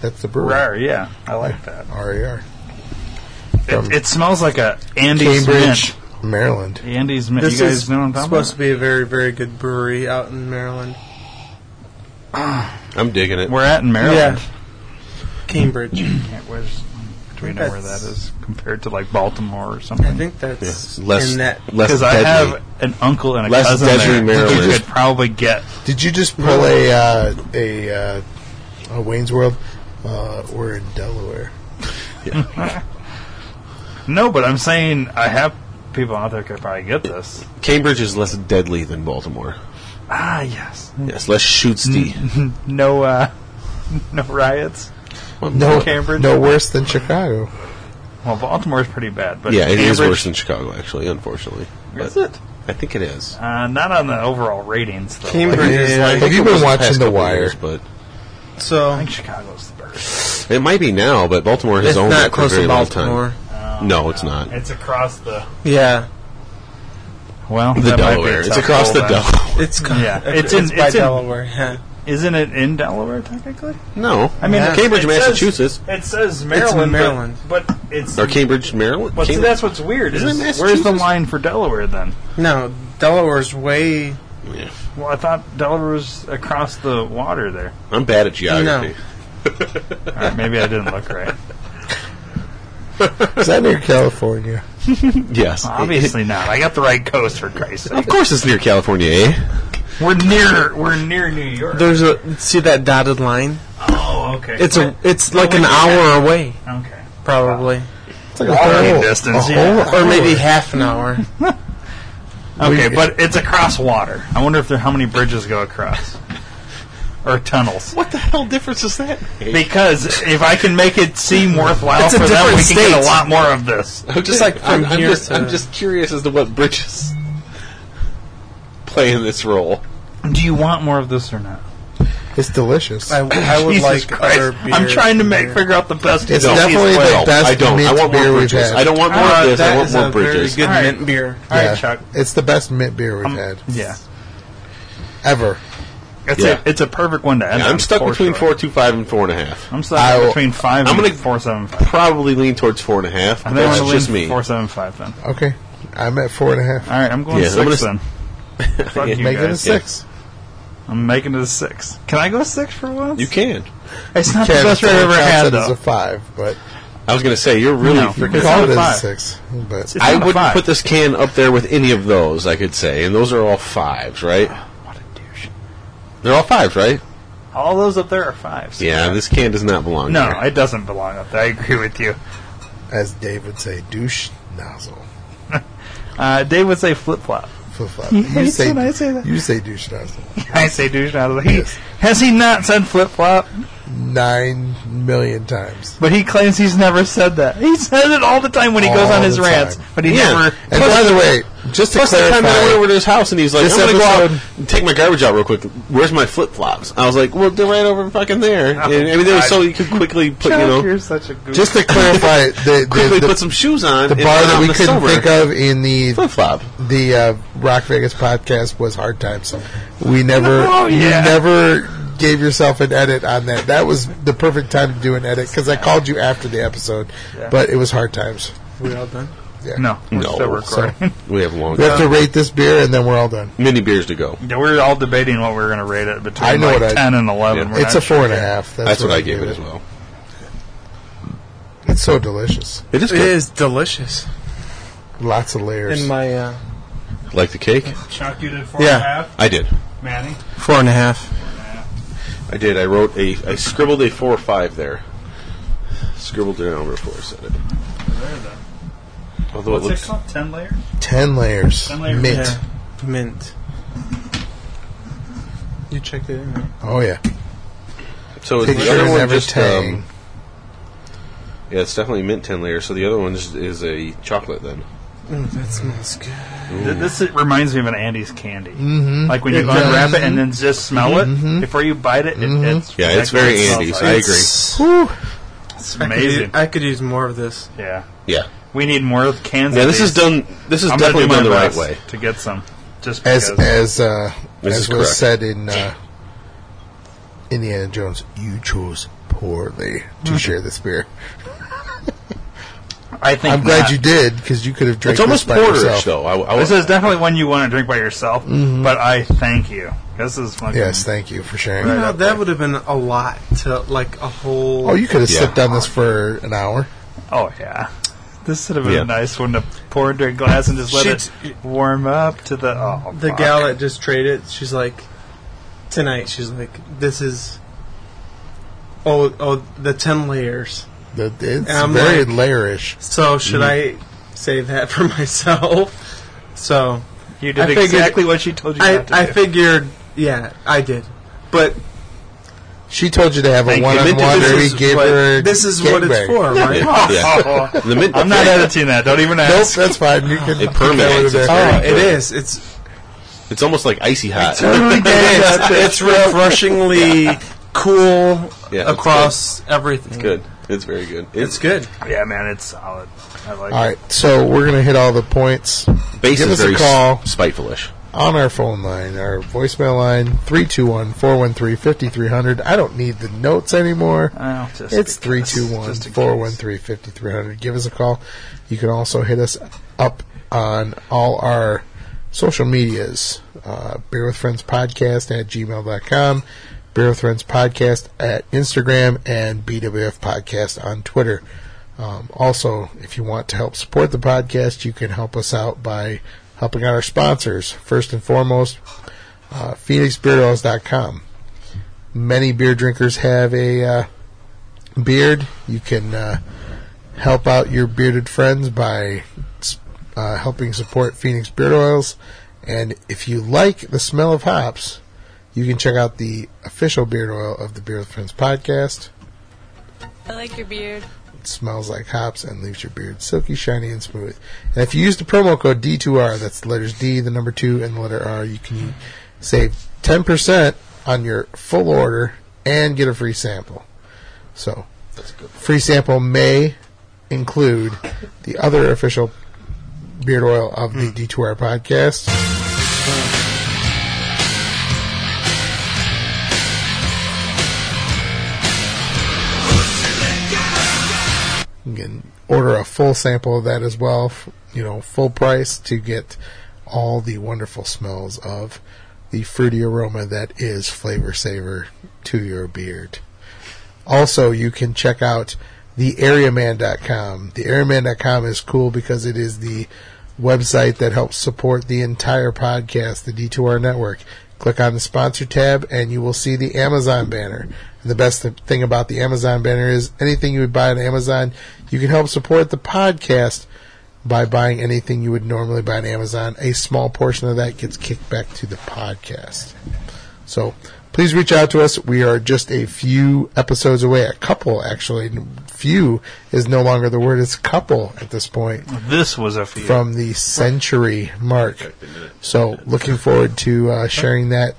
[SPEAKER 1] That's the brewery.
[SPEAKER 2] Rar, yeah, I like that.
[SPEAKER 1] R E R.
[SPEAKER 2] It, it smells like a Andy's
[SPEAKER 1] Cambridge,
[SPEAKER 2] mint.
[SPEAKER 1] Maryland.
[SPEAKER 2] Andy's mint.
[SPEAKER 4] This
[SPEAKER 2] You guys
[SPEAKER 4] is
[SPEAKER 2] know what I'm talking
[SPEAKER 4] supposed to
[SPEAKER 2] about?
[SPEAKER 4] be a very, very good brewery out in Maryland,
[SPEAKER 11] I'm digging it.
[SPEAKER 2] We're at in Maryland.
[SPEAKER 4] Cambridge.
[SPEAKER 2] Yeah, where's, do we know where that
[SPEAKER 4] That's-
[SPEAKER 2] is compared to like Baltimore or
[SPEAKER 4] I
[SPEAKER 2] something?
[SPEAKER 4] think that's
[SPEAKER 11] Yeah, less-
[SPEAKER 4] in that.
[SPEAKER 11] less
[SPEAKER 2] Because I have
[SPEAKER 11] deadly.
[SPEAKER 2] an uncle and a
[SPEAKER 11] Less
[SPEAKER 2] cousin
[SPEAKER 11] deadly
[SPEAKER 2] there.
[SPEAKER 11] Maryland.
[SPEAKER 2] You could probably get
[SPEAKER 1] Did you just pull a uh, a, uh, a Wayne's World? Uh, we're in Delaware.
[SPEAKER 2] no, but I'm saying I have people out there could probably get this.
[SPEAKER 11] Cambridge is less deadly than Baltimore.
[SPEAKER 2] Ah, yes.
[SPEAKER 11] Yes, less shootsty.
[SPEAKER 2] No, uh, no riots.
[SPEAKER 1] No,
[SPEAKER 2] Cambridge.
[SPEAKER 1] no worse than Chicago.
[SPEAKER 2] Well, Baltimore's pretty bad, but
[SPEAKER 11] yeah, it is
[SPEAKER 2] Cambridge-
[SPEAKER 11] worse than Chicago, actually, unfortunately.
[SPEAKER 2] Is
[SPEAKER 11] But
[SPEAKER 2] it?
[SPEAKER 11] I think it is.
[SPEAKER 2] Uh, not on the overall ratings, though.
[SPEAKER 4] Cambridge is
[SPEAKER 11] I
[SPEAKER 4] like
[SPEAKER 1] Have
[SPEAKER 11] think
[SPEAKER 1] you
[SPEAKER 11] it
[SPEAKER 1] been
[SPEAKER 11] was the
[SPEAKER 1] watching
[SPEAKER 11] past
[SPEAKER 1] The
[SPEAKER 11] couple
[SPEAKER 1] Wire?
[SPEAKER 11] years, but
[SPEAKER 2] I
[SPEAKER 4] so.
[SPEAKER 2] think Chicago's the worst.
[SPEAKER 11] it might be now. But Baltimore has
[SPEAKER 4] It's
[SPEAKER 11] owned
[SPEAKER 4] not
[SPEAKER 11] it for a
[SPEAKER 4] close
[SPEAKER 11] very
[SPEAKER 4] to
[SPEAKER 11] long time.
[SPEAKER 4] Baltimore.
[SPEAKER 11] No, it's not.
[SPEAKER 2] It's across the
[SPEAKER 4] Yeah,
[SPEAKER 2] well,
[SPEAKER 11] The
[SPEAKER 2] that might be a
[SPEAKER 11] Delaware. It's
[SPEAKER 2] tough
[SPEAKER 11] across the
[SPEAKER 2] pull, then.
[SPEAKER 11] Delaware.
[SPEAKER 4] it's co-
[SPEAKER 2] Yeah, it's
[SPEAKER 4] it's,
[SPEAKER 2] in-
[SPEAKER 4] it's by
[SPEAKER 2] it's in-
[SPEAKER 4] Delaware. yeah.
[SPEAKER 2] Isn't it in Delaware technically?
[SPEAKER 11] No,
[SPEAKER 2] I mean,
[SPEAKER 4] Yeah.
[SPEAKER 11] Cambridge,
[SPEAKER 2] it
[SPEAKER 11] Massachusetts.
[SPEAKER 2] Says, it says Maryland, but-
[SPEAKER 4] Maryland.
[SPEAKER 2] but, it's.
[SPEAKER 11] or Cambridge, Maryland.
[SPEAKER 2] But see,
[SPEAKER 11] Cambridge-
[SPEAKER 2] that's what's weird.
[SPEAKER 11] Isn't
[SPEAKER 2] Is,
[SPEAKER 11] it
[SPEAKER 2] where's the
[SPEAKER 11] Massachusetts?
[SPEAKER 2] line for Delaware then?
[SPEAKER 4] No, Delaware's way.
[SPEAKER 11] Yeah.
[SPEAKER 2] Well, I thought Delaware was across the water there.
[SPEAKER 11] I'm bad at geography.
[SPEAKER 2] All right, maybe I didn't look right.
[SPEAKER 1] Is that near California?
[SPEAKER 11] Yes,
[SPEAKER 2] Obviously not. I got the right coast for Christ's sake.
[SPEAKER 11] of course, it's near California. eh?
[SPEAKER 2] We're near. We're near New York.
[SPEAKER 4] There's a see that dotted line.
[SPEAKER 2] oh, okay.
[SPEAKER 4] It's a. It's like
[SPEAKER 2] wait,
[SPEAKER 4] an
[SPEAKER 2] yeah.
[SPEAKER 4] hour away,
[SPEAKER 2] okay.
[SPEAKER 4] probably,
[SPEAKER 1] It's like a
[SPEAKER 2] Walking
[SPEAKER 1] whole-
[SPEAKER 2] distance,
[SPEAKER 1] a
[SPEAKER 2] yeah.
[SPEAKER 1] whole-
[SPEAKER 4] or maybe half an hour.
[SPEAKER 2] Okay, but it's across water. I wonder if there how many bridges go across or tunnels.
[SPEAKER 11] What the hell difference is that?
[SPEAKER 2] Because if I can make it seem worthwhile
[SPEAKER 4] It's a
[SPEAKER 2] for them, we
[SPEAKER 4] different
[SPEAKER 2] can get a
[SPEAKER 4] state.
[SPEAKER 2] lot more of this.
[SPEAKER 11] I'm just
[SPEAKER 4] like from
[SPEAKER 11] I'm, I'm
[SPEAKER 4] here
[SPEAKER 11] just,
[SPEAKER 4] to-
[SPEAKER 11] I'm just curious as to what bridges play in this role.
[SPEAKER 2] Do you want more of this or not?
[SPEAKER 1] It's delicious.
[SPEAKER 4] I, I would
[SPEAKER 2] Jesus
[SPEAKER 4] like
[SPEAKER 2] Christ.
[SPEAKER 4] other beer.
[SPEAKER 2] I'm trying to make
[SPEAKER 4] beer.
[SPEAKER 2] figure out the best.
[SPEAKER 1] It's
[SPEAKER 2] of these
[SPEAKER 1] definitely the
[SPEAKER 2] ways.
[SPEAKER 1] best
[SPEAKER 11] I don't. I
[SPEAKER 1] mint
[SPEAKER 11] want
[SPEAKER 1] beer
[SPEAKER 11] more
[SPEAKER 1] we've
[SPEAKER 11] bridges.
[SPEAKER 1] had.
[SPEAKER 11] I don't want more
[SPEAKER 2] Uh,
[SPEAKER 11] of this.
[SPEAKER 4] That
[SPEAKER 11] I want
[SPEAKER 4] is
[SPEAKER 11] more
[SPEAKER 4] a
[SPEAKER 11] bridges.
[SPEAKER 4] very good
[SPEAKER 2] All right.
[SPEAKER 4] mint beer.
[SPEAKER 2] All right,
[SPEAKER 1] Yeah.
[SPEAKER 2] Chuck. Um,
[SPEAKER 1] It's the best mint beer we've had
[SPEAKER 2] Yeah,
[SPEAKER 1] ever.
[SPEAKER 2] it's
[SPEAKER 11] Yeah.
[SPEAKER 2] a it's a perfect one to end.
[SPEAKER 11] I'm
[SPEAKER 2] on,
[SPEAKER 11] stuck
[SPEAKER 2] for
[SPEAKER 11] between
[SPEAKER 2] sure.
[SPEAKER 11] four two five and four and a half.
[SPEAKER 2] I'm stuck
[SPEAKER 1] I will-
[SPEAKER 2] between five.
[SPEAKER 11] I'm
[SPEAKER 2] and
[SPEAKER 11] gonna-
[SPEAKER 2] four seven five.
[SPEAKER 11] Probably lean towards four and a half.
[SPEAKER 2] I think
[SPEAKER 11] But
[SPEAKER 2] I'm
[SPEAKER 11] that's
[SPEAKER 2] gonna
[SPEAKER 11] just
[SPEAKER 2] lean
[SPEAKER 11] me.
[SPEAKER 2] four seven five then.
[SPEAKER 1] Okay, I'm at four and a half.
[SPEAKER 2] All right, I'm going
[SPEAKER 11] Yeah,
[SPEAKER 2] 6
[SPEAKER 11] I'm gonna
[SPEAKER 2] then. Fuck you
[SPEAKER 1] Make it a
[SPEAKER 2] guys.
[SPEAKER 1] six.
[SPEAKER 2] I'm making it a six. Can I go six for once?
[SPEAKER 11] You can.
[SPEAKER 2] It's not
[SPEAKER 1] Kev
[SPEAKER 2] the best rate
[SPEAKER 1] still
[SPEAKER 2] I've ever
[SPEAKER 1] counts
[SPEAKER 2] had
[SPEAKER 1] it as
[SPEAKER 2] though.
[SPEAKER 1] a five, but
[SPEAKER 11] I was gonna say you're really.
[SPEAKER 2] No.
[SPEAKER 1] you
[SPEAKER 2] It's
[SPEAKER 1] call
[SPEAKER 2] not
[SPEAKER 1] it
[SPEAKER 2] a
[SPEAKER 1] as
[SPEAKER 2] five.
[SPEAKER 1] a six. But
[SPEAKER 2] It's
[SPEAKER 11] I
[SPEAKER 2] not a
[SPEAKER 11] wouldn't
[SPEAKER 2] five.
[SPEAKER 11] put this can up there with any of those. I could say, and those are all fives, right?
[SPEAKER 2] What a douche.
[SPEAKER 11] They're all fives, right?
[SPEAKER 2] All those up there are fives.
[SPEAKER 11] Yeah, this can does not belong.
[SPEAKER 2] No,
[SPEAKER 11] here.
[SPEAKER 2] it doesn't belong up there. I agree with you.
[SPEAKER 1] as Dave would say, douche nozzle.
[SPEAKER 2] Uh, Dave would say flip flop.
[SPEAKER 1] Flip flop.
[SPEAKER 2] He hates when I say that.
[SPEAKER 1] You say douche nozzle.
[SPEAKER 2] I say douche out of the he,
[SPEAKER 1] Yes.
[SPEAKER 2] Has he not said flip flop?
[SPEAKER 1] Nine million times.
[SPEAKER 2] But he claims he's never said that. He says it all the time when he goes
[SPEAKER 1] All
[SPEAKER 2] on his
[SPEAKER 1] the
[SPEAKER 2] rants.
[SPEAKER 1] time.
[SPEAKER 2] But he
[SPEAKER 11] Yeah.
[SPEAKER 2] never.
[SPEAKER 1] And by the way, just to
[SPEAKER 11] Plus the time that I went
[SPEAKER 1] clarify,
[SPEAKER 11] over to his house and he's like,
[SPEAKER 1] This
[SPEAKER 11] I'm gonna go
[SPEAKER 1] episode-
[SPEAKER 11] out and take my garbage out real quick. Where's my flip flops? I was like, well, they're right over fucking there. and, I mean, they were so you could quickly put, you know,
[SPEAKER 2] Oh, You're such a goof.
[SPEAKER 1] just to clarify, the the,
[SPEAKER 11] quickly
[SPEAKER 1] the,
[SPEAKER 11] put some shoes on.
[SPEAKER 1] the
[SPEAKER 11] and
[SPEAKER 1] bar
[SPEAKER 11] went
[SPEAKER 1] that
[SPEAKER 11] out
[SPEAKER 1] we
[SPEAKER 11] in the
[SPEAKER 1] couldn't
[SPEAKER 11] summer.
[SPEAKER 1] think of in the
[SPEAKER 11] Flip flop.
[SPEAKER 1] the uh, Rock Vegas podcast was hard times. We never,
[SPEAKER 2] Oh, yeah.
[SPEAKER 1] you never gave yourself an edit on that. That was the perfect time to do an edit because I called you after the episode, but it was hard times.
[SPEAKER 4] We all done.
[SPEAKER 1] Yeah.
[SPEAKER 2] no, we're
[SPEAKER 11] No,
[SPEAKER 2] still recording.
[SPEAKER 11] We have a long
[SPEAKER 1] we have to rate this beer and then we're all done.
[SPEAKER 11] many beers to go.
[SPEAKER 2] Yeah, we're all debating what we're going to rate it between
[SPEAKER 1] I know
[SPEAKER 2] like
[SPEAKER 1] what I-
[SPEAKER 2] 10 and 11.
[SPEAKER 11] Yeah.
[SPEAKER 2] We're
[SPEAKER 1] it's a
[SPEAKER 2] not
[SPEAKER 1] four and a half.
[SPEAKER 11] That's what I
[SPEAKER 1] gave
[SPEAKER 11] gave it as well.
[SPEAKER 1] It's so delicious.
[SPEAKER 11] It is
[SPEAKER 4] It is delicious.
[SPEAKER 1] Lots of layers.
[SPEAKER 4] In my uh,
[SPEAKER 11] Like the cake?
[SPEAKER 2] sure. Chuck, you did four
[SPEAKER 4] Yeah.
[SPEAKER 2] and a half.
[SPEAKER 11] I did.
[SPEAKER 2] Manny?
[SPEAKER 4] four and a half.
[SPEAKER 11] I did. I wrote a. I scribbled a four or five there. Scribbled it over before I said it.
[SPEAKER 2] There, then.
[SPEAKER 11] Although
[SPEAKER 2] What's
[SPEAKER 11] it
[SPEAKER 2] it
[SPEAKER 11] looks.
[SPEAKER 2] called? 10 layer?
[SPEAKER 1] Ten layers.
[SPEAKER 2] Ten layers.
[SPEAKER 1] Mint.
[SPEAKER 4] Yeah, mint. You checked it. Out.
[SPEAKER 1] Oh yeah.
[SPEAKER 11] So is the
[SPEAKER 1] Picture
[SPEAKER 11] other
[SPEAKER 1] in
[SPEAKER 11] one
[SPEAKER 1] every
[SPEAKER 11] just.
[SPEAKER 1] tang.
[SPEAKER 11] Um, yeah, it's definitely mint ten layer. So the other one is, is a chocolate then.
[SPEAKER 4] Mm, that smells good.
[SPEAKER 2] Th- This it reminds me of an Andy's candy. Mm-hmm. Like when you
[SPEAKER 1] It does.
[SPEAKER 2] unwrap it and then just smell it before you bite it. it it's
[SPEAKER 11] Yeah, it's
[SPEAKER 2] exactly what
[SPEAKER 11] very
[SPEAKER 2] it smells
[SPEAKER 11] Andes.
[SPEAKER 2] like.
[SPEAKER 11] I agree.
[SPEAKER 4] It's-
[SPEAKER 2] It's It's
[SPEAKER 4] I could
[SPEAKER 2] amazing.
[SPEAKER 4] u- I could use more of this.
[SPEAKER 2] yeah.
[SPEAKER 11] Yeah.
[SPEAKER 2] We need more of Kansas.
[SPEAKER 11] Yeah, this is
[SPEAKER 2] Cities.
[SPEAKER 11] done. This is
[SPEAKER 2] I'm gonna
[SPEAKER 11] definitely
[SPEAKER 2] do my
[SPEAKER 11] done the right
[SPEAKER 2] best
[SPEAKER 11] way.
[SPEAKER 2] to get some. Just
[SPEAKER 1] As
[SPEAKER 2] because.
[SPEAKER 1] as uh,
[SPEAKER 11] This
[SPEAKER 1] as
[SPEAKER 11] is
[SPEAKER 1] was
[SPEAKER 11] correct.
[SPEAKER 1] said in uh, Indiana Jones, you chose poorly
[SPEAKER 11] Hmm.
[SPEAKER 1] to share this beer.
[SPEAKER 2] I think
[SPEAKER 1] I'm glad
[SPEAKER 2] not.
[SPEAKER 1] you did because you could have drank
[SPEAKER 11] It's almost
[SPEAKER 1] this by yourself.
[SPEAKER 11] porterish, though. I, I,
[SPEAKER 2] This is definitely one you want to drink by yourself. But I thank you. This is fucking.
[SPEAKER 1] Yes, thank you for sharing.
[SPEAKER 4] You
[SPEAKER 2] Right
[SPEAKER 4] know,
[SPEAKER 2] up
[SPEAKER 4] that
[SPEAKER 2] there.
[SPEAKER 4] would have been a lot to like a whole.
[SPEAKER 1] Oh, you could have
[SPEAKER 11] Yeah.
[SPEAKER 1] sipped on this for an hour.
[SPEAKER 2] Oh yeah. This would have been
[SPEAKER 11] Yeah.
[SPEAKER 2] a nice one to pour into a glass and just let
[SPEAKER 4] She's-
[SPEAKER 2] it warm up to the. Oh,
[SPEAKER 4] the
[SPEAKER 2] fuck.
[SPEAKER 4] gal that just traded, she's like, tonight, she's like, this is, oh, oh, the ten layers.
[SPEAKER 1] The- It's
[SPEAKER 4] I'm
[SPEAKER 1] very
[SPEAKER 4] like-
[SPEAKER 1] layerish.
[SPEAKER 4] So should I save that for myself? So
[SPEAKER 2] You did
[SPEAKER 4] I figured-
[SPEAKER 2] exactly what she told you
[SPEAKER 4] I,
[SPEAKER 2] not to
[SPEAKER 4] I
[SPEAKER 2] do.
[SPEAKER 4] figured, yeah, I did, but
[SPEAKER 1] She told you to have a
[SPEAKER 11] Thank you.
[SPEAKER 1] one on one.
[SPEAKER 11] This
[SPEAKER 1] We
[SPEAKER 4] is
[SPEAKER 1] gave
[SPEAKER 4] what-
[SPEAKER 1] her.
[SPEAKER 4] this is what it's
[SPEAKER 1] gangbang.
[SPEAKER 4] for, right?
[SPEAKER 11] Yeah, yeah. The min-
[SPEAKER 2] Oh. I'm not editing that. Don't even
[SPEAKER 1] Nope,
[SPEAKER 2] ask.
[SPEAKER 1] that's fine. You can
[SPEAKER 11] It permeates. It's,
[SPEAKER 4] Oh,
[SPEAKER 11] very
[SPEAKER 4] it
[SPEAKER 11] good.
[SPEAKER 4] is. It's
[SPEAKER 11] It's almost like icy hot.
[SPEAKER 2] Totally gay.
[SPEAKER 4] it's refreshingly cool
[SPEAKER 11] Yeah, it's
[SPEAKER 4] across everything. It's
[SPEAKER 11] good. It's very good.
[SPEAKER 4] It's good.
[SPEAKER 2] Yeah, man, it's solid. I like
[SPEAKER 1] All
[SPEAKER 2] it.
[SPEAKER 1] right, so we're gonna hit all the points.
[SPEAKER 11] Base
[SPEAKER 1] Give
[SPEAKER 11] is
[SPEAKER 1] us a
[SPEAKER 11] very
[SPEAKER 1] call.
[SPEAKER 11] spiteful-ish.
[SPEAKER 1] on our phone line, our voicemail line, 321 413 5300. I don't need the notes anymore.
[SPEAKER 2] Well, just
[SPEAKER 1] It's
[SPEAKER 2] because-
[SPEAKER 1] 321
[SPEAKER 2] just in case.
[SPEAKER 1] 413 5300. Give us a call. You can also hit us up on all our social medias uh, Beer with Friends Podcast at gmail.com, Beer with Friends Podcast at Instagram, and BWF Podcast on Twitter. Um, also, if you want to help support the podcast, you can help us out by helping out our sponsors. First and foremost, uh, PhoenixBeardOils.com. Many beer drinkers have a uh, beard. You can uh, help out your bearded friends by uh, helping support Phoenix Beard Oils. And if you like the smell of hops, you can check out the official beard oil of the Beard with Friends podcast.
[SPEAKER 13] I like your beard.
[SPEAKER 1] It smells like hops and leaves your beard silky, shiny, and smooth. And if you use the promo code D2R, that's the letters D, the number 2, and the letter R, you can save 10% on your full order and get a free sample. So, free sample may include the other official beard oil of the D2R podcast. You can order a full sample of that as well, f- you know, full price to get all the wonderful smells of the fruity aroma that is Flavor Saver to your beard. Also, you can check out the areaman.com. The areaman.com is cool because it is the website that helps support the entire podcast, the D2R network. Click on the sponsor tab and you will see the Amazon banner. And the best th- thing about the Amazon banner is anything you would buy on Amazon, you can help support the podcast by buying anything you would normally buy on Amazon. A small portion of that gets kicked back to the podcast. So please reach out to us. We are just a few episodes away, a couple actually. Few is no longer the word, it's couple at this point
[SPEAKER 2] This was a few.
[SPEAKER 1] from the century mark. So looking forward to uh, sharing that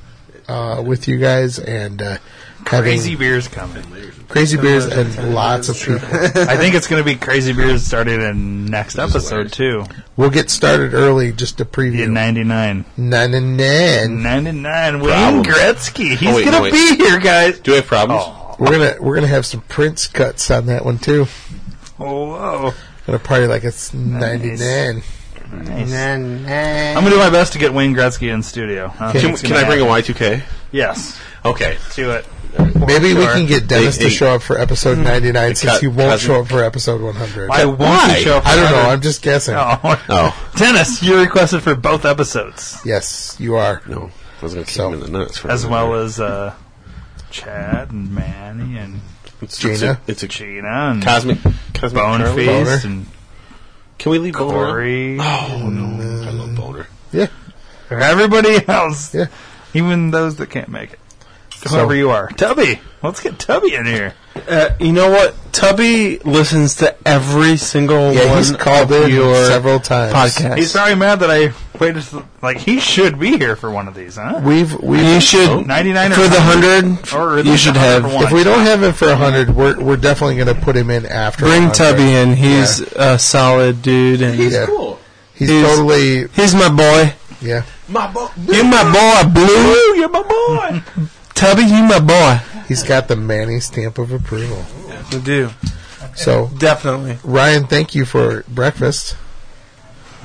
[SPEAKER 1] uh, with you guys and uh,
[SPEAKER 2] crazy
[SPEAKER 1] having
[SPEAKER 2] beers coming.
[SPEAKER 1] crazy beers and lots of people.
[SPEAKER 2] I think it's going to be crazy beers starting in next episode too.
[SPEAKER 1] We'll get started early just to
[SPEAKER 2] Yeah,
[SPEAKER 1] preview.
[SPEAKER 2] ninety nine.
[SPEAKER 1] Nine and nine.
[SPEAKER 2] Ninety nine. Wayne
[SPEAKER 11] Problem.
[SPEAKER 2] Gretzky. He's
[SPEAKER 11] Oh, wait,
[SPEAKER 2] going
[SPEAKER 11] no,
[SPEAKER 2] to
[SPEAKER 11] wait.
[SPEAKER 2] be here, guys.
[SPEAKER 11] Do we have problems?
[SPEAKER 1] We're gonna we're gonna have some Prince cuts on that one too.
[SPEAKER 2] Oh, whoa.
[SPEAKER 1] Gonna party like it's ninety nine.
[SPEAKER 2] Nice. I'm going to do my best to get Wayne Gretzky in studio. I don't think
[SPEAKER 11] Can,
[SPEAKER 2] it's
[SPEAKER 11] can
[SPEAKER 2] gonna
[SPEAKER 11] I bring a
[SPEAKER 2] happen.
[SPEAKER 11] Y2K?
[SPEAKER 2] Yes.
[SPEAKER 11] Okay.
[SPEAKER 2] Do it.
[SPEAKER 1] Maybe we
[SPEAKER 2] Sure.
[SPEAKER 1] can get Dennis
[SPEAKER 11] They-
[SPEAKER 1] to
[SPEAKER 11] they-
[SPEAKER 1] show up for episode
[SPEAKER 2] Mm-hmm.
[SPEAKER 1] ninety nine since
[SPEAKER 11] cut-
[SPEAKER 1] he won't
[SPEAKER 11] cousin-
[SPEAKER 1] show up for episode one hundred.
[SPEAKER 2] I won't
[SPEAKER 11] Why?
[SPEAKER 2] show up
[SPEAKER 1] I don't
[SPEAKER 2] for
[SPEAKER 1] know.
[SPEAKER 2] other-
[SPEAKER 1] I'm just guessing.
[SPEAKER 2] Oh.
[SPEAKER 11] Oh
[SPEAKER 2] Dennis, you requested for both episodes,
[SPEAKER 1] Yes, you are.
[SPEAKER 11] no, I was going to keep
[SPEAKER 1] So-
[SPEAKER 11] him in the nuts for
[SPEAKER 2] as
[SPEAKER 11] a
[SPEAKER 2] well
[SPEAKER 11] minute.
[SPEAKER 2] as uh, Chad and Manny and
[SPEAKER 11] it's,
[SPEAKER 1] Gina.
[SPEAKER 11] It's a, it's a
[SPEAKER 2] Gina and
[SPEAKER 11] cosmic cosmic
[SPEAKER 2] Bone
[SPEAKER 11] Charlie.
[SPEAKER 2] Feast and
[SPEAKER 11] Can we leave Boner?
[SPEAKER 2] Corey.
[SPEAKER 11] Oh no, I love Boner.
[SPEAKER 1] Yeah,
[SPEAKER 2] Everybody else,
[SPEAKER 1] yeah.
[SPEAKER 2] even those that can't make it. Whoever you are, Tubby. Let's get Tubby in here.
[SPEAKER 4] Uh, you know what? Tubby listens to every single
[SPEAKER 2] Yeah,
[SPEAKER 4] one
[SPEAKER 2] he's
[SPEAKER 1] called
[SPEAKER 4] of
[SPEAKER 1] in
[SPEAKER 4] your
[SPEAKER 1] several times.
[SPEAKER 4] Podcast.
[SPEAKER 2] He's probably mad that I waited. th- Like he should be here for one of these, huh?
[SPEAKER 1] We've we
[SPEAKER 2] You should- Oh. 99 or
[SPEAKER 1] for the
[SPEAKER 2] 100,
[SPEAKER 1] hundred.
[SPEAKER 2] or you the should 100 have- for one.
[SPEAKER 1] If we don't have him for hundred, we're we're definitely going to put him in after.
[SPEAKER 4] Bring
[SPEAKER 1] 100.
[SPEAKER 4] Tubby in. He's
[SPEAKER 1] Yeah.
[SPEAKER 4] a solid dude, and
[SPEAKER 1] He's Yeah. cool. He's totally-
[SPEAKER 4] He's my boy.
[SPEAKER 1] yeah.
[SPEAKER 11] My boy.
[SPEAKER 4] You're my boy, Blue.
[SPEAKER 2] You're my boy.
[SPEAKER 4] Tubby, you my boy.
[SPEAKER 1] He's got the Manny stamp of approval.
[SPEAKER 4] I do.
[SPEAKER 1] So
[SPEAKER 4] definitely,
[SPEAKER 1] Ryan, thank you for breakfast.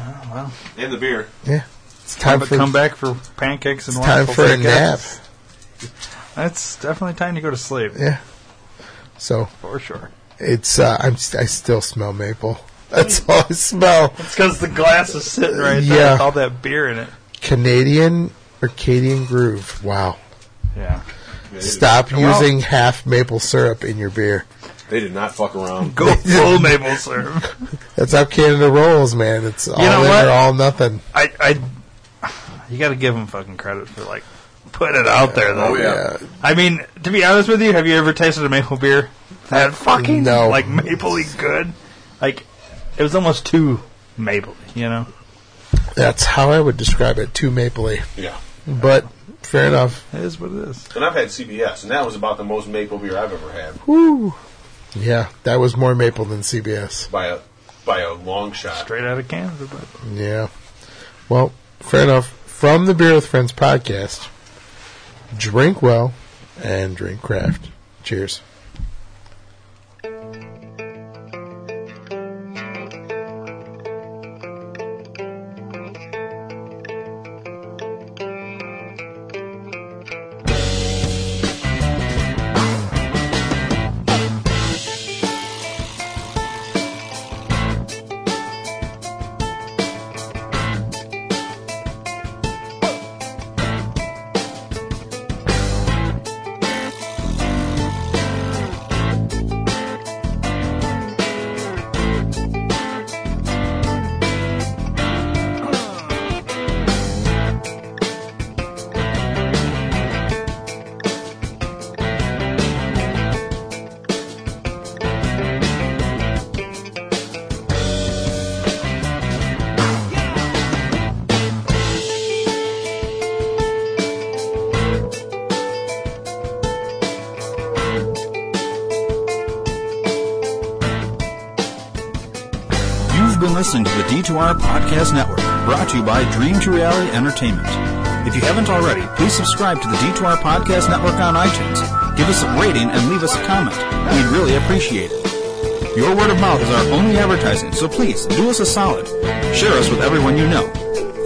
[SPEAKER 2] Oh,
[SPEAKER 12] And the beer.
[SPEAKER 1] Yeah, it's time
[SPEAKER 2] to
[SPEAKER 1] for
[SPEAKER 2] come back for pancakes and
[SPEAKER 1] it's time
[SPEAKER 2] waffles,
[SPEAKER 1] for
[SPEAKER 2] I
[SPEAKER 1] a nap.
[SPEAKER 2] guess. That's definitely time to go to sleep.
[SPEAKER 1] Yeah. So
[SPEAKER 2] for sure.
[SPEAKER 1] it's uh, I'm st- I still smell maple.
[SPEAKER 2] Mm.
[SPEAKER 1] That's all I smell.
[SPEAKER 2] It's because the glass is sitting right there
[SPEAKER 1] Yeah.
[SPEAKER 2] with all that beer in it.
[SPEAKER 1] Canadian Arcadian Groove. Wow.
[SPEAKER 2] Yeah.
[SPEAKER 1] Stop
[SPEAKER 2] Well-
[SPEAKER 1] using half maple syrup in your beer.
[SPEAKER 11] They did not fuck around.
[SPEAKER 2] Go full maple syrup.
[SPEAKER 1] That's how Canada rolls, man. It's all
[SPEAKER 2] know
[SPEAKER 1] in
[SPEAKER 2] what?
[SPEAKER 1] or all nothing.
[SPEAKER 2] I, I, you got to give them fucking credit for like putting it out there
[SPEAKER 1] Oh,
[SPEAKER 2] though.
[SPEAKER 1] yeah.
[SPEAKER 2] I mean, to be honest with you, have you ever tasted a maple beer that fucking
[SPEAKER 1] Uh, No.
[SPEAKER 2] like mapley good? Like it was almost too mapley, you know.
[SPEAKER 1] That's how I would describe it. Too mapley.
[SPEAKER 11] Yeah.
[SPEAKER 1] But fair enough.
[SPEAKER 2] It is what it is.
[SPEAKER 11] And I've had CBS, and that was about the most maple beer I've ever had
[SPEAKER 1] Woo. Yeah, that was more maple than CBS.
[SPEAKER 11] by a by a long shot.
[SPEAKER 2] Straight out of Canada, but
[SPEAKER 1] Yeah. Well, fair enough. From the Beer with Friends podcast, drink well and drink craft. Cheers.
[SPEAKER 14] You've been listening to the D2R Podcast Network, brought to you by Dream to Reality Entertainment. If you haven't already, please subscribe to the D2R Podcast Network on iTunes. Give us a rating and leave us a comment. We'd really appreciate it. Your word of mouth is our only advertising, so please do us a solid. Share us with everyone you know.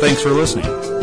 [SPEAKER 14] Thanks for listening.